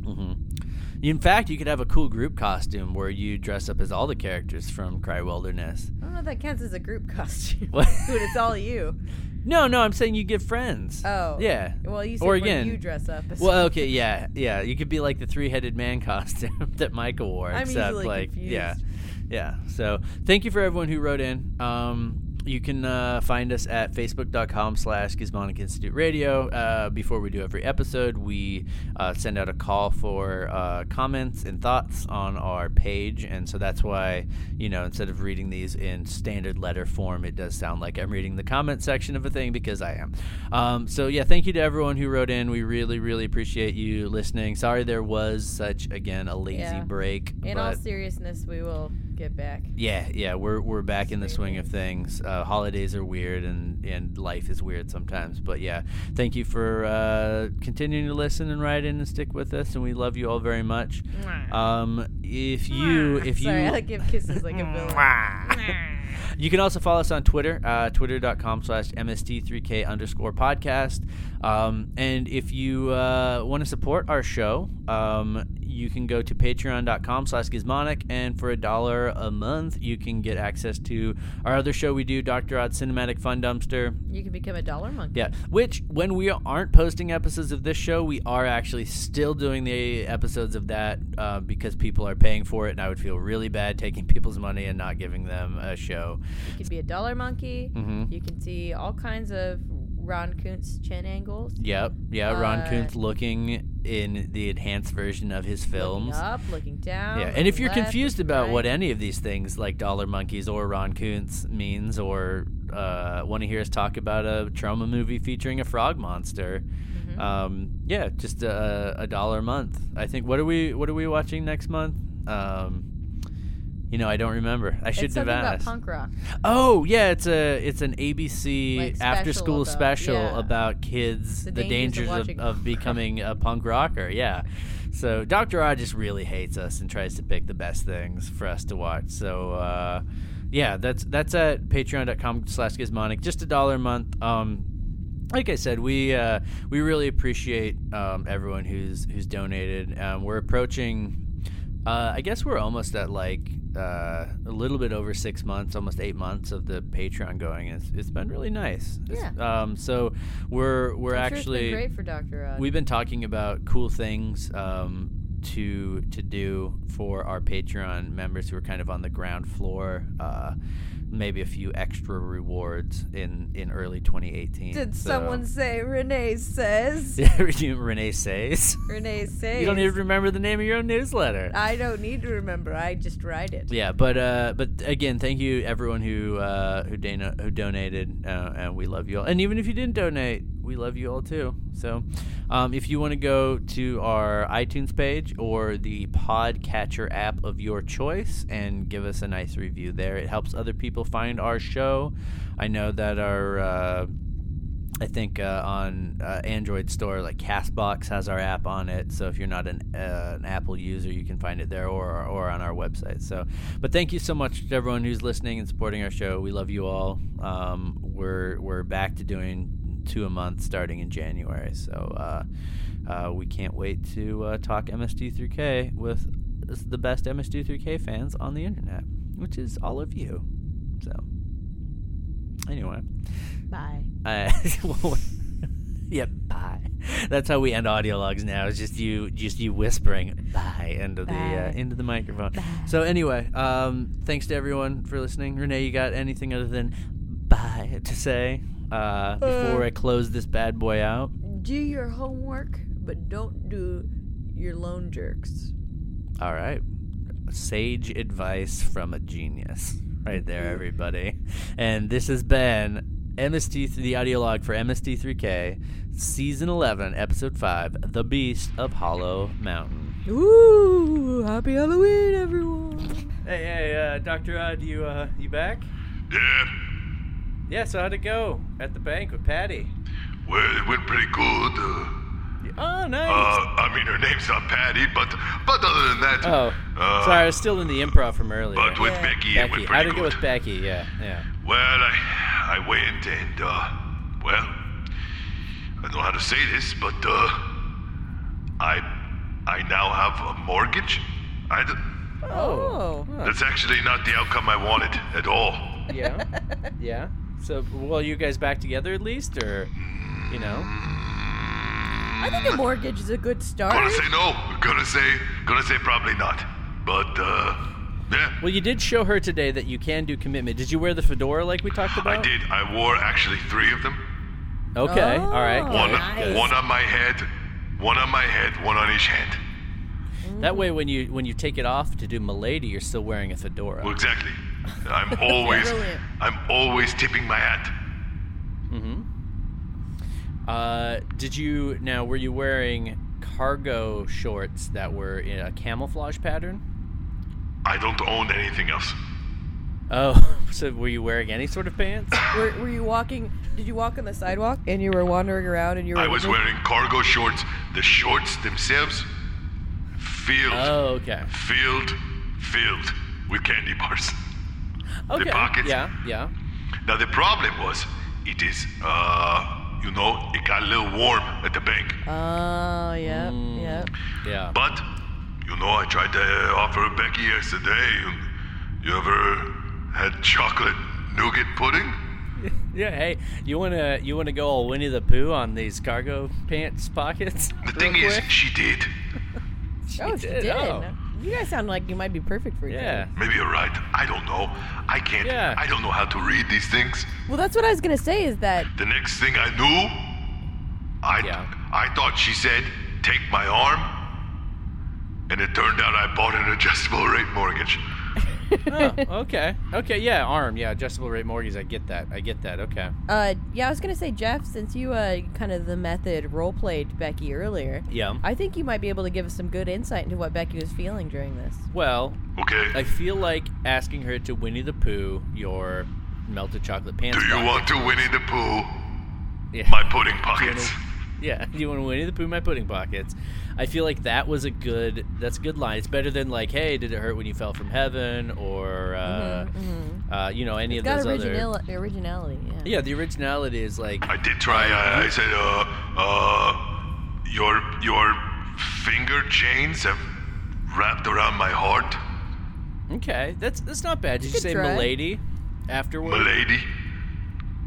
[SPEAKER 3] In fact, you could have a cool group costume where you dress up as all the characters from Cry Wilderness.
[SPEAKER 6] I don't know if that counts as a group costume.
[SPEAKER 3] What?
[SPEAKER 6] Dude, it's all you.
[SPEAKER 3] No, no, I'm saying you get friends.
[SPEAKER 6] Oh.
[SPEAKER 3] yeah.
[SPEAKER 6] Well, you said
[SPEAKER 3] or
[SPEAKER 6] when
[SPEAKER 3] again,
[SPEAKER 6] you dress up. As
[SPEAKER 3] Well, okay, yeah, yeah. You could be like the three-headed man costume that Michael wore,
[SPEAKER 6] I'm
[SPEAKER 3] except
[SPEAKER 6] easily
[SPEAKER 3] like,
[SPEAKER 6] confused.
[SPEAKER 3] yeah, yeah. So, thank you for everyone who wrote in. Um, you can uh, find us at facebook.com slash Gizmonic Institute Radio. Uh, before we do every episode, we uh, send out a call for uh, comments and thoughts on our page. And so that's why, you know, instead of reading these in standard letter form, it does sound like I'm reading the comment section of a thing because I am. Um, so, yeah, thank you to everyone who wrote in. We really, really appreciate you listening. Sorry there was such, again, a lazy
[SPEAKER 6] Yeah.
[SPEAKER 3] break.
[SPEAKER 6] in
[SPEAKER 3] but
[SPEAKER 6] all seriousness, we will get back.
[SPEAKER 3] yeah, yeah, we're we're back in the swing of things. Uh, holidays are weird, and and life is weird sometimes. But yeah, thank you for uh, continuing to listen and write in and stick with us, and we love you all very much. Um, if you if you
[SPEAKER 6] Sorry, I give kisses like a villain.
[SPEAKER 3] you can also follow us on Twitter, uh, twitter.com slash MST3K underscore podcast. Um, and if you uh, want to support our show, um, you can go to patreon.com slash gizmonic. And for a dollar a month, you can get access to our other show we do, Dr. Odd Cinematic Fun Dumpster.
[SPEAKER 6] You can become a dollar monkey.
[SPEAKER 3] Yeah, which when we aren't posting episodes of this show, we are actually still doing the episodes of that uh, because people are paying for it, and I would feel really bad taking people's money and not giving them a show.
[SPEAKER 6] You can be a dollar monkey.
[SPEAKER 3] Mm-hmm.
[SPEAKER 6] You can see all kinds of Ron Kuntz chin angles.
[SPEAKER 3] Yep. Yeah.
[SPEAKER 6] Uh,
[SPEAKER 3] Ron Kuntz looking in the enhanced version of his films.
[SPEAKER 6] Looking up, looking down.
[SPEAKER 3] Yeah.
[SPEAKER 6] looking
[SPEAKER 3] And if you're
[SPEAKER 6] left,
[SPEAKER 3] confused
[SPEAKER 6] looking
[SPEAKER 3] about what
[SPEAKER 6] right.
[SPEAKER 3] any of these things like Dollar Monkeys or Ron Kuntz means or uh, want to hear us talk about a trauma movie featuring a frog monster,
[SPEAKER 6] Mm-hmm.
[SPEAKER 3] um, yeah, just a, a dollar a month. I think. What are we What are we watching next month? Um, you know, I don't remember. I should
[SPEAKER 6] it's
[SPEAKER 3] have
[SPEAKER 6] something about
[SPEAKER 3] asked.
[SPEAKER 6] punk rock.
[SPEAKER 3] Oh yeah, it's a it's an ABC
[SPEAKER 6] Like special
[SPEAKER 3] after school
[SPEAKER 6] about-
[SPEAKER 3] special
[SPEAKER 6] yeah.
[SPEAKER 3] about kids
[SPEAKER 6] The
[SPEAKER 3] the,
[SPEAKER 6] dangers of
[SPEAKER 3] dangers,
[SPEAKER 6] watching
[SPEAKER 3] of,
[SPEAKER 6] punk
[SPEAKER 3] of becoming a punk rocker. Yeah. So Dr. Odd just really hates us and tries to pick the best things for us to watch. So uh, yeah, that's that's at patreon.com slash gizmonic, just a dollar a month. Um, like I said, we uh, we really appreciate um, everyone who's who's donated. Um, we're approaching. Uh, I guess we're almost at like uh, a little bit over six months, almost eight months of the Patreon going. It's, it's been really nice. It's- Um, so we're we're
[SPEAKER 6] I'm sure it's been
[SPEAKER 3] actually
[SPEAKER 6] great for Doctor Odd.
[SPEAKER 3] We've been talking about cool things um, to to do for our Patreon members who are kind of on the ground floor. Uh, maybe a few extra rewards in in early 2018.
[SPEAKER 6] Did
[SPEAKER 3] So-
[SPEAKER 6] someone say Renee says?
[SPEAKER 3] Renee says
[SPEAKER 6] Renee says. Uh,
[SPEAKER 3] you don't even remember the name of your own newsletter.
[SPEAKER 6] I don't need to remember. I just write it.
[SPEAKER 3] yeah, but uh, but again, thank you everyone who uh, who dana- who donated, uh, and we love you all. And even if you didn't donate, we love you all too. So, um, if you want to go to our iTunes page or the podcatcher app of your choice and give us a nice review there, it helps other people find our show. I know that our uh, I think uh, on uh, Android store, like Castbox has our app on it. So if you're not an, uh, an Apple user, you can find it there or or on our website. So, but thank you so much to everyone who's listening and supporting our show. We love you all. Um, we're we're back to doing two a month starting in January. So. Uh, uh, we can't wait to uh, talk MSD3K with the best MSD3K fans on the internet, which is all of you. So, anyway.
[SPEAKER 4] Bye.
[SPEAKER 3] Uh, yep, bye. That's how we end audio logs now. It's just you, just you whispering bye into the uh,
[SPEAKER 4] Bye.
[SPEAKER 3] into the microphone. So anyway, um, thanks to everyone for listening. Renee, you got anything other than bye to say uh, before I close this bad boy out?
[SPEAKER 6] Do your homework, but don't do your lone jerks.
[SPEAKER 3] All right. Sage advice from a genius. Right there, everybody. And this has been MST, the audio log for MST3K, Season 11, Episode 5, The Beast of Hollow Mountain.
[SPEAKER 6] Ooh, happy Halloween, everyone.
[SPEAKER 3] Hey, hey, uh, Dr. Odd, you, uh, you back?
[SPEAKER 5] Yeah.
[SPEAKER 3] Yeah, so how'd it go at the bank with Patty?
[SPEAKER 5] Well, it went pretty good. Uh,
[SPEAKER 3] Oh,
[SPEAKER 5] uh,
[SPEAKER 3] nice.
[SPEAKER 5] I mean, her name's not Patty, but but other than that.
[SPEAKER 3] oh,
[SPEAKER 5] uh,
[SPEAKER 3] sorry, I was still in the improv from earlier.
[SPEAKER 5] But with Becky, it
[SPEAKER 3] Becky,
[SPEAKER 5] went
[SPEAKER 3] how'd
[SPEAKER 5] pretty
[SPEAKER 3] it go
[SPEAKER 5] good.
[SPEAKER 3] with Becky? Yeah, yeah.
[SPEAKER 5] Well, I I went and uh, well, I don't know how to say this, but uh, I I now have a mortgage. I d-
[SPEAKER 3] Oh,
[SPEAKER 5] that's actually not the outcome I wanted at all.
[SPEAKER 3] yeah yeah so well you guys back together at least or you know
[SPEAKER 4] I think a mortgage is a good
[SPEAKER 5] Gonna
[SPEAKER 4] start.
[SPEAKER 5] say no. Gonna say gonna say probably not. But uh yeah.
[SPEAKER 3] well you did show her today that you can do commitment did you wear the fedora like we talked about
[SPEAKER 5] I did. I wore actually three of them.
[SPEAKER 3] okay all right
[SPEAKER 4] Oh.
[SPEAKER 5] One
[SPEAKER 3] good, good.
[SPEAKER 5] one on my head, one on my head, one on each hand.
[SPEAKER 3] that way when you when you take it off to do milady you're still wearing a fedora
[SPEAKER 5] Well exactly. I'm always
[SPEAKER 6] Brilliant.
[SPEAKER 5] I'm always tipping my hat.
[SPEAKER 3] uh did you now were you wearing cargo shorts that were in a camouflage pattern
[SPEAKER 5] I don't own anything else.
[SPEAKER 3] oh so were you wearing any sort of pants
[SPEAKER 4] Were, were you walking? Did you walk on the sidewalk and you were wandering around and you were?
[SPEAKER 5] I was wearing cargo shorts. The shorts themselves filled
[SPEAKER 3] oh okay
[SPEAKER 5] filled filled with candy bars.
[SPEAKER 3] okay
[SPEAKER 5] pockets.
[SPEAKER 3] yeah yeah
[SPEAKER 5] Now the problem was, it is, uh, you know, it got a little warm at the bank.
[SPEAKER 4] Oh, yep, yep.
[SPEAKER 3] yeah
[SPEAKER 5] But, you know, I tried to uh, offer Becky yesterday. You, you ever had chocolate nougat pudding?
[SPEAKER 3] Yeah, hey, you wanna you wanna go all Winnie the Pooh on these cargo pants pockets?
[SPEAKER 5] The thing
[SPEAKER 3] real
[SPEAKER 5] is,
[SPEAKER 3] quick?
[SPEAKER 5] she did.
[SPEAKER 4] Oh, she did.
[SPEAKER 3] oh.
[SPEAKER 4] You guys sound like you might be perfect for each other.
[SPEAKER 3] yeah,
[SPEAKER 5] Maybe you're right. I don't know. I can't.
[SPEAKER 3] Yeah.
[SPEAKER 5] I don't know how to read these things.
[SPEAKER 4] Well, that's what I was gonna say. Is that
[SPEAKER 5] The next thing I knew, I
[SPEAKER 3] Yeah.
[SPEAKER 5] I thought she said, "Take my arm," and it turned out I bought an adjustable rate mortgage.
[SPEAKER 3] oh, okay, okay, yeah, arm, yeah, adjustable rate mortgage. I get that, I get that. Okay,
[SPEAKER 4] Uh, yeah, I was gonna say, Jeff, since you uh kind of the method role played Becky earlier,
[SPEAKER 3] yeah.
[SPEAKER 4] I think you might be able to give us some good insight into what Becky was feeling during this.
[SPEAKER 3] well,
[SPEAKER 5] Okay.
[SPEAKER 3] I feel like asking her to Winnie the Pooh your melted chocolate pants.
[SPEAKER 5] Do you
[SPEAKER 3] pocket.
[SPEAKER 5] want to Winnie the Pooh?
[SPEAKER 3] Yeah.
[SPEAKER 5] My pudding pockets.
[SPEAKER 3] Yeah, you want to Winnie the Pooh my pudding pockets. I feel like that was a good. That's a good line. It's better than like, hey, did it hurt when you fell from heaven, or uh, uh, you know, any of
[SPEAKER 4] Mm-hmm, Got
[SPEAKER 3] those other.
[SPEAKER 4] original originality. Yeah.
[SPEAKER 3] Yeah, the originality is like,
[SPEAKER 5] I did try. I, I said, uh, uh, your your finger chains have wrapped around my heart,
[SPEAKER 3] okay, that's that's not bad. Did you,
[SPEAKER 4] could
[SPEAKER 3] say
[SPEAKER 4] try.
[SPEAKER 3] milady afterward?
[SPEAKER 5] milady.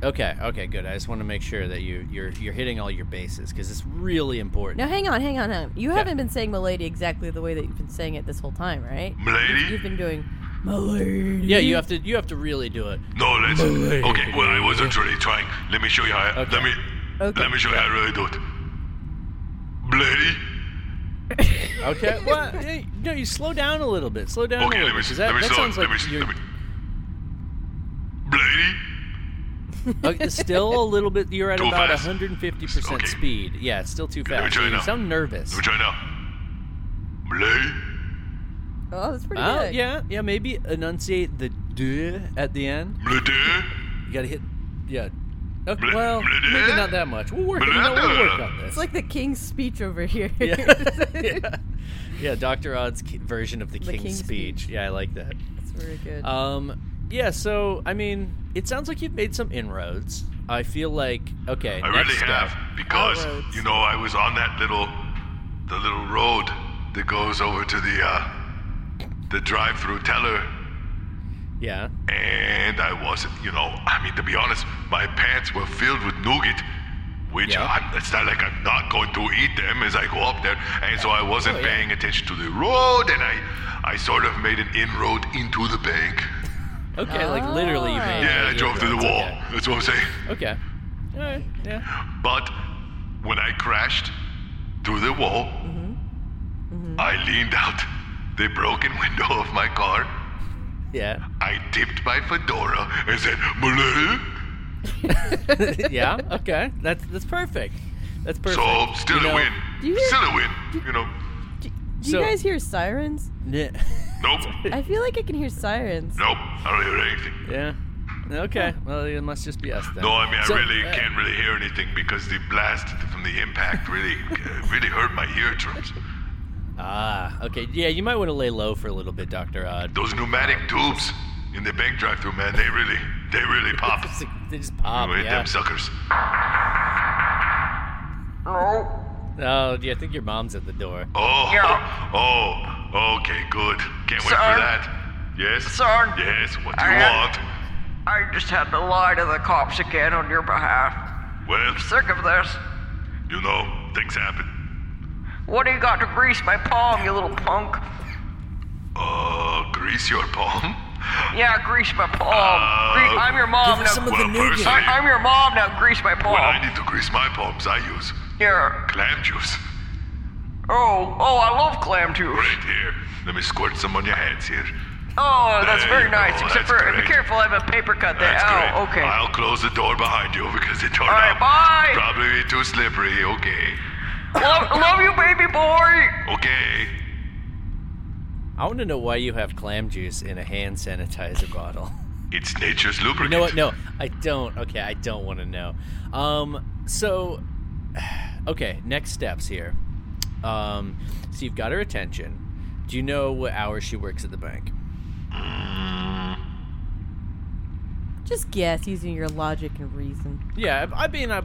[SPEAKER 3] Okay, okay, good. I just want to make sure that you you're you're hitting all your bases because it's really important.
[SPEAKER 4] Now, hang on, hang on, hang on. You haven't been saying "milady" exactly the way that you've been saying it this whole time, right?
[SPEAKER 5] Milady?
[SPEAKER 4] You've been doing.
[SPEAKER 3] Yeah, you have to you have to really do it.
[SPEAKER 5] No, let's. Okay, well, I wasn't really trying. Let me show you how. I,
[SPEAKER 3] Okay.
[SPEAKER 5] Let me.
[SPEAKER 4] Okay.
[SPEAKER 5] Let me show you how I really do it. Milady.
[SPEAKER 3] Okay, well, hey, no, you slow down a little bit. Slow down
[SPEAKER 5] Okay,
[SPEAKER 3] a
[SPEAKER 5] let
[SPEAKER 3] little
[SPEAKER 5] me.
[SPEAKER 3] bit. 'cause
[SPEAKER 5] let
[SPEAKER 3] That,
[SPEAKER 5] me
[SPEAKER 3] that
[SPEAKER 5] slow.
[SPEAKER 3] sounds
[SPEAKER 5] let
[SPEAKER 3] like
[SPEAKER 5] me.
[SPEAKER 3] you're
[SPEAKER 5] Let me. Milady.
[SPEAKER 3] okay, uh, still a little bit. You're at
[SPEAKER 5] Too
[SPEAKER 3] about
[SPEAKER 5] fast.
[SPEAKER 3] 150
[SPEAKER 5] Okay.
[SPEAKER 3] percent speed. Yeah, it's still too
[SPEAKER 5] me
[SPEAKER 3] fast.
[SPEAKER 5] try
[SPEAKER 3] You
[SPEAKER 5] now.
[SPEAKER 3] sound nervous.
[SPEAKER 5] Let me try now. Milady.
[SPEAKER 4] Oh, that's pretty
[SPEAKER 3] Oh,
[SPEAKER 4] good.
[SPEAKER 3] yeah, yeah. Maybe enunciate the d at the end.
[SPEAKER 5] Milady.
[SPEAKER 3] You gotta hit. Yeah. Okay,
[SPEAKER 5] Blah,
[SPEAKER 3] well,
[SPEAKER 5] blah,
[SPEAKER 3] maybe
[SPEAKER 5] blah.
[SPEAKER 3] not that much. We'll work, you know,
[SPEAKER 5] Blah,
[SPEAKER 3] we'll work
[SPEAKER 5] blah.
[SPEAKER 3] on this.
[SPEAKER 4] It's like the king's speech over here.
[SPEAKER 3] yeah. yeah. yeah, Dr. Odd's ki- version of the, King's,
[SPEAKER 4] King's
[SPEAKER 3] speech.
[SPEAKER 4] Speech.
[SPEAKER 3] Yeah, I like that.
[SPEAKER 4] it's very good.
[SPEAKER 3] Um, yeah, so, I mean, it sounds like you've made some inroads. I feel like, okay.
[SPEAKER 5] I
[SPEAKER 3] next
[SPEAKER 5] really
[SPEAKER 3] step.
[SPEAKER 5] have because
[SPEAKER 4] Outroads.
[SPEAKER 5] you know I was on that little the little road that goes over to the uh, the drive-through teller,
[SPEAKER 3] Yeah.
[SPEAKER 5] and I wasn't. You know, I mean, to be honest, my pants were filled with nougat. Which
[SPEAKER 3] Yeah.
[SPEAKER 5] I'm, it's not like I'm not going to eat them as I go up there, and so I wasn't
[SPEAKER 3] Oh, yeah.
[SPEAKER 5] paying attention to the road, and I, I sort of made an inroad into the bank.
[SPEAKER 3] Okay, like literally you made
[SPEAKER 5] Yeah, I
[SPEAKER 3] it.
[SPEAKER 5] drove through the wall.
[SPEAKER 3] Okay.
[SPEAKER 5] That's what I'm saying.
[SPEAKER 3] Okay. All right. Yeah.
[SPEAKER 5] But when I crashed through the wall,
[SPEAKER 3] Mm-hmm.
[SPEAKER 5] I leaned out the broken window of my car.
[SPEAKER 3] Yeah.
[SPEAKER 5] I tipped my fedora and said, "Malay."
[SPEAKER 3] yeah. Okay. That's that's perfect. That's perfect.
[SPEAKER 5] So still
[SPEAKER 3] You
[SPEAKER 5] a
[SPEAKER 3] know-
[SPEAKER 5] win.
[SPEAKER 4] you-
[SPEAKER 5] Still a win. You know.
[SPEAKER 4] Do
[SPEAKER 3] So-
[SPEAKER 4] you guys hear sirens?
[SPEAKER 3] Yeah.
[SPEAKER 5] Nope.
[SPEAKER 4] I feel like I can hear sirens.
[SPEAKER 5] Nope. I don't hear anything.
[SPEAKER 3] yeah. Okay. Well, it must just be us then.
[SPEAKER 5] No, I mean I
[SPEAKER 3] So,
[SPEAKER 5] really
[SPEAKER 3] uh,
[SPEAKER 5] can't really hear anything because the blast from the impact really, uh, really hurt my eardrums.
[SPEAKER 3] Ah. Okay. Yeah. You might want to lay low for a little bit, Doctor Odd.
[SPEAKER 5] Those pneumatic tubes in the bank drive-through, man, they really, they really pop.
[SPEAKER 3] They just pop.
[SPEAKER 5] Wait,
[SPEAKER 3] Yeah.
[SPEAKER 5] them suckers.
[SPEAKER 3] Oh, yeah. I think your mom's at the door.
[SPEAKER 5] Oh,
[SPEAKER 8] Yeah.
[SPEAKER 5] oh, okay, good. Can't wait for
[SPEAKER 8] Sir?
[SPEAKER 5] that. Yes?
[SPEAKER 8] Sir? Uh-huh.
[SPEAKER 5] Yes, what do you
[SPEAKER 8] I had-
[SPEAKER 5] want?
[SPEAKER 8] I just had to lie to the cops again on your behalf.
[SPEAKER 5] Well,
[SPEAKER 8] Sick of this.
[SPEAKER 5] you know, things happen.
[SPEAKER 8] What do you got to grease my palm, you little punk?
[SPEAKER 5] Uh, grease your palm?
[SPEAKER 8] Yeah, grease my palm.
[SPEAKER 5] Oh.
[SPEAKER 8] Gre- I'm your mom now.
[SPEAKER 5] well, personally,
[SPEAKER 8] I- am your mom now. Grease my
[SPEAKER 5] when I
[SPEAKER 8] palm.
[SPEAKER 5] need to grease my palms, I use
[SPEAKER 8] Here.
[SPEAKER 5] clam juice.
[SPEAKER 8] Oh, oh, I love clam juice.
[SPEAKER 5] Right here. Let me squirt some on your hands here.
[SPEAKER 8] Oh, that's
[SPEAKER 5] There you
[SPEAKER 8] very nice.
[SPEAKER 5] go,
[SPEAKER 8] Except
[SPEAKER 5] that's
[SPEAKER 8] for,
[SPEAKER 5] great.
[SPEAKER 8] be careful, I have a paper cut there.
[SPEAKER 5] That's
[SPEAKER 8] Ow,
[SPEAKER 5] great.
[SPEAKER 8] okay.
[SPEAKER 5] I'll close the door behind you because it turned
[SPEAKER 8] All right,
[SPEAKER 5] out
[SPEAKER 8] bye.
[SPEAKER 5] probably too slippery. Okay.
[SPEAKER 8] Love, love you, baby boy.
[SPEAKER 5] Okay.
[SPEAKER 3] I want to know why you have clam juice in a hand sanitizer bottle.
[SPEAKER 5] It's nature's lubricant.
[SPEAKER 3] You know what? No, I don't. Okay, I don't want to know. Um, so, okay, next steps here. Um, so you've got her attention. Do you know what hours she works at the bank?
[SPEAKER 4] Just guess using your logic and reason.
[SPEAKER 3] Yeah, I, I mean, I,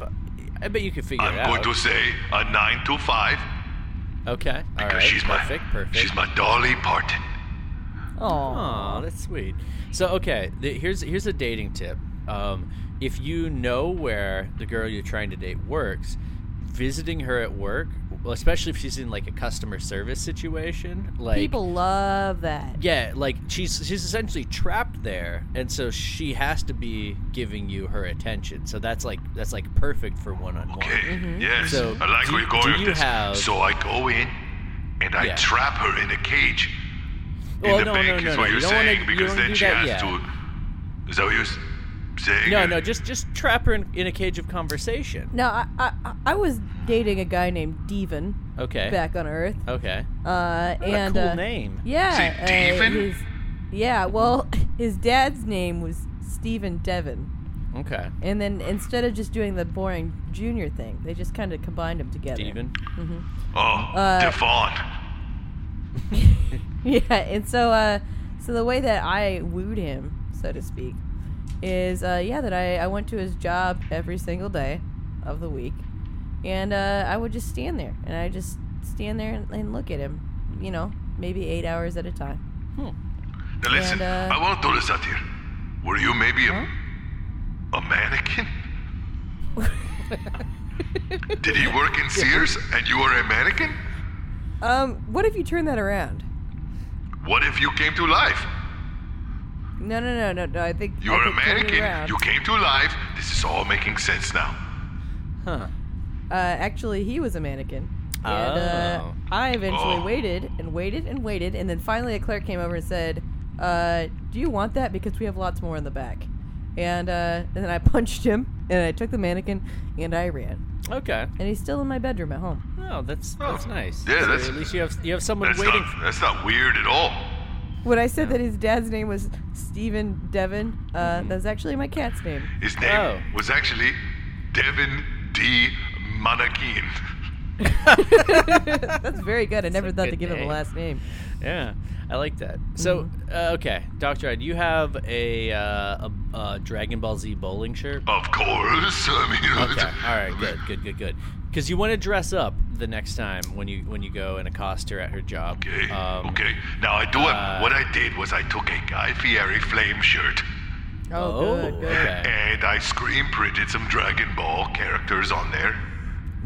[SPEAKER 3] I bet you could figure
[SPEAKER 5] I'm
[SPEAKER 3] it out.
[SPEAKER 5] going to say a 9 to 5
[SPEAKER 3] okay, all
[SPEAKER 5] because
[SPEAKER 3] right,
[SPEAKER 5] she's
[SPEAKER 3] perfect,
[SPEAKER 5] my
[SPEAKER 3] perfect.
[SPEAKER 5] she's my Dolly Parton.
[SPEAKER 4] Oh,
[SPEAKER 3] Aw, that's sweet. So okay, the, here's here's a dating tip. Um, if you know where the girl you're trying to date works, visiting her at work, well, especially if she's in like a customer service situation, like
[SPEAKER 4] people love that.
[SPEAKER 3] yeah, like she's she's essentially trapped there, and so she has to be giving you her attention. So that's like that's like perfect for one on
[SPEAKER 5] Okay.
[SPEAKER 3] one.
[SPEAKER 5] Yes.
[SPEAKER 3] Mm-hmm. So,
[SPEAKER 5] I like
[SPEAKER 3] do-
[SPEAKER 5] where you're going
[SPEAKER 3] do
[SPEAKER 5] with
[SPEAKER 3] you
[SPEAKER 5] this.
[SPEAKER 3] have-
[SPEAKER 5] So I go in and I
[SPEAKER 3] Yeah.
[SPEAKER 5] trap her in a cage in
[SPEAKER 3] Well,
[SPEAKER 5] the
[SPEAKER 3] no, no,
[SPEAKER 5] bank
[SPEAKER 3] no,
[SPEAKER 5] is
[SPEAKER 3] no.
[SPEAKER 5] what
[SPEAKER 3] You
[SPEAKER 5] you're
[SPEAKER 3] don't wanna-
[SPEAKER 5] saying
[SPEAKER 3] you
[SPEAKER 5] because
[SPEAKER 3] don't
[SPEAKER 5] then
[SPEAKER 3] do
[SPEAKER 5] she
[SPEAKER 3] that
[SPEAKER 5] has
[SPEAKER 3] yet.
[SPEAKER 5] to Is that what you're s- saying?
[SPEAKER 3] No, no, just just trap her in, in a cage of conversation.
[SPEAKER 4] No, I, I I- I was dating a guy named Devon
[SPEAKER 3] Okay.
[SPEAKER 4] back on Earth.
[SPEAKER 3] Okay.
[SPEAKER 4] Uh,
[SPEAKER 3] Eh? What
[SPEAKER 4] and
[SPEAKER 3] a cool
[SPEAKER 4] uh,
[SPEAKER 3] name.
[SPEAKER 4] Yeah.
[SPEAKER 5] Is it
[SPEAKER 4] uh,
[SPEAKER 5] Devon?
[SPEAKER 4] his- yeah. Well, his dad's name was Stephen Devon,
[SPEAKER 3] Okay.
[SPEAKER 4] and then instead of just doing the boring junior thing, they just kind of combined them together.
[SPEAKER 3] Steven.
[SPEAKER 5] Oh,
[SPEAKER 4] Uh,
[SPEAKER 5] Devon.
[SPEAKER 4] Yeah, and so uh, so the way that I wooed him, so to speak, is uh, yeah that I I went to his job every single day of the week, and uh, I would just stand there and I just stand there and, and look at him, you know, maybe eight hours at a time.
[SPEAKER 5] Now listen,
[SPEAKER 4] And, uh,
[SPEAKER 5] I want to throw this out here. Were you maybe a, a mannequin? Did he work in Sears and you were a mannequin?
[SPEAKER 4] Um, what if you turn that around?
[SPEAKER 5] What if you came to life?
[SPEAKER 4] No, no, no, no, no. I think
[SPEAKER 5] You
[SPEAKER 4] I
[SPEAKER 5] were a
[SPEAKER 4] think turn it
[SPEAKER 5] mannequin.
[SPEAKER 4] around.
[SPEAKER 5] You came to life. This is all making sense now.
[SPEAKER 3] Huh.
[SPEAKER 4] Uh, actually, he was a mannequin. And uh,
[SPEAKER 3] Oh.
[SPEAKER 4] I eventually
[SPEAKER 5] Oh.
[SPEAKER 4] waited and waited and waited, and then finally a clerk came over and said, uh, "Do you want that? Because we have lots more in the back." And uh, and then I punched him, and I took the mannequin, and I ran.
[SPEAKER 3] Okay.
[SPEAKER 4] And he's still in my bedroom at home.
[SPEAKER 3] Oh, that's that's
[SPEAKER 5] Oh.
[SPEAKER 3] nice.
[SPEAKER 5] Yeah,
[SPEAKER 3] So
[SPEAKER 5] that's-
[SPEAKER 3] at least you have you have someone
[SPEAKER 5] That's
[SPEAKER 3] waiting.
[SPEAKER 5] not, that's not weird at all.
[SPEAKER 4] When I said that his dad's name was Stephen Devon, uh,
[SPEAKER 3] Mm-hmm.
[SPEAKER 4] that's actually my cat's name.
[SPEAKER 5] His name
[SPEAKER 3] Oh.
[SPEAKER 5] was actually Devin D. Manakin.
[SPEAKER 4] That's very good. I never
[SPEAKER 3] a
[SPEAKER 4] thought to
[SPEAKER 3] good
[SPEAKER 4] give him
[SPEAKER 3] name.
[SPEAKER 4] a last name.
[SPEAKER 3] For, yeah, I like that. So
[SPEAKER 4] Mm-hmm.
[SPEAKER 3] uh, okay, Doctor, do you have a, uh, a, a Dragon Ball Z bowling shirt?
[SPEAKER 5] Of course. I mean, Oh.
[SPEAKER 3] Okay. All right. Good. Good. Good. Good. Because you want to dress up. the next time when you when you go and accost her at her job.
[SPEAKER 5] Okay.
[SPEAKER 3] Um, uh,
[SPEAKER 5] okay. Now I do have, what I did was I took a Guy Fieri flame shirt
[SPEAKER 4] Oh,
[SPEAKER 3] Oh,
[SPEAKER 4] good, good.
[SPEAKER 3] okay.
[SPEAKER 5] and I screen printed some Dragon Ball characters on there.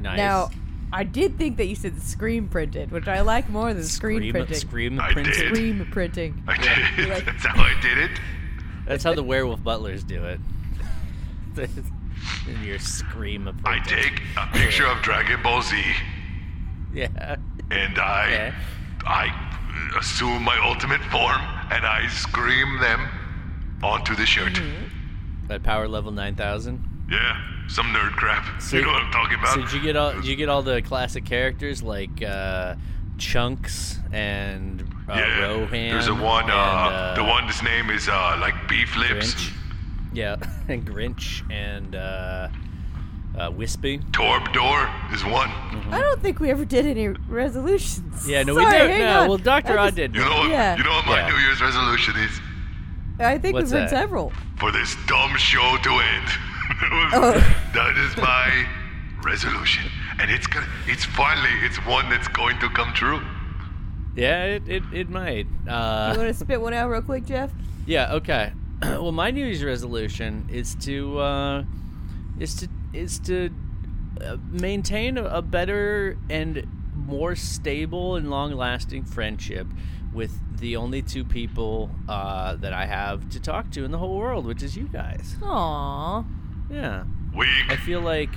[SPEAKER 3] Nice.
[SPEAKER 4] Now, I did think that you said screen printed, which I like more than screen
[SPEAKER 3] scream,
[SPEAKER 4] printing.
[SPEAKER 3] scream
[SPEAKER 5] I
[SPEAKER 3] printing.
[SPEAKER 5] did.
[SPEAKER 4] Scream printing.
[SPEAKER 5] I did.
[SPEAKER 4] like-
[SPEAKER 5] That's how I did it.
[SPEAKER 3] That's how the werewolf butlers do it. In your scream of
[SPEAKER 5] I
[SPEAKER 3] printing.
[SPEAKER 5] take a picture of Dragon Ball Z
[SPEAKER 3] Yeah.
[SPEAKER 5] and I,
[SPEAKER 3] Okay.
[SPEAKER 5] I assume my ultimate form and I scream them onto the shirt.
[SPEAKER 3] Mm-hmm. At power level nine thousand.
[SPEAKER 5] Yeah, some nerd crap. you know what I'm talking about?
[SPEAKER 3] So did you get all did you get all the classic characters like uh, Chunks and uh,
[SPEAKER 5] yeah,
[SPEAKER 3] Rohan?
[SPEAKER 5] there's a one.
[SPEAKER 3] and,
[SPEAKER 5] Uh,
[SPEAKER 3] uh,
[SPEAKER 5] the one. His name is uh, like Beef Lips,
[SPEAKER 3] Grinch. Yeah, and Grinch and uh, uh, Wispy.
[SPEAKER 5] Torbador is one.
[SPEAKER 3] Mm-hmm.
[SPEAKER 4] I don't think we ever did any resolutions.
[SPEAKER 3] Uh-huh. Yeah, no,
[SPEAKER 4] Sorry,
[SPEAKER 3] we didn't.
[SPEAKER 4] hang
[SPEAKER 3] No,
[SPEAKER 4] on.
[SPEAKER 3] well, Doctor
[SPEAKER 4] I
[SPEAKER 3] Odd
[SPEAKER 4] just-
[SPEAKER 3] did.
[SPEAKER 5] You know what?
[SPEAKER 4] Yeah.
[SPEAKER 5] You know what my
[SPEAKER 3] Yeah.
[SPEAKER 5] New Year's resolution is
[SPEAKER 4] I think
[SPEAKER 3] What's
[SPEAKER 4] we've
[SPEAKER 3] that?
[SPEAKER 4] had several.
[SPEAKER 5] for this dumb show to end. That is my resolution, and it's gonna, it's finally it's one that's going to come true.
[SPEAKER 3] Yeah, it it, it might. Uh,
[SPEAKER 4] You want to spit one out real quick, Jeff?
[SPEAKER 3] Yeah. Okay. well, my New Year's resolution is to uh, is to is to uh, maintain a, a better and more stable and long-lasting friendship with the only two people uh, that I have to talk to in the whole world, which is you guys.
[SPEAKER 4] Aww.
[SPEAKER 3] Yeah. I
[SPEAKER 5] Weak.
[SPEAKER 3] feel like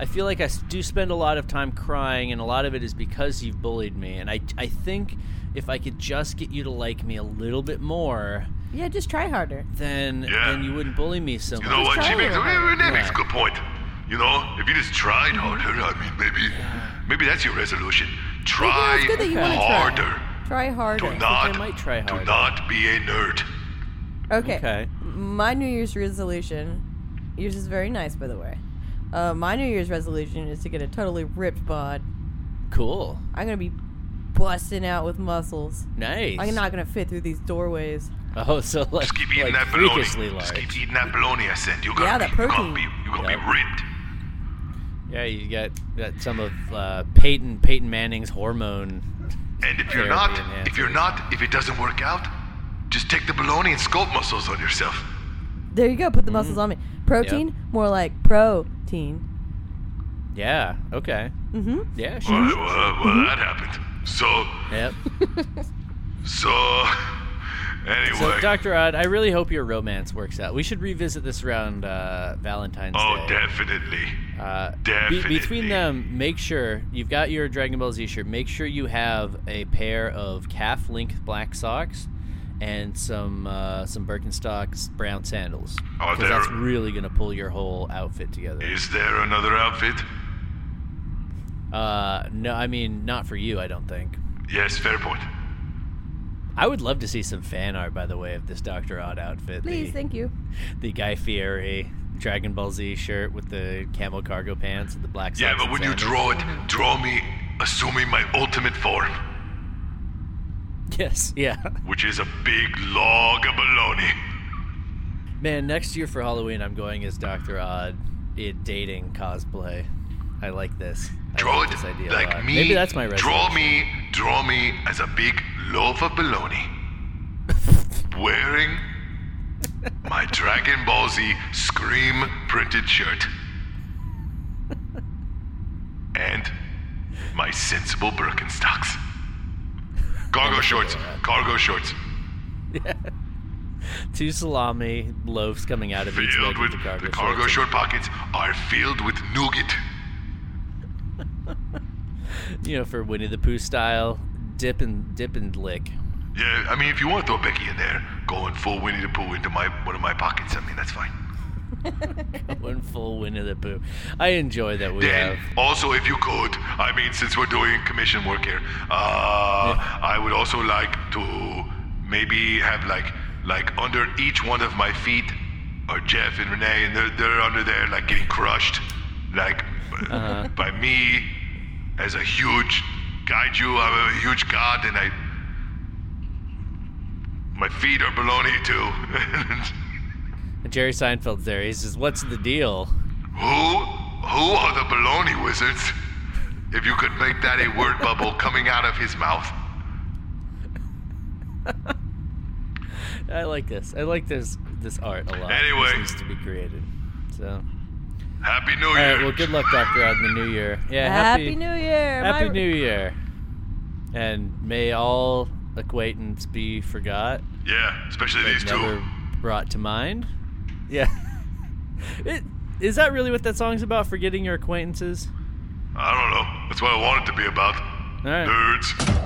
[SPEAKER 3] I feel like I s- do spend a lot of time crying, and a lot of it is because you've bullied me. And I I think if I could just get you to like me a little bit more,
[SPEAKER 4] Yeah, just try harder.
[SPEAKER 3] then
[SPEAKER 5] Yeah.
[SPEAKER 3] then you wouldn't bully me so much.
[SPEAKER 5] You know what? She
[SPEAKER 4] trying
[SPEAKER 5] makes,
[SPEAKER 4] to
[SPEAKER 5] that makes a
[SPEAKER 3] Yeah.
[SPEAKER 5] good point. You know, if you just tried harder, I mean, maybe, maybe that's your resolution. Try
[SPEAKER 4] it's good that you wanna try.
[SPEAKER 5] harder.
[SPEAKER 4] Try harder.
[SPEAKER 5] Do not,
[SPEAKER 3] I might try
[SPEAKER 5] do
[SPEAKER 3] harder.
[SPEAKER 5] not be a nerd.
[SPEAKER 4] Okay.
[SPEAKER 3] Okay.
[SPEAKER 4] My New Year's resolution, yours is very nice, by the way. Uh, my New Year's resolution is to get a totally ripped bod.
[SPEAKER 3] Cool.
[SPEAKER 4] I'm gonna be busting out with muscles.
[SPEAKER 3] Nice.
[SPEAKER 4] I'm not gonna fit through these doorways.
[SPEAKER 3] Oh, so like,
[SPEAKER 5] Just keep eating
[SPEAKER 3] like
[SPEAKER 5] that
[SPEAKER 3] freakishly
[SPEAKER 5] bologna. Just keep
[SPEAKER 3] large.
[SPEAKER 5] eating that bologna I sent you.
[SPEAKER 4] Yeah,
[SPEAKER 5] Gotta
[SPEAKER 4] that
[SPEAKER 5] be,
[SPEAKER 4] protein.
[SPEAKER 5] You gotta be, you gotta
[SPEAKER 3] Yeah.
[SPEAKER 5] be ripped.
[SPEAKER 3] Yeah, you got got some of uh, Peyton Peyton Manning's hormone.
[SPEAKER 5] And if you're
[SPEAKER 3] Therapy
[SPEAKER 5] not, if
[SPEAKER 3] enhancers.
[SPEAKER 5] you're not, if it doesn't work out, just take the bologna and sculpt muscles on yourself.
[SPEAKER 4] Mm-hmm. There you go. Put the muscles on me. Protein, more like protein.
[SPEAKER 3] Yeah. Okay. Mm-hmm. Yeah.
[SPEAKER 5] Well,
[SPEAKER 3] Sure.
[SPEAKER 5] well, well,
[SPEAKER 4] Mm-hmm.
[SPEAKER 5] that happened. So,
[SPEAKER 3] yep.
[SPEAKER 5] so, anyway.
[SPEAKER 3] So, Doctor Odd, I really hope your romance works out. We should revisit this around uh, Valentine's
[SPEAKER 5] oh,
[SPEAKER 3] Day.
[SPEAKER 5] definitely.
[SPEAKER 3] Uh, be-
[SPEAKER 5] definitely.
[SPEAKER 3] between them, make sure you've got your Dragon Ball Z shirt. Make sure you have a pair of calf length black socks and some uh, some Birkenstocks brown sandals.
[SPEAKER 5] Oh,
[SPEAKER 3] 'Cause
[SPEAKER 5] they're-
[SPEAKER 3] that's really gonna pull your whole outfit together.
[SPEAKER 5] Is there another outfit?
[SPEAKER 3] Uh, no, I mean not for you. I don't think.
[SPEAKER 5] Yes, fair point.
[SPEAKER 3] I would love to see some fan art, by the way, of this Doctor Odd outfit.
[SPEAKER 4] Please,
[SPEAKER 3] the,
[SPEAKER 4] thank you.
[SPEAKER 3] the Guy Fieri Dragon Ball Z shirt with the camel cargo pants and the black.
[SPEAKER 5] Yeah,
[SPEAKER 3] socks
[SPEAKER 5] but
[SPEAKER 3] and
[SPEAKER 5] when you
[SPEAKER 3] sandals.
[SPEAKER 5] draw it, draw me assuming my ultimate form,
[SPEAKER 3] Yes. Yeah.
[SPEAKER 5] which is a big log of bologna.
[SPEAKER 3] Man, next year for Halloween, I'm going as Doctor Odd in dating cosplay. I like this. I
[SPEAKER 5] Draw
[SPEAKER 3] like
[SPEAKER 5] it
[SPEAKER 3] this idea a
[SPEAKER 5] like
[SPEAKER 3] lot.
[SPEAKER 5] me.
[SPEAKER 3] Maybe that's my resolution.
[SPEAKER 5] Draw me, draw me as a big loaf of bologna, wearing my Dragon Ball Z Scream printed shirt, and my sensible Birkenstocks, cargo shorts, cargo shorts.
[SPEAKER 3] Two salami loaves coming out of each
[SPEAKER 5] filled
[SPEAKER 3] leg
[SPEAKER 5] with
[SPEAKER 3] the cargo,
[SPEAKER 5] the cargo
[SPEAKER 3] shorts.
[SPEAKER 5] short pockets are filled with nougat.
[SPEAKER 3] You know, for Winnie the Pooh style, dip and dip and lick.
[SPEAKER 5] Yeah, I mean, if you want to throw Becky in there, going full Winnie the Pooh into my one of my pockets, I mean that's fine.
[SPEAKER 3] One full Winnie the Pooh. I enjoy that we
[SPEAKER 5] Then
[SPEAKER 3] have.
[SPEAKER 5] also, if you could, I mean, since we're doing commission work here, uh, I would also like to maybe have like like under each one of my feet are Jeff and Renee, and they're they're under there like getting crushed, like b-
[SPEAKER 3] Uh-huh.
[SPEAKER 5] by me as a huge kaiju. I'm a huge god, and I my feet are baloney too.
[SPEAKER 3] Jerry Seinfeld's there. He says, "What's the deal?"
[SPEAKER 5] Who who are the baloney wizards? If you could make that a word bubble coming out of his mouth.
[SPEAKER 3] I like this. I like this this art a lot.
[SPEAKER 5] Anyway.
[SPEAKER 3] this needs to be created. So,
[SPEAKER 5] Happy New
[SPEAKER 3] all
[SPEAKER 5] Year.
[SPEAKER 3] right. Well, good luck, Doctor, on the new year. Yeah,
[SPEAKER 4] Happy,
[SPEAKER 3] happy,
[SPEAKER 4] New Year.
[SPEAKER 3] Happy
[SPEAKER 4] my-
[SPEAKER 3] New Year, and may all acquaintance be forgot,
[SPEAKER 5] Yeah, especially these
[SPEAKER 3] never
[SPEAKER 5] two.
[SPEAKER 3] brought to mind. Yeah, it, is that really what that song's about? Forgetting your acquaintances.
[SPEAKER 5] I don't know. That's what I want it to be about.
[SPEAKER 3] All right.
[SPEAKER 5] Nerds.